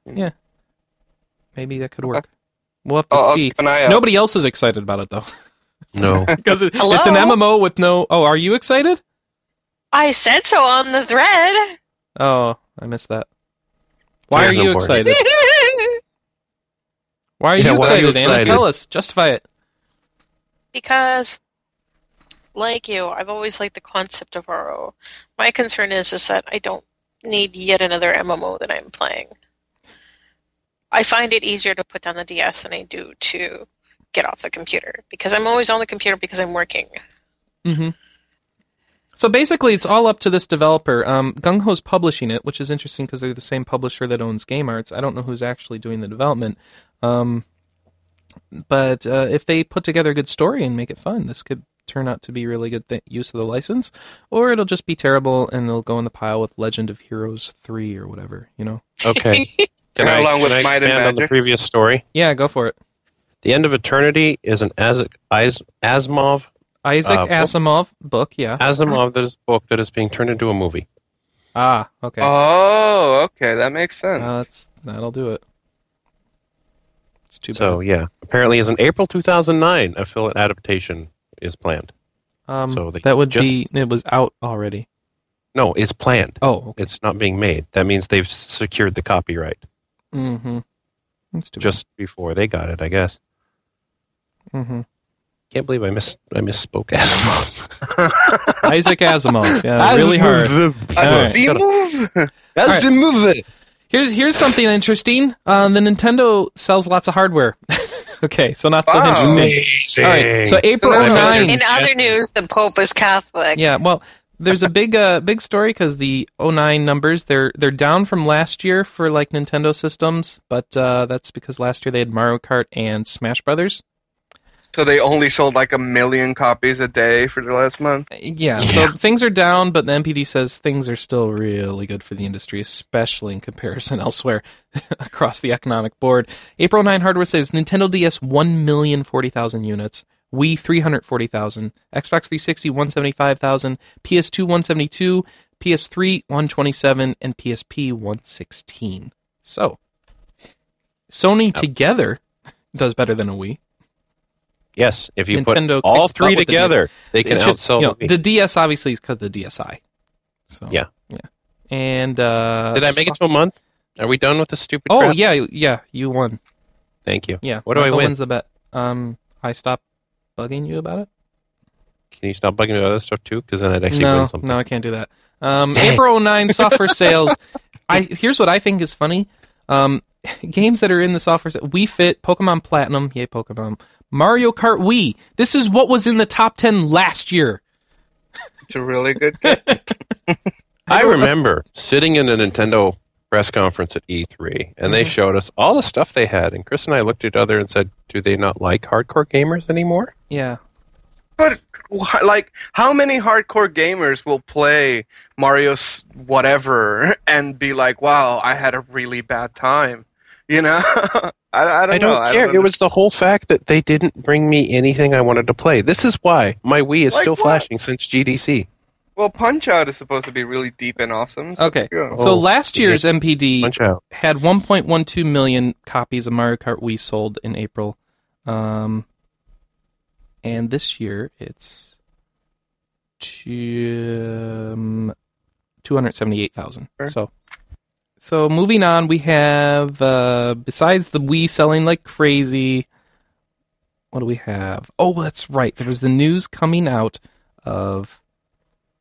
S1: maybe that could work. We'll have to
S3: I'll- I'll
S1: see.
S3: keep an eye out.
S1: Nobody else is excited about it though, [LAUGHS]
S3: [LAUGHS]
S5: No.
S1: because it,
S4: Hello?
S1: it's an MMO with no. Oh, are you excited?
S4: I said so on the thread.
S1: Oh, I missed that. Why
S5: That
S1: are
S5: is
S1: you
S3: [LAUGHS]
S5: important.
S1: excited? Why are you
S5: Yeah, why are
S1: excited,
S5: you
S1: Anna?
S5: excited?
S1: Tell us. Justify it.
S4: because like you i've always liked the concept of ro my concern is is that i don't need yet another mmo that i'm playing i find it easier to put down the ds than i do to get off the computer because i'm always on the computer because i'm working
S1: Mm-hmm. So basically, it's all up to this developer. Um, Gung Ho's publishing it, which is interesting because they're the same publisher that owns Game Arts. I don't know who's actually doing the development, um, but uh, if they put together a good story and make it fun, this could turn out to be really good th- use of the license, or it'll just be terrible and it'll go in the pile with Legend of Heroes three or whatever. You know?
S5: Okay. Can
S3: Along
S5: can
S3: with
S5: I
S3: Might and
S5: expand on the
S3: Magic.
S5: previous story?
S1: Yeah, go for it.
S5: The End of Eternity is an As- Is- Asimov
S1: Isaac
S5: Uh,
S1: Asimov book. Yeah.
S5: Asimov that is book that is being turned into a movie.
S1: Ah, okay.
S3: Oh, okay, that makes sense.
S1: Uh, that's that'll do it. It's too bad.
S5: So yeah, apparently, as in April 2009, a film adaptation is planned.
S1: Um,
S5: So they
S1: that would
S5: just-
S1: be it was out already.
S5: No, it's planned.
S1: Oh, okay.
S5: It's not being made. That means they've secured the copyright
S1: mm-hmm. That's too
S5: just before they got it. I guess.
S1: bad. Mhm.
S5: Can't believe I mis I
S1: [LAUGHS]
S5: misspoke Asimov.
S1: Isaac
S5: [LAUGHS]
S1: Asimov. Yeah, Uh, really hard.
S3: That's
S1: All right.
S3: the
S5: Shut up.
S3: move. [LAUGHS]
S1: All right.
S5: the movie.
S1: Here's here's something interesting. Um, the Nintendo sells lots of hardware. [LAUGHS] okay, so not so
S3: Wow.
S1: interesting. All right, so April
S3: That's
S1: nine.
S4: in other
S5: Yes.
S4: news the pope is catholic
S1: Yeah, well, there's a big uh, big story because the 09 numbers they're they're down from last year for like Nintendo systems, but uh, that's because last year they had Mario Kart and Smash Brothers.
S3: So they only sold like a million copies a day for the last month.
S1: Yeah, so things are down, but the MPD says things are still really good for the industry, especially in comparison [LAUGHS] elsewhere across the economic board. April 9 hardware sales Nintendo DS 1,040,000 units, Wii 340,000, Xbox 360 175,000, PS2 172, PS3 127, and PSP 116. So, Sony together does better than a Wii.
S5: Yes, if you
S1: Nintendo
S5: put all
S1: kicks butt
S5: three
S1: with the
S5: together, they can
S1: It should-
S5: outsell
S1: you know,
S5: the Wii.
S1: the DS obviously is because of the DSi. So
S5: Yeah.
S1: yeah. And uh,
S5: Did I make it
S1: so-
S5: to a month? Are we done with the stupid
S1: oh
S5: crap?
S1: yeah, yeah, you won.
S5: Thank you.
S1: Yeah.
S5: What do I
S1: Michael
S5: win?
S1: Wins the bet. Um, I stopped bugging you about it.
S5: Can you stop bugging me about other stuff too? Because then I'd actually
S1: no,
S5: win something.
S1: no, I can't do that. Um,
S5: Dang.
S1: April
S5: [LAUGHS]
S1: 9 software sales. I here's what I think is funny. Um, [LAUGHS] games that are in the software. se- Wii Fit, Pokemon Platinum, yay Pokemon, Mario Kart Wii. This is what was in the top ten last year.
S3: It's a really good game.
S5: I remember sitting in a Nintendo press conference at E3, and they
S1: Mhm.
S5: showed us all the stuff they had. And Chris and I looked at each other and said, "Do they not like hardcore gamers anymore?"
S1: Yeah.
S3: But wh- like, how many hardcore gamers will play Mario's whatever [LAUGHS] and be like, "Wow, I had a really bad time," you know? [LAUGHS] I, I don't
S5: I don't
S3: know.
S5: care.
S3: I
S5: it was the whole fact that they didn't bring me anything I wanted to play. This is why my Wii is
S3: Like
S5: still
S3: what?
S5: flashing since GDC.
S3: well, Punch Out is supposed to be really deep and awesome. so
S1: Okay.
S3: yeah.
S1: So
S5: Oh,
S1: last
S5: yeah.
S1: year's MPD
S5: Punch out.
S1: had 1.12 million copies of Mario Kart Wii sold in April, um, and this year it's two, um, 278,000.
S3: Sure.
S1: So, so moving on, we have uh, besides the Wii selling like crazy. What do we have? Oh, that's right. There was the news coming out of.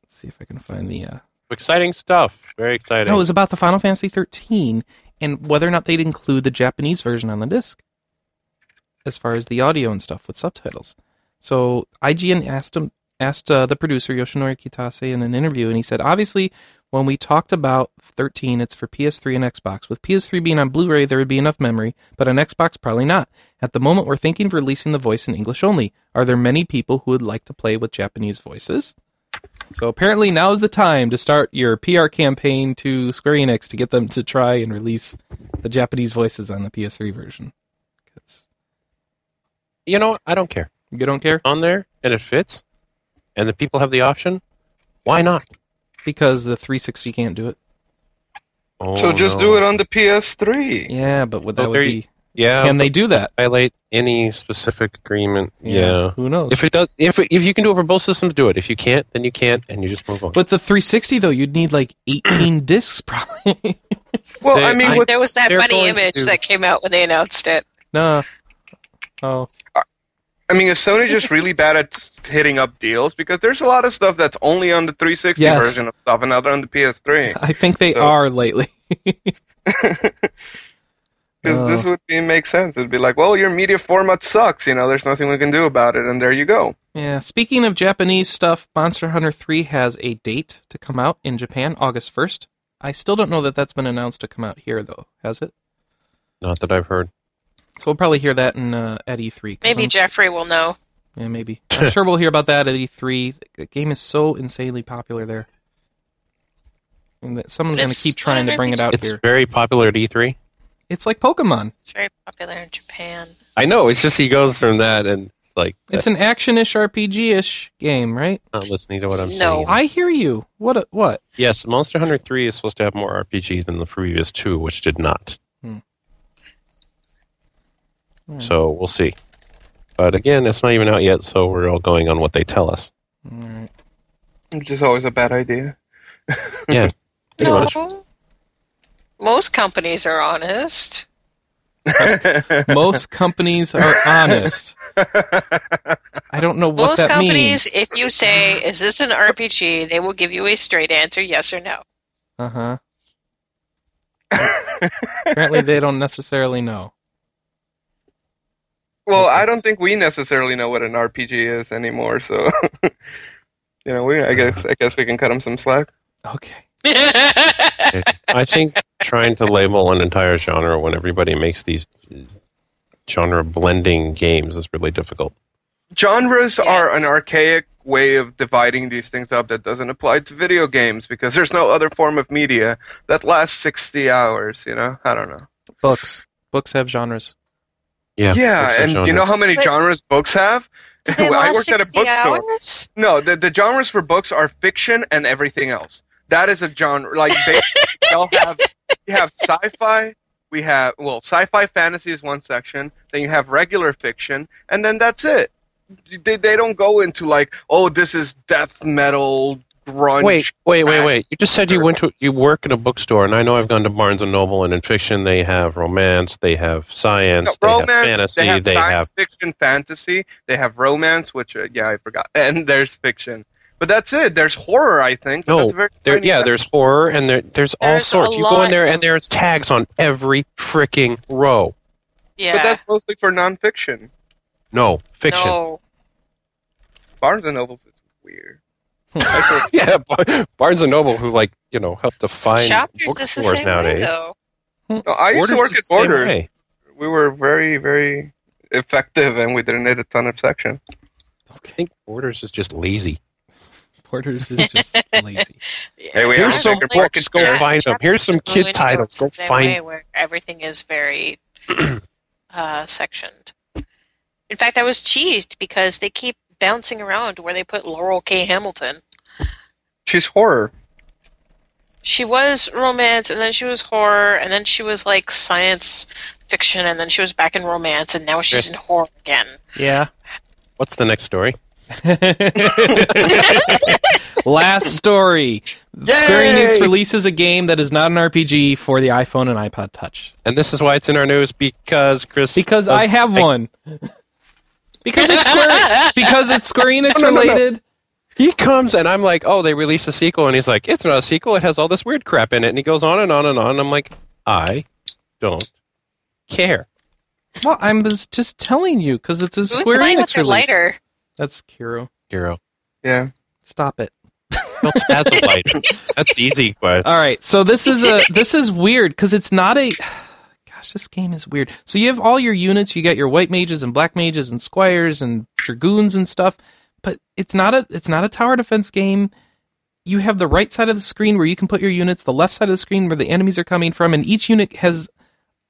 S1: Let's see if I can find the. Uh,
S5: Exciting stuff. Very exciting.
S1: no, it was about the Final Fantasy 13 and whether or not they'd include the Japanese version on the disc, as far as the audio and stuff with subtitles. So IGN asked him, asked uh, the producer Yoshinori Kitase in an interview, and he said, obviously, when we talked about 13, it's for PS3 and Xbox. With PS3 being on Blu-ray, there would be enough memory, but on Xbox, probably not. At the moment, we're thinking of releasing the voice in English only. Are there many people who would like to play with Japanese voices? So apparently now is the time to start your PR campaign to Square Enix to get them to try and release the Japanese voices on the PS3 version. 'Cause
S5: you know, what? I don't care.
S1: you don't care
S5: On there, and it fits, and the people have the option. Why not?
S1: because the 360 can't do it.
S5: Oh,
S3: So just
S5: no.
S3: do it on the PS3.
S1: Yeah, but would that
S5: Well,
S1: would
S5: there
S1: be?
S5: Yeah.
S1: Can they do that?
S5: violate any specific agreement? yeah.
S1: Who knows?
S5: If it does, if if you can do it for both systems, do it. If you can't, then you can't, and you just move on.
S1: With the 360 though, you'd need like 18 discs probably. [LAUGHS]
S3: Well,
S5: They-
S3: I mean,
S5: I-
S3: with,
S4: there was that
S5: They're
S4: funny
S5: going
S4: image
S5: to-
S4: that came out when they announced it
S1: No. Oh.
S3: I mean, is Sony just really bad at s- hitting up deals? Because there's a lot of stuff that's only on the 360
S1: Yes.
S3: version of stuff and not on the PS3.
S1: I think they
S3: So-
S1: are lately. [LAUGHS]
S3: [LAUGHS] Because
S1: Oh.
S3: this would be, make sense. It'd be like, well, your media format sucks. You know, there's nothing we can do about it, and there you go.
S1: Yeah. Speaking of Japanese stuff, Monster Hunter 3 has a date to come out in Japan, August 1st. I still don't know that that's been announced to come out here, though, has it?
S5: Not that I've heard.
S1: So we'll probably hear that in uh, at E3. 'cause
S4: Maybe
S5: Uh-huh.
S1: I'm-
S4: Jeffrey will know.
S1: yeah, maybe. I'm sure we'll hear about that at E3. The game is so insanely popular there. And that someone's going to
S4: It's
S1: keep trying to
S4: not
S1: bring it out
S5: It's
S1: here.
S5: very popular at E E3.
S1: It's like Pokemon.
S4: It's very popular in Japan.
S5: I know. It's just he goes from that and it's like
S1: It's an action-ish RPG-ish game, right?
S5: not listening to what I'm
S4: No.
S5: saying.
S1: I hear you. What? A, what?
S5: Yes, Monster Hunter 3 is supposed to have more RPG than the previous two, which did not.
S1: Hmm. Hmm.
S5: So we'll see. But again, it's not even out yet, so we're all going on what they tell us.
S1: All right.
S3: Which is always a bad idea. [LAUGHS]
S5: Pretty
S4: no.
S5: much.
S4: Most companies are honest.
S1: [LAUGHS] Most companies are honest. I don't know what
S4: Most
S1: that
S4: companies,
S1: means.
S4: if you say, is this an RPG, they will give you a straight answer, yes or
S5: [LAUGHS]
S4: no.
S1: Uh huh. Uh-huh. Apparently, they don't necessarily know.
S3: well, I don't think we necessarily know what an RPG is anymore, so. [LAUGHS] You know, we, I guess I guess we can cut them some slack.
S1: Okay.
S5: I think trying to label an entire genre when everybody makes these genre blending games is really difficult.
S3: Genres are an
S4: Yes.
S3: archaic way of dividing these things up that doesn't apply to video games because there's no other form of media that lasts 60 hours, you know? I don't know.
S1: Books. Books have genres.
S5: Yeah.
S3: Yeah, and you know how many
S4: But-
S3: genres books have?
S4: Do they
S3: Well, I
S4: last
S3: worked at a
S4: 60
S3: bookstore.
S4: hours?
S3: No, the, the genres for books are fiction and everything else. That is a genre. Like
S5: [LAUGHS]
S3: they, they'll have we have sci-fi. We have well, sci-fi fantasy is one section. Then you have regular fiction, and then that's it. They, they don't go into like, oh, this is death metal grunge.
S5: Wait, wait, wait,
S3: trash
S5: wait! You just said you went to you work at a bookstore, and I know I've gone to Barnes and Noble, and in fiction they have romance, they have science,
S3: No,
S5: they
S3: romance.
S5: have fantasy,
S3: they have
S5: they
S3: science fiction, fantasy. They have romance, which uh, yeah, I forgot. [LAUGHS] And there's fiction, but that's it. There's horror, I think. but
S5: No,
S3: that's a very
S5: There,
S3: tiny
S5: yeah,
S3: section.
S5: there's horror and there, there's all
S4: There's a
S5: sorts. You go in
S4: lot
S5: there
S4: of-
S5: and there's tags on every freaking row.
S4: Yeah.
S3: But that's mostly for nonfiction.
S5: No, fiction.
S4: No.
S3: Barnes and Noble's is weird.
S5: [LAUGHS] Yeah, Bar- Barnes and Noble, who like you know help define
S4: Shoppers is the
S5: bookstores
S4: same way,
S5: nowadays.
S4: though.
S3: No, I used to
S5: Borders
S3: work
S5: is
S3: at
S5: the same
S3: Borders.
S5: way.
S3: We were very, very effective, and we didn't hit a ton of sections.
S5: I think Borders is just lazy.
S1: Borders is just lazy.
S3: Hey, we Yeah,
S5: Here's
S3: I
S5: some
S3: think
S5: books. Go
S4: Chap-
S5: find them. Here's some
S4: Chapters
S5: kid
S4: of Moon
S5: titles.
S4: Books
S5: Go
S4: the same
S5: find.
S4: way, where everything is very [CLEARS THROAT] uh, sectioned. In fact, I was cheesed because they keep bouncing around where they put Laurel K. Hamilton.
S3: She's horror.
S4: She was romance, and then she was horror, and then she was like science fiction, and then she was back in romance, and now she's in horror again.
S1: Yeah.
S5: What's the next story?
S1: [LAUGHS] Last story. Square Enix releases a game that is not an RPG for the iPhone and iPod Touch
S5: And this is why it's in our news because Chris.
S1: because I have one. Because it's Square. because it's Square Enix
S5: No, no, no, no.
S1: related.
S5: He comes and I'm like, oh, they released a sequel, and he's like, it's not a sequel. It has all this weird crap in it, and he goes on and on and on. And I'm like, I don't care.
S1: Well, I'm was just telling you because it's a
S4: Who's
S1: Square
S4: playing with
S1: Enix
S4: their
S1: release.
S4: lighter?
S1: That's Kiro.
S5: Hero
S3: Yeah.
S1: Stop it.
S4: [LAUGHS]
S5: has a lighter. That's the easy question.
S1: All right. So this is
S4: [LAUGHS]
S1: a this is weird because it's not a. [SIGHS] Gosh, this game is weird. So you have all your units. You got your white mages and black mages and squires and dragoons and stuff. But it's not a it's not a tower defense game. You have the right side of the screen where you can put your units, the left side of the screen where the enemies are coming from, and each unit has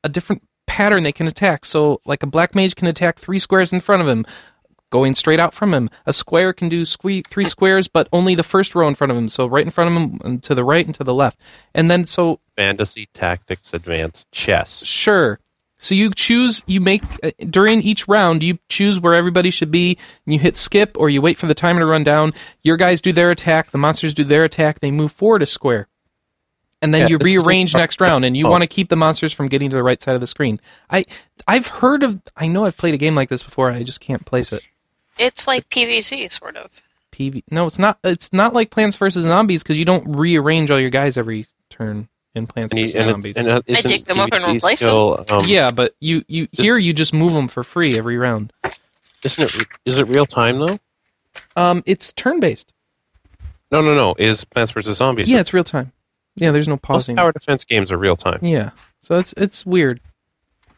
S1: a different pattern they can attack. So, like a black mage can attack three squares in front of him, going straight out from him. A square can do sque- three squares, but only the first row in front of him. So, right in front of him, and to the right and to the left. And then, so
S5: Fantasy Tactics Advanced Chess.
S1: sure. So you choose, you make, uh, during each round, you choose where everybody should be, and you hit skip, or you wait for the timer to run down. Your guys do their attack, the monsters do their attack, they move forward a square and then
S5: Yeah,
S1: you
S5: it's still
S1: rearrange
S5: part-
S1: next round, and you
S5: Oh.
S1: want to keep the monsters from getting to the right side of the screen. I I've heard of. I know I've played a game like this before. I just can't place it.
S4: It's like PVZ, sort of.
S1: PV. No, it's not. It's not like Plants vs Zombies because you don't rearrange all your guys every turn in Plants
S5: And, you,
S1: vs
S5: and,
S1: Zombies.
S5: it's, and uh, isn't
S4: dig them up and
S5: PVC
S4: replace
S5: still, Um,
S1: yeah, but you you
S5: just-
S1: here you just move them for free every round.
S5: Isn't it? Is it real time though?
S1: Um, it's turn based.
S5: No, no, no. Is Plants vs Zombies?
S1: Yeah, it's real time. Yeah, there's no
S5: Most
S1: pausing.
S5: tower defense games are real time.
S1: Yeah, so it's it's weird.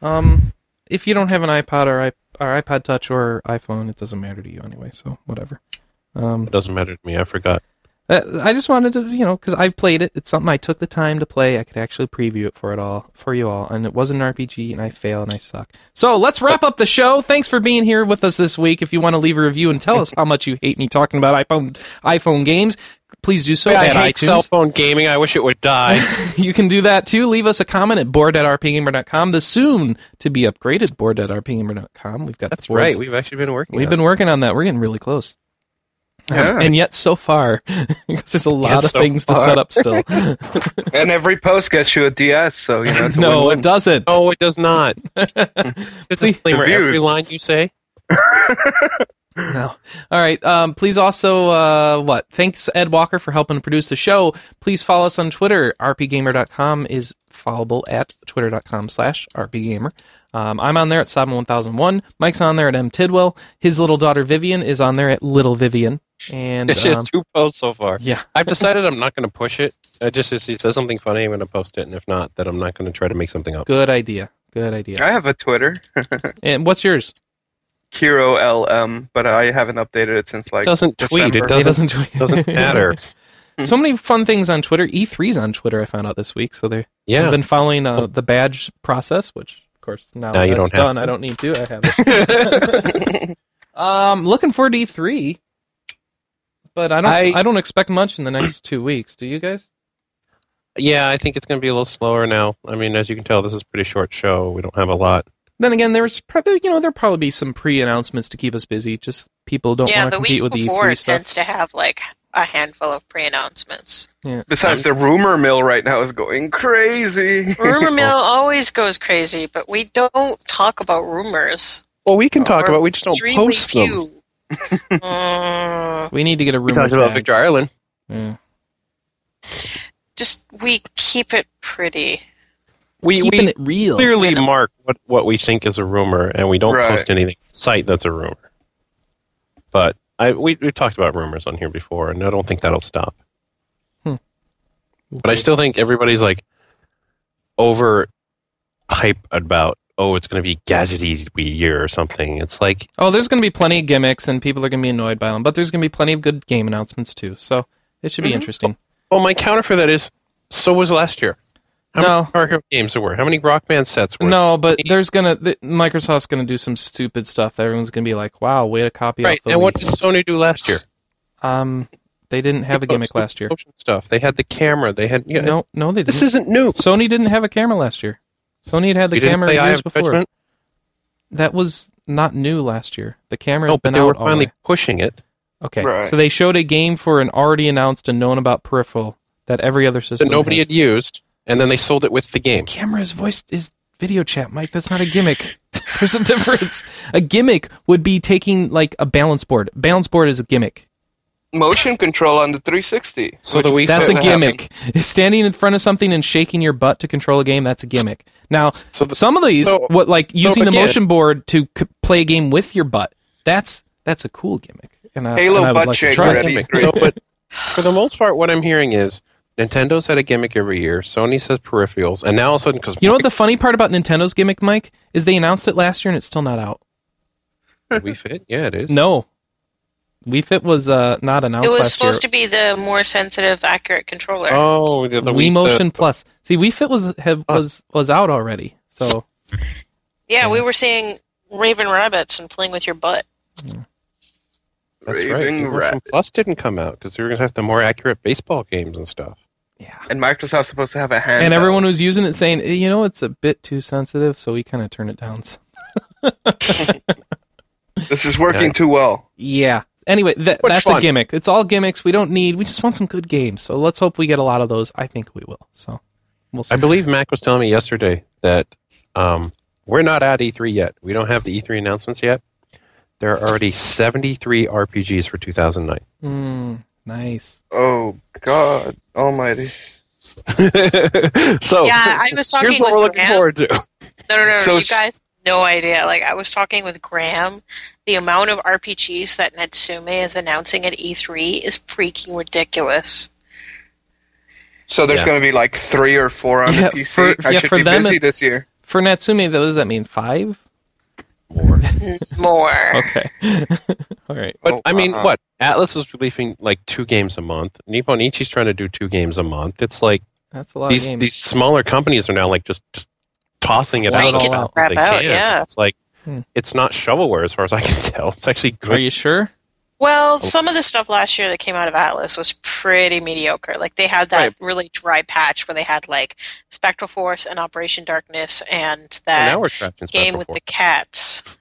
S1: Um, if you don't have an iPod or, iP- or iPod Touch or iPhone, it doesn't matter to you anyway. So whatever. Um,
S5: It doesn't matter to me. I forgot.
S1: Uh, I just wanted to, you know, because I played it. It's something I took the time to play. I could actually preview it for it all, for you all, and it was an RPG, and I fail and I suck. So let's wrap up the show. Thanks for being here with us this week. If you want to leave a review and tell us how much you hate me talking about iPhone iPhone games, please do so
S5: I
S1: at
S5: hate
S1: iTunes.
S5: cell phone gaming. I wish it would die.
S1: [LAUGHS] you can do that too. Leave us a comment at board.rpgamer.com. The soon to be upgraded board.rpgamer.com. We've got
S5: That's
S1: the boards.
S5: right. We've actually been working.
S1: We've
S5: on
S1: been working on that. We're getting really close. Um,
S3: Yeah.
S1: and yet, so far, [LAUGHS] because there's a lot
S5: Yes,
S1: of
S5: so
S1: things to
S5: far.
S1: set up
S5: [LAUGHS]
S1: still.
S3: And every post gets you a DS, so you know. It's
S1: [LAUGHS]
S3: a
S1: no,
S3: win-win.
S1: it doesn't.
S5: it. No, it
S1: [LAUGHS]
S5: does not. Just
S1: Please-
S5: disclaimer:
S3: Reviews.
S5: every line
S1: [LAUGHS]
S5: you say.
S1: No. All right. Um, please also, uh, what? Thanks, Ed Walker, for helping produce the show. Please follow us on Twitter. RPGamer.com is followable at twitter.com slash RPGamer. Um, I'm on there at Sobin1001. Mike's on there at M. Tidwell. His little daughter, Vivian, is on there at Little Vivian. And
S5: It's just
S1: um,
S5: two posts so far.
S1: yeah.
S5: I've decided I'm not going to push it. I just if he says something funny, I'm going to post it, and if not, then I'm not going to try to make something up.
S1: Good idea. Good idea.
S3: I have a Twitter,
S1: And what's yours?
S3: Kiro LM, but I haven't updated it since like.
S5: It doesn't tweet.
S3: December.
S5: It doesn't.
S1: it doesn't, tweet.
S5: doesn't matter.
S1: [LAUGHS] so many fun things on Twitter. E3's on Twitter. I found out this week, so they I've
S5: Yeah.
S1: been following uh, the badge process, which of course now
S5: Now you
S1: that's done.
S5: don't have to.
S1: I don't need to. I have
S5: [LAUGHS]
S1: it. um, looking for D three, but I don't. I,
S5: I-
S1: don't expect much in the
S5: [CLEARS THROAT]
S1: next two weeks. Do you guys?
S5: [LAUGHS] Yeah, I think it's going to be a little slower now. I mean, as you can tell, this is a pretty short show. We don't have a lot.
S1: Then again, there's probably you know there'll probably be some pre announcements to keep us busy. Just people don't
S4: yeah,
S1: want to
S4: the
S1: compete
S4: week
S1: with the
S4: before
S1: E3
S4: it
S1: stuff.
S4: tends to have like a handful
S1: [LAUGHS]
S4: of pre-announcements.
S3: Besides, the rumor mill right now is going crazy.
S4: Rumor mill always goes crazy, but we don't talk about rumors.
S5: Well, we can talk
S4: Or
S5: about. We just don't
S4: extremely
S5: post them.
S1: [LAUGHS]
S4: few. Mm,
S1: We need to get a
S5: We
S1: rumor.
S5: talked about
S1: tag.
S5: Victor Ireland.
S1: Yeah.
S4: just we keep it pretty.
S5: We
S1: Keeping
S5: we
S1: it real.
S5: clearly mark what what we think is a rumor, and we don't
S3: Right.
S5: post anything on site that's a rumor. But I we we've talked about rumors on here before, and I don't think that'll stop. But I still think everybody's like over hype about oh it's going to be gadgety year or something. It's like
S1: Oh, there's going to be plenty of gimmicks, and people are going to be annoyed by them. But there's going to be plenty of good game announcements too. So it should be
S3: Mhm.
S4: Mm-hmm.
S1: interesting.
S5: well my counter for that is so was last year. How
S1: No.
S5: many Power Hero games there were? How many Rock Band sets were?
S1: No, but there's gonna th- Microsoft's gonna do some stupid stuff that everyne's gonna be like, "Wow, way to copy
S5: right.
S1: off the
S5: And what
S1: Wii."
S5: did Sony do last year?
S1: Um, they didn't have a gimmick last year.
S5: Motion stuff. They had the camera. They had yeah.
S1: No, no, they didn't.
S5: This isn't new.
S1: Sony didn't have a camera last year. Sony had had the
S5: You didn't
S1: camera
S5: say I
S1: years
S5: have
S1: before.
S5: judgment?
S1: That was not new last year. The camera
S5: No,
S1: had been
S5: but they
S1: out
S5: were
S1: all
S5: finally
S1: the way.
S5: pushing it.
S1: Okay,
S3: Right.
S1: so they showed a game for an already announced and known about peripheral that every other
S5: That
S1: system
S5: nobody
S1: has.
S5: had used, and then they sold it with the game.
S1: camera's voice is video chat, Mike. That's not a gimmick. [LAUGHS] There's a difference. A gimmick would be taking like a balance board. Balance board is a gimmick.
S3: Motion control on the 360.
S5: So the Wii
S1: That's a
S5: Fit happened.
S1: gimmick. [LAUGHS] Standing in front of something and shaking your butt to control a game, that's a gimmick. Now,
S5: So the,
S1: some of these,
S5: so-
S1: what like using the
S5: again-
S1: motion board to c- play a game with your butt, that's that's a cool gimmick. And I,
S3: Halo
S1: and I would
S3: butt
S1: like to
S3: shake
S1: try it.
S3: already.
S5: gimmick. No, but for the most part, what I'm hearing is Nintendo's had a gimmick every year. Sony says peripherals, and now all of a sudden, because
S1: You know what the funny part about Nintendo's gimmick, Mike, is they announced it last year and it's still not out.
S5: Wii Fit, yeah, it is.
S1: No, Wii Fit was uh, not announced.
S4: It was
S1: last year.
S4: supposed to be the more sensitive, accurate controller.
S5: Oh, the, the
S1: Wii
S5: Wii
S1: Motion Plus. See, Wii Fit was have,
S5: Huh.
S1: was was out already. So
S4: yeah, we were seeing Raven rabbits and playing with your butt.
S5: The, that's right.
S3: Raving
S5: Wii Motion
S3: Rabbit.
S5: Plus didn't come out because they were going to have the more accurate baseball games and stuff.
S1: yeah.
S3: And Microsoft's supposed to have a hand.
S1: And
S5: uh,
S1: everyone was using it, saying, "Eh, you know, it's a bit too sensitive, so we kind of turn it down.
S3: This is working too well.
S1: Yeah, Anyway, tha-
S5: Which
S1: that's a
S5: fun.
S1: gimmick. It's all gimmicks. We don't need. We just want some good games. So let's hope we get a lot of those. I think we will. So we'll see.
S5: I believe Mac was telling me yesterday that um, we're not at E3 yet. We don't have the E3 announcements yet. There are already 73 RPGs for 2009. [LAUGHS]
S1: Mm, nice.
S3: Oh God, Almighty!
S5: Oh, so
S4: yeah, I was talking
S5: here's what
S4: with
S5: we're looking
S4: Graham.
S5: forward to.
S4: No, no, no, no,
S3: So
S4: you
S3: s-
S4: guys, no idea. Like I was talking with Graham, the amount of RPGs that Natsume is announcing at E3 is freaking ridiculous.
S3: So there's
S5: Yeah.
S3: going to be like three or four on
S1: Yeah,
S3: the PC.
S1: for-
S3: I
S1: yeah,
S3: should
S1: for
S3: be
S1: them
S3: busy
S1: it-
S3: this year.
S1: For Natsume, though, what does that mean? Five?
S5: More.
S4: Mm-hmm. More.
S1: Okay. [LAUGHS] all right.
S5: But
S3: Oh,
S5: I mean,
S3: uh-uh.
S5: what? Atlas is releasing like two games a month. Nipponichi's trying to do two games a month. It's like
S1: That's a lot
S5: these
S1: of games.
S5: these smaller companies are now like just just tossing it
S1: Throwing
S5: out as
S1: it
S5: fast
S4: crap
S5: as they
S4: out,
S5: can.
S4: yeah.
S5: It's like
S1: Hmm.
S5: it's not shovelware as far as I can [LAUGHS] tell. It's actually
S1: Are
S5: good.
S1: you sure?
S5: Oh.
S4: Well, some of the stuff last year that came out of Atlas was pretty mediocre. Like they had that
S3: Right.
S4: really dry patch where they had like Spectral Force and Operation Darkness and
S5: And
S4: that
S5: Oh, now we're scratching
S4: game
S5: Spectral
S4: with
S5: Force.
S4: the cats.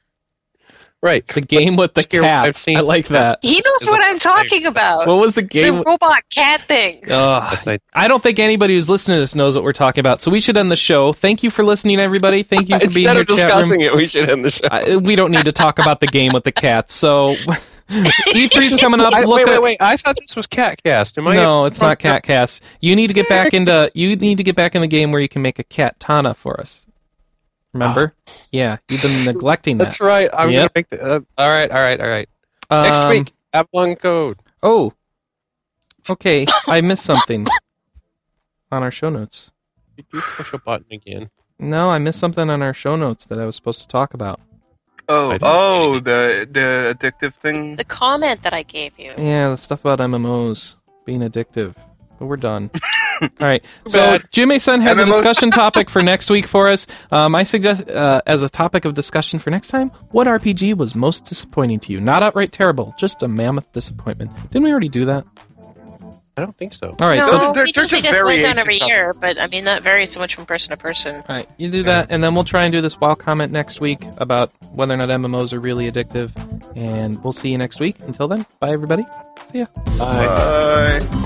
S5: right. [LAUGHS]
S1: The game with the
S5: Here, I've
S1: cats.
S5: seen-
S1: I like
S5: [LAUGHS]
S1: that.
S4: He knows
S5: There's a
S4: what I'm talking about.
S1: What was the
S4: the
S1: game?
S4: robot cat things.
S3: Uh,
S1: Ugh.
S5: Yes, I-
S1: I don't think anybody who's listening to this knows what we're talking about. So we should end the show. Thank you for listening, everybody. Thank
S5: [LAUGHS]
S1: you for being
S5: Instead
S1: here.
S5: of discussing it, we should end the show.
S1: I, we don't need to talk about the game with the cats. So [LAUGHS] E3's coming up.
S5: [LAUGHS] I-
S1: Look
S5: wait,
S1: up-
S5: wait, wait! I thought this was Catcast. Am I?
S1: No, it's not Catcast. You need to get back into you need to get back in the game where you can make a cat tana for us. Remember?
S5: [GASPS]
S1: Yeah, you've been neglecting that.
S5: That's right. I'm
S1: Yep.
S5: gonna make the. Uh, all right, all right, all right. Next
S1: Um,
S5: week, Avalon Code.
S1: Oh. Okay, I missed something on our show notes.
S5: Did you push a button again?
S1: No, I missed something on our show notes that I was supposed to talk about.
S5: I
S3: Oh,
S5: didn't
S3: oh, the the addictive thing.
S4: The comment that I gave you.
S1: Yeah, the stuff about MMOs being addictive. But we're done. All right. So
S5: bad.
S1: Jimmy Sun has a
S3: MMOs.
S1: discussion topic for next week for us. Um, I suggest uh, as a topic of discussion for next time, what RPG was most disappointing to you? Not outright terrible, just a mammoth disappointment. Didn't we already do that?
S5: I don't think so.
S1: All right.
S4: no,
S1: So
S3: they're-
S4: we
S3: they're
S4: do
S3: just
S4: Vegas Laydown
S3: variations
S4: every
S3: of-
S4: year, but I mean that varies so much from person to person.
S1: All right, you do that, and then we'll try and do this wild comment next week about whether or not MMOs are really addictive. And we'll see you next week. Until then, bye everybody. See ya.
S5: Bye.
S3: Bye.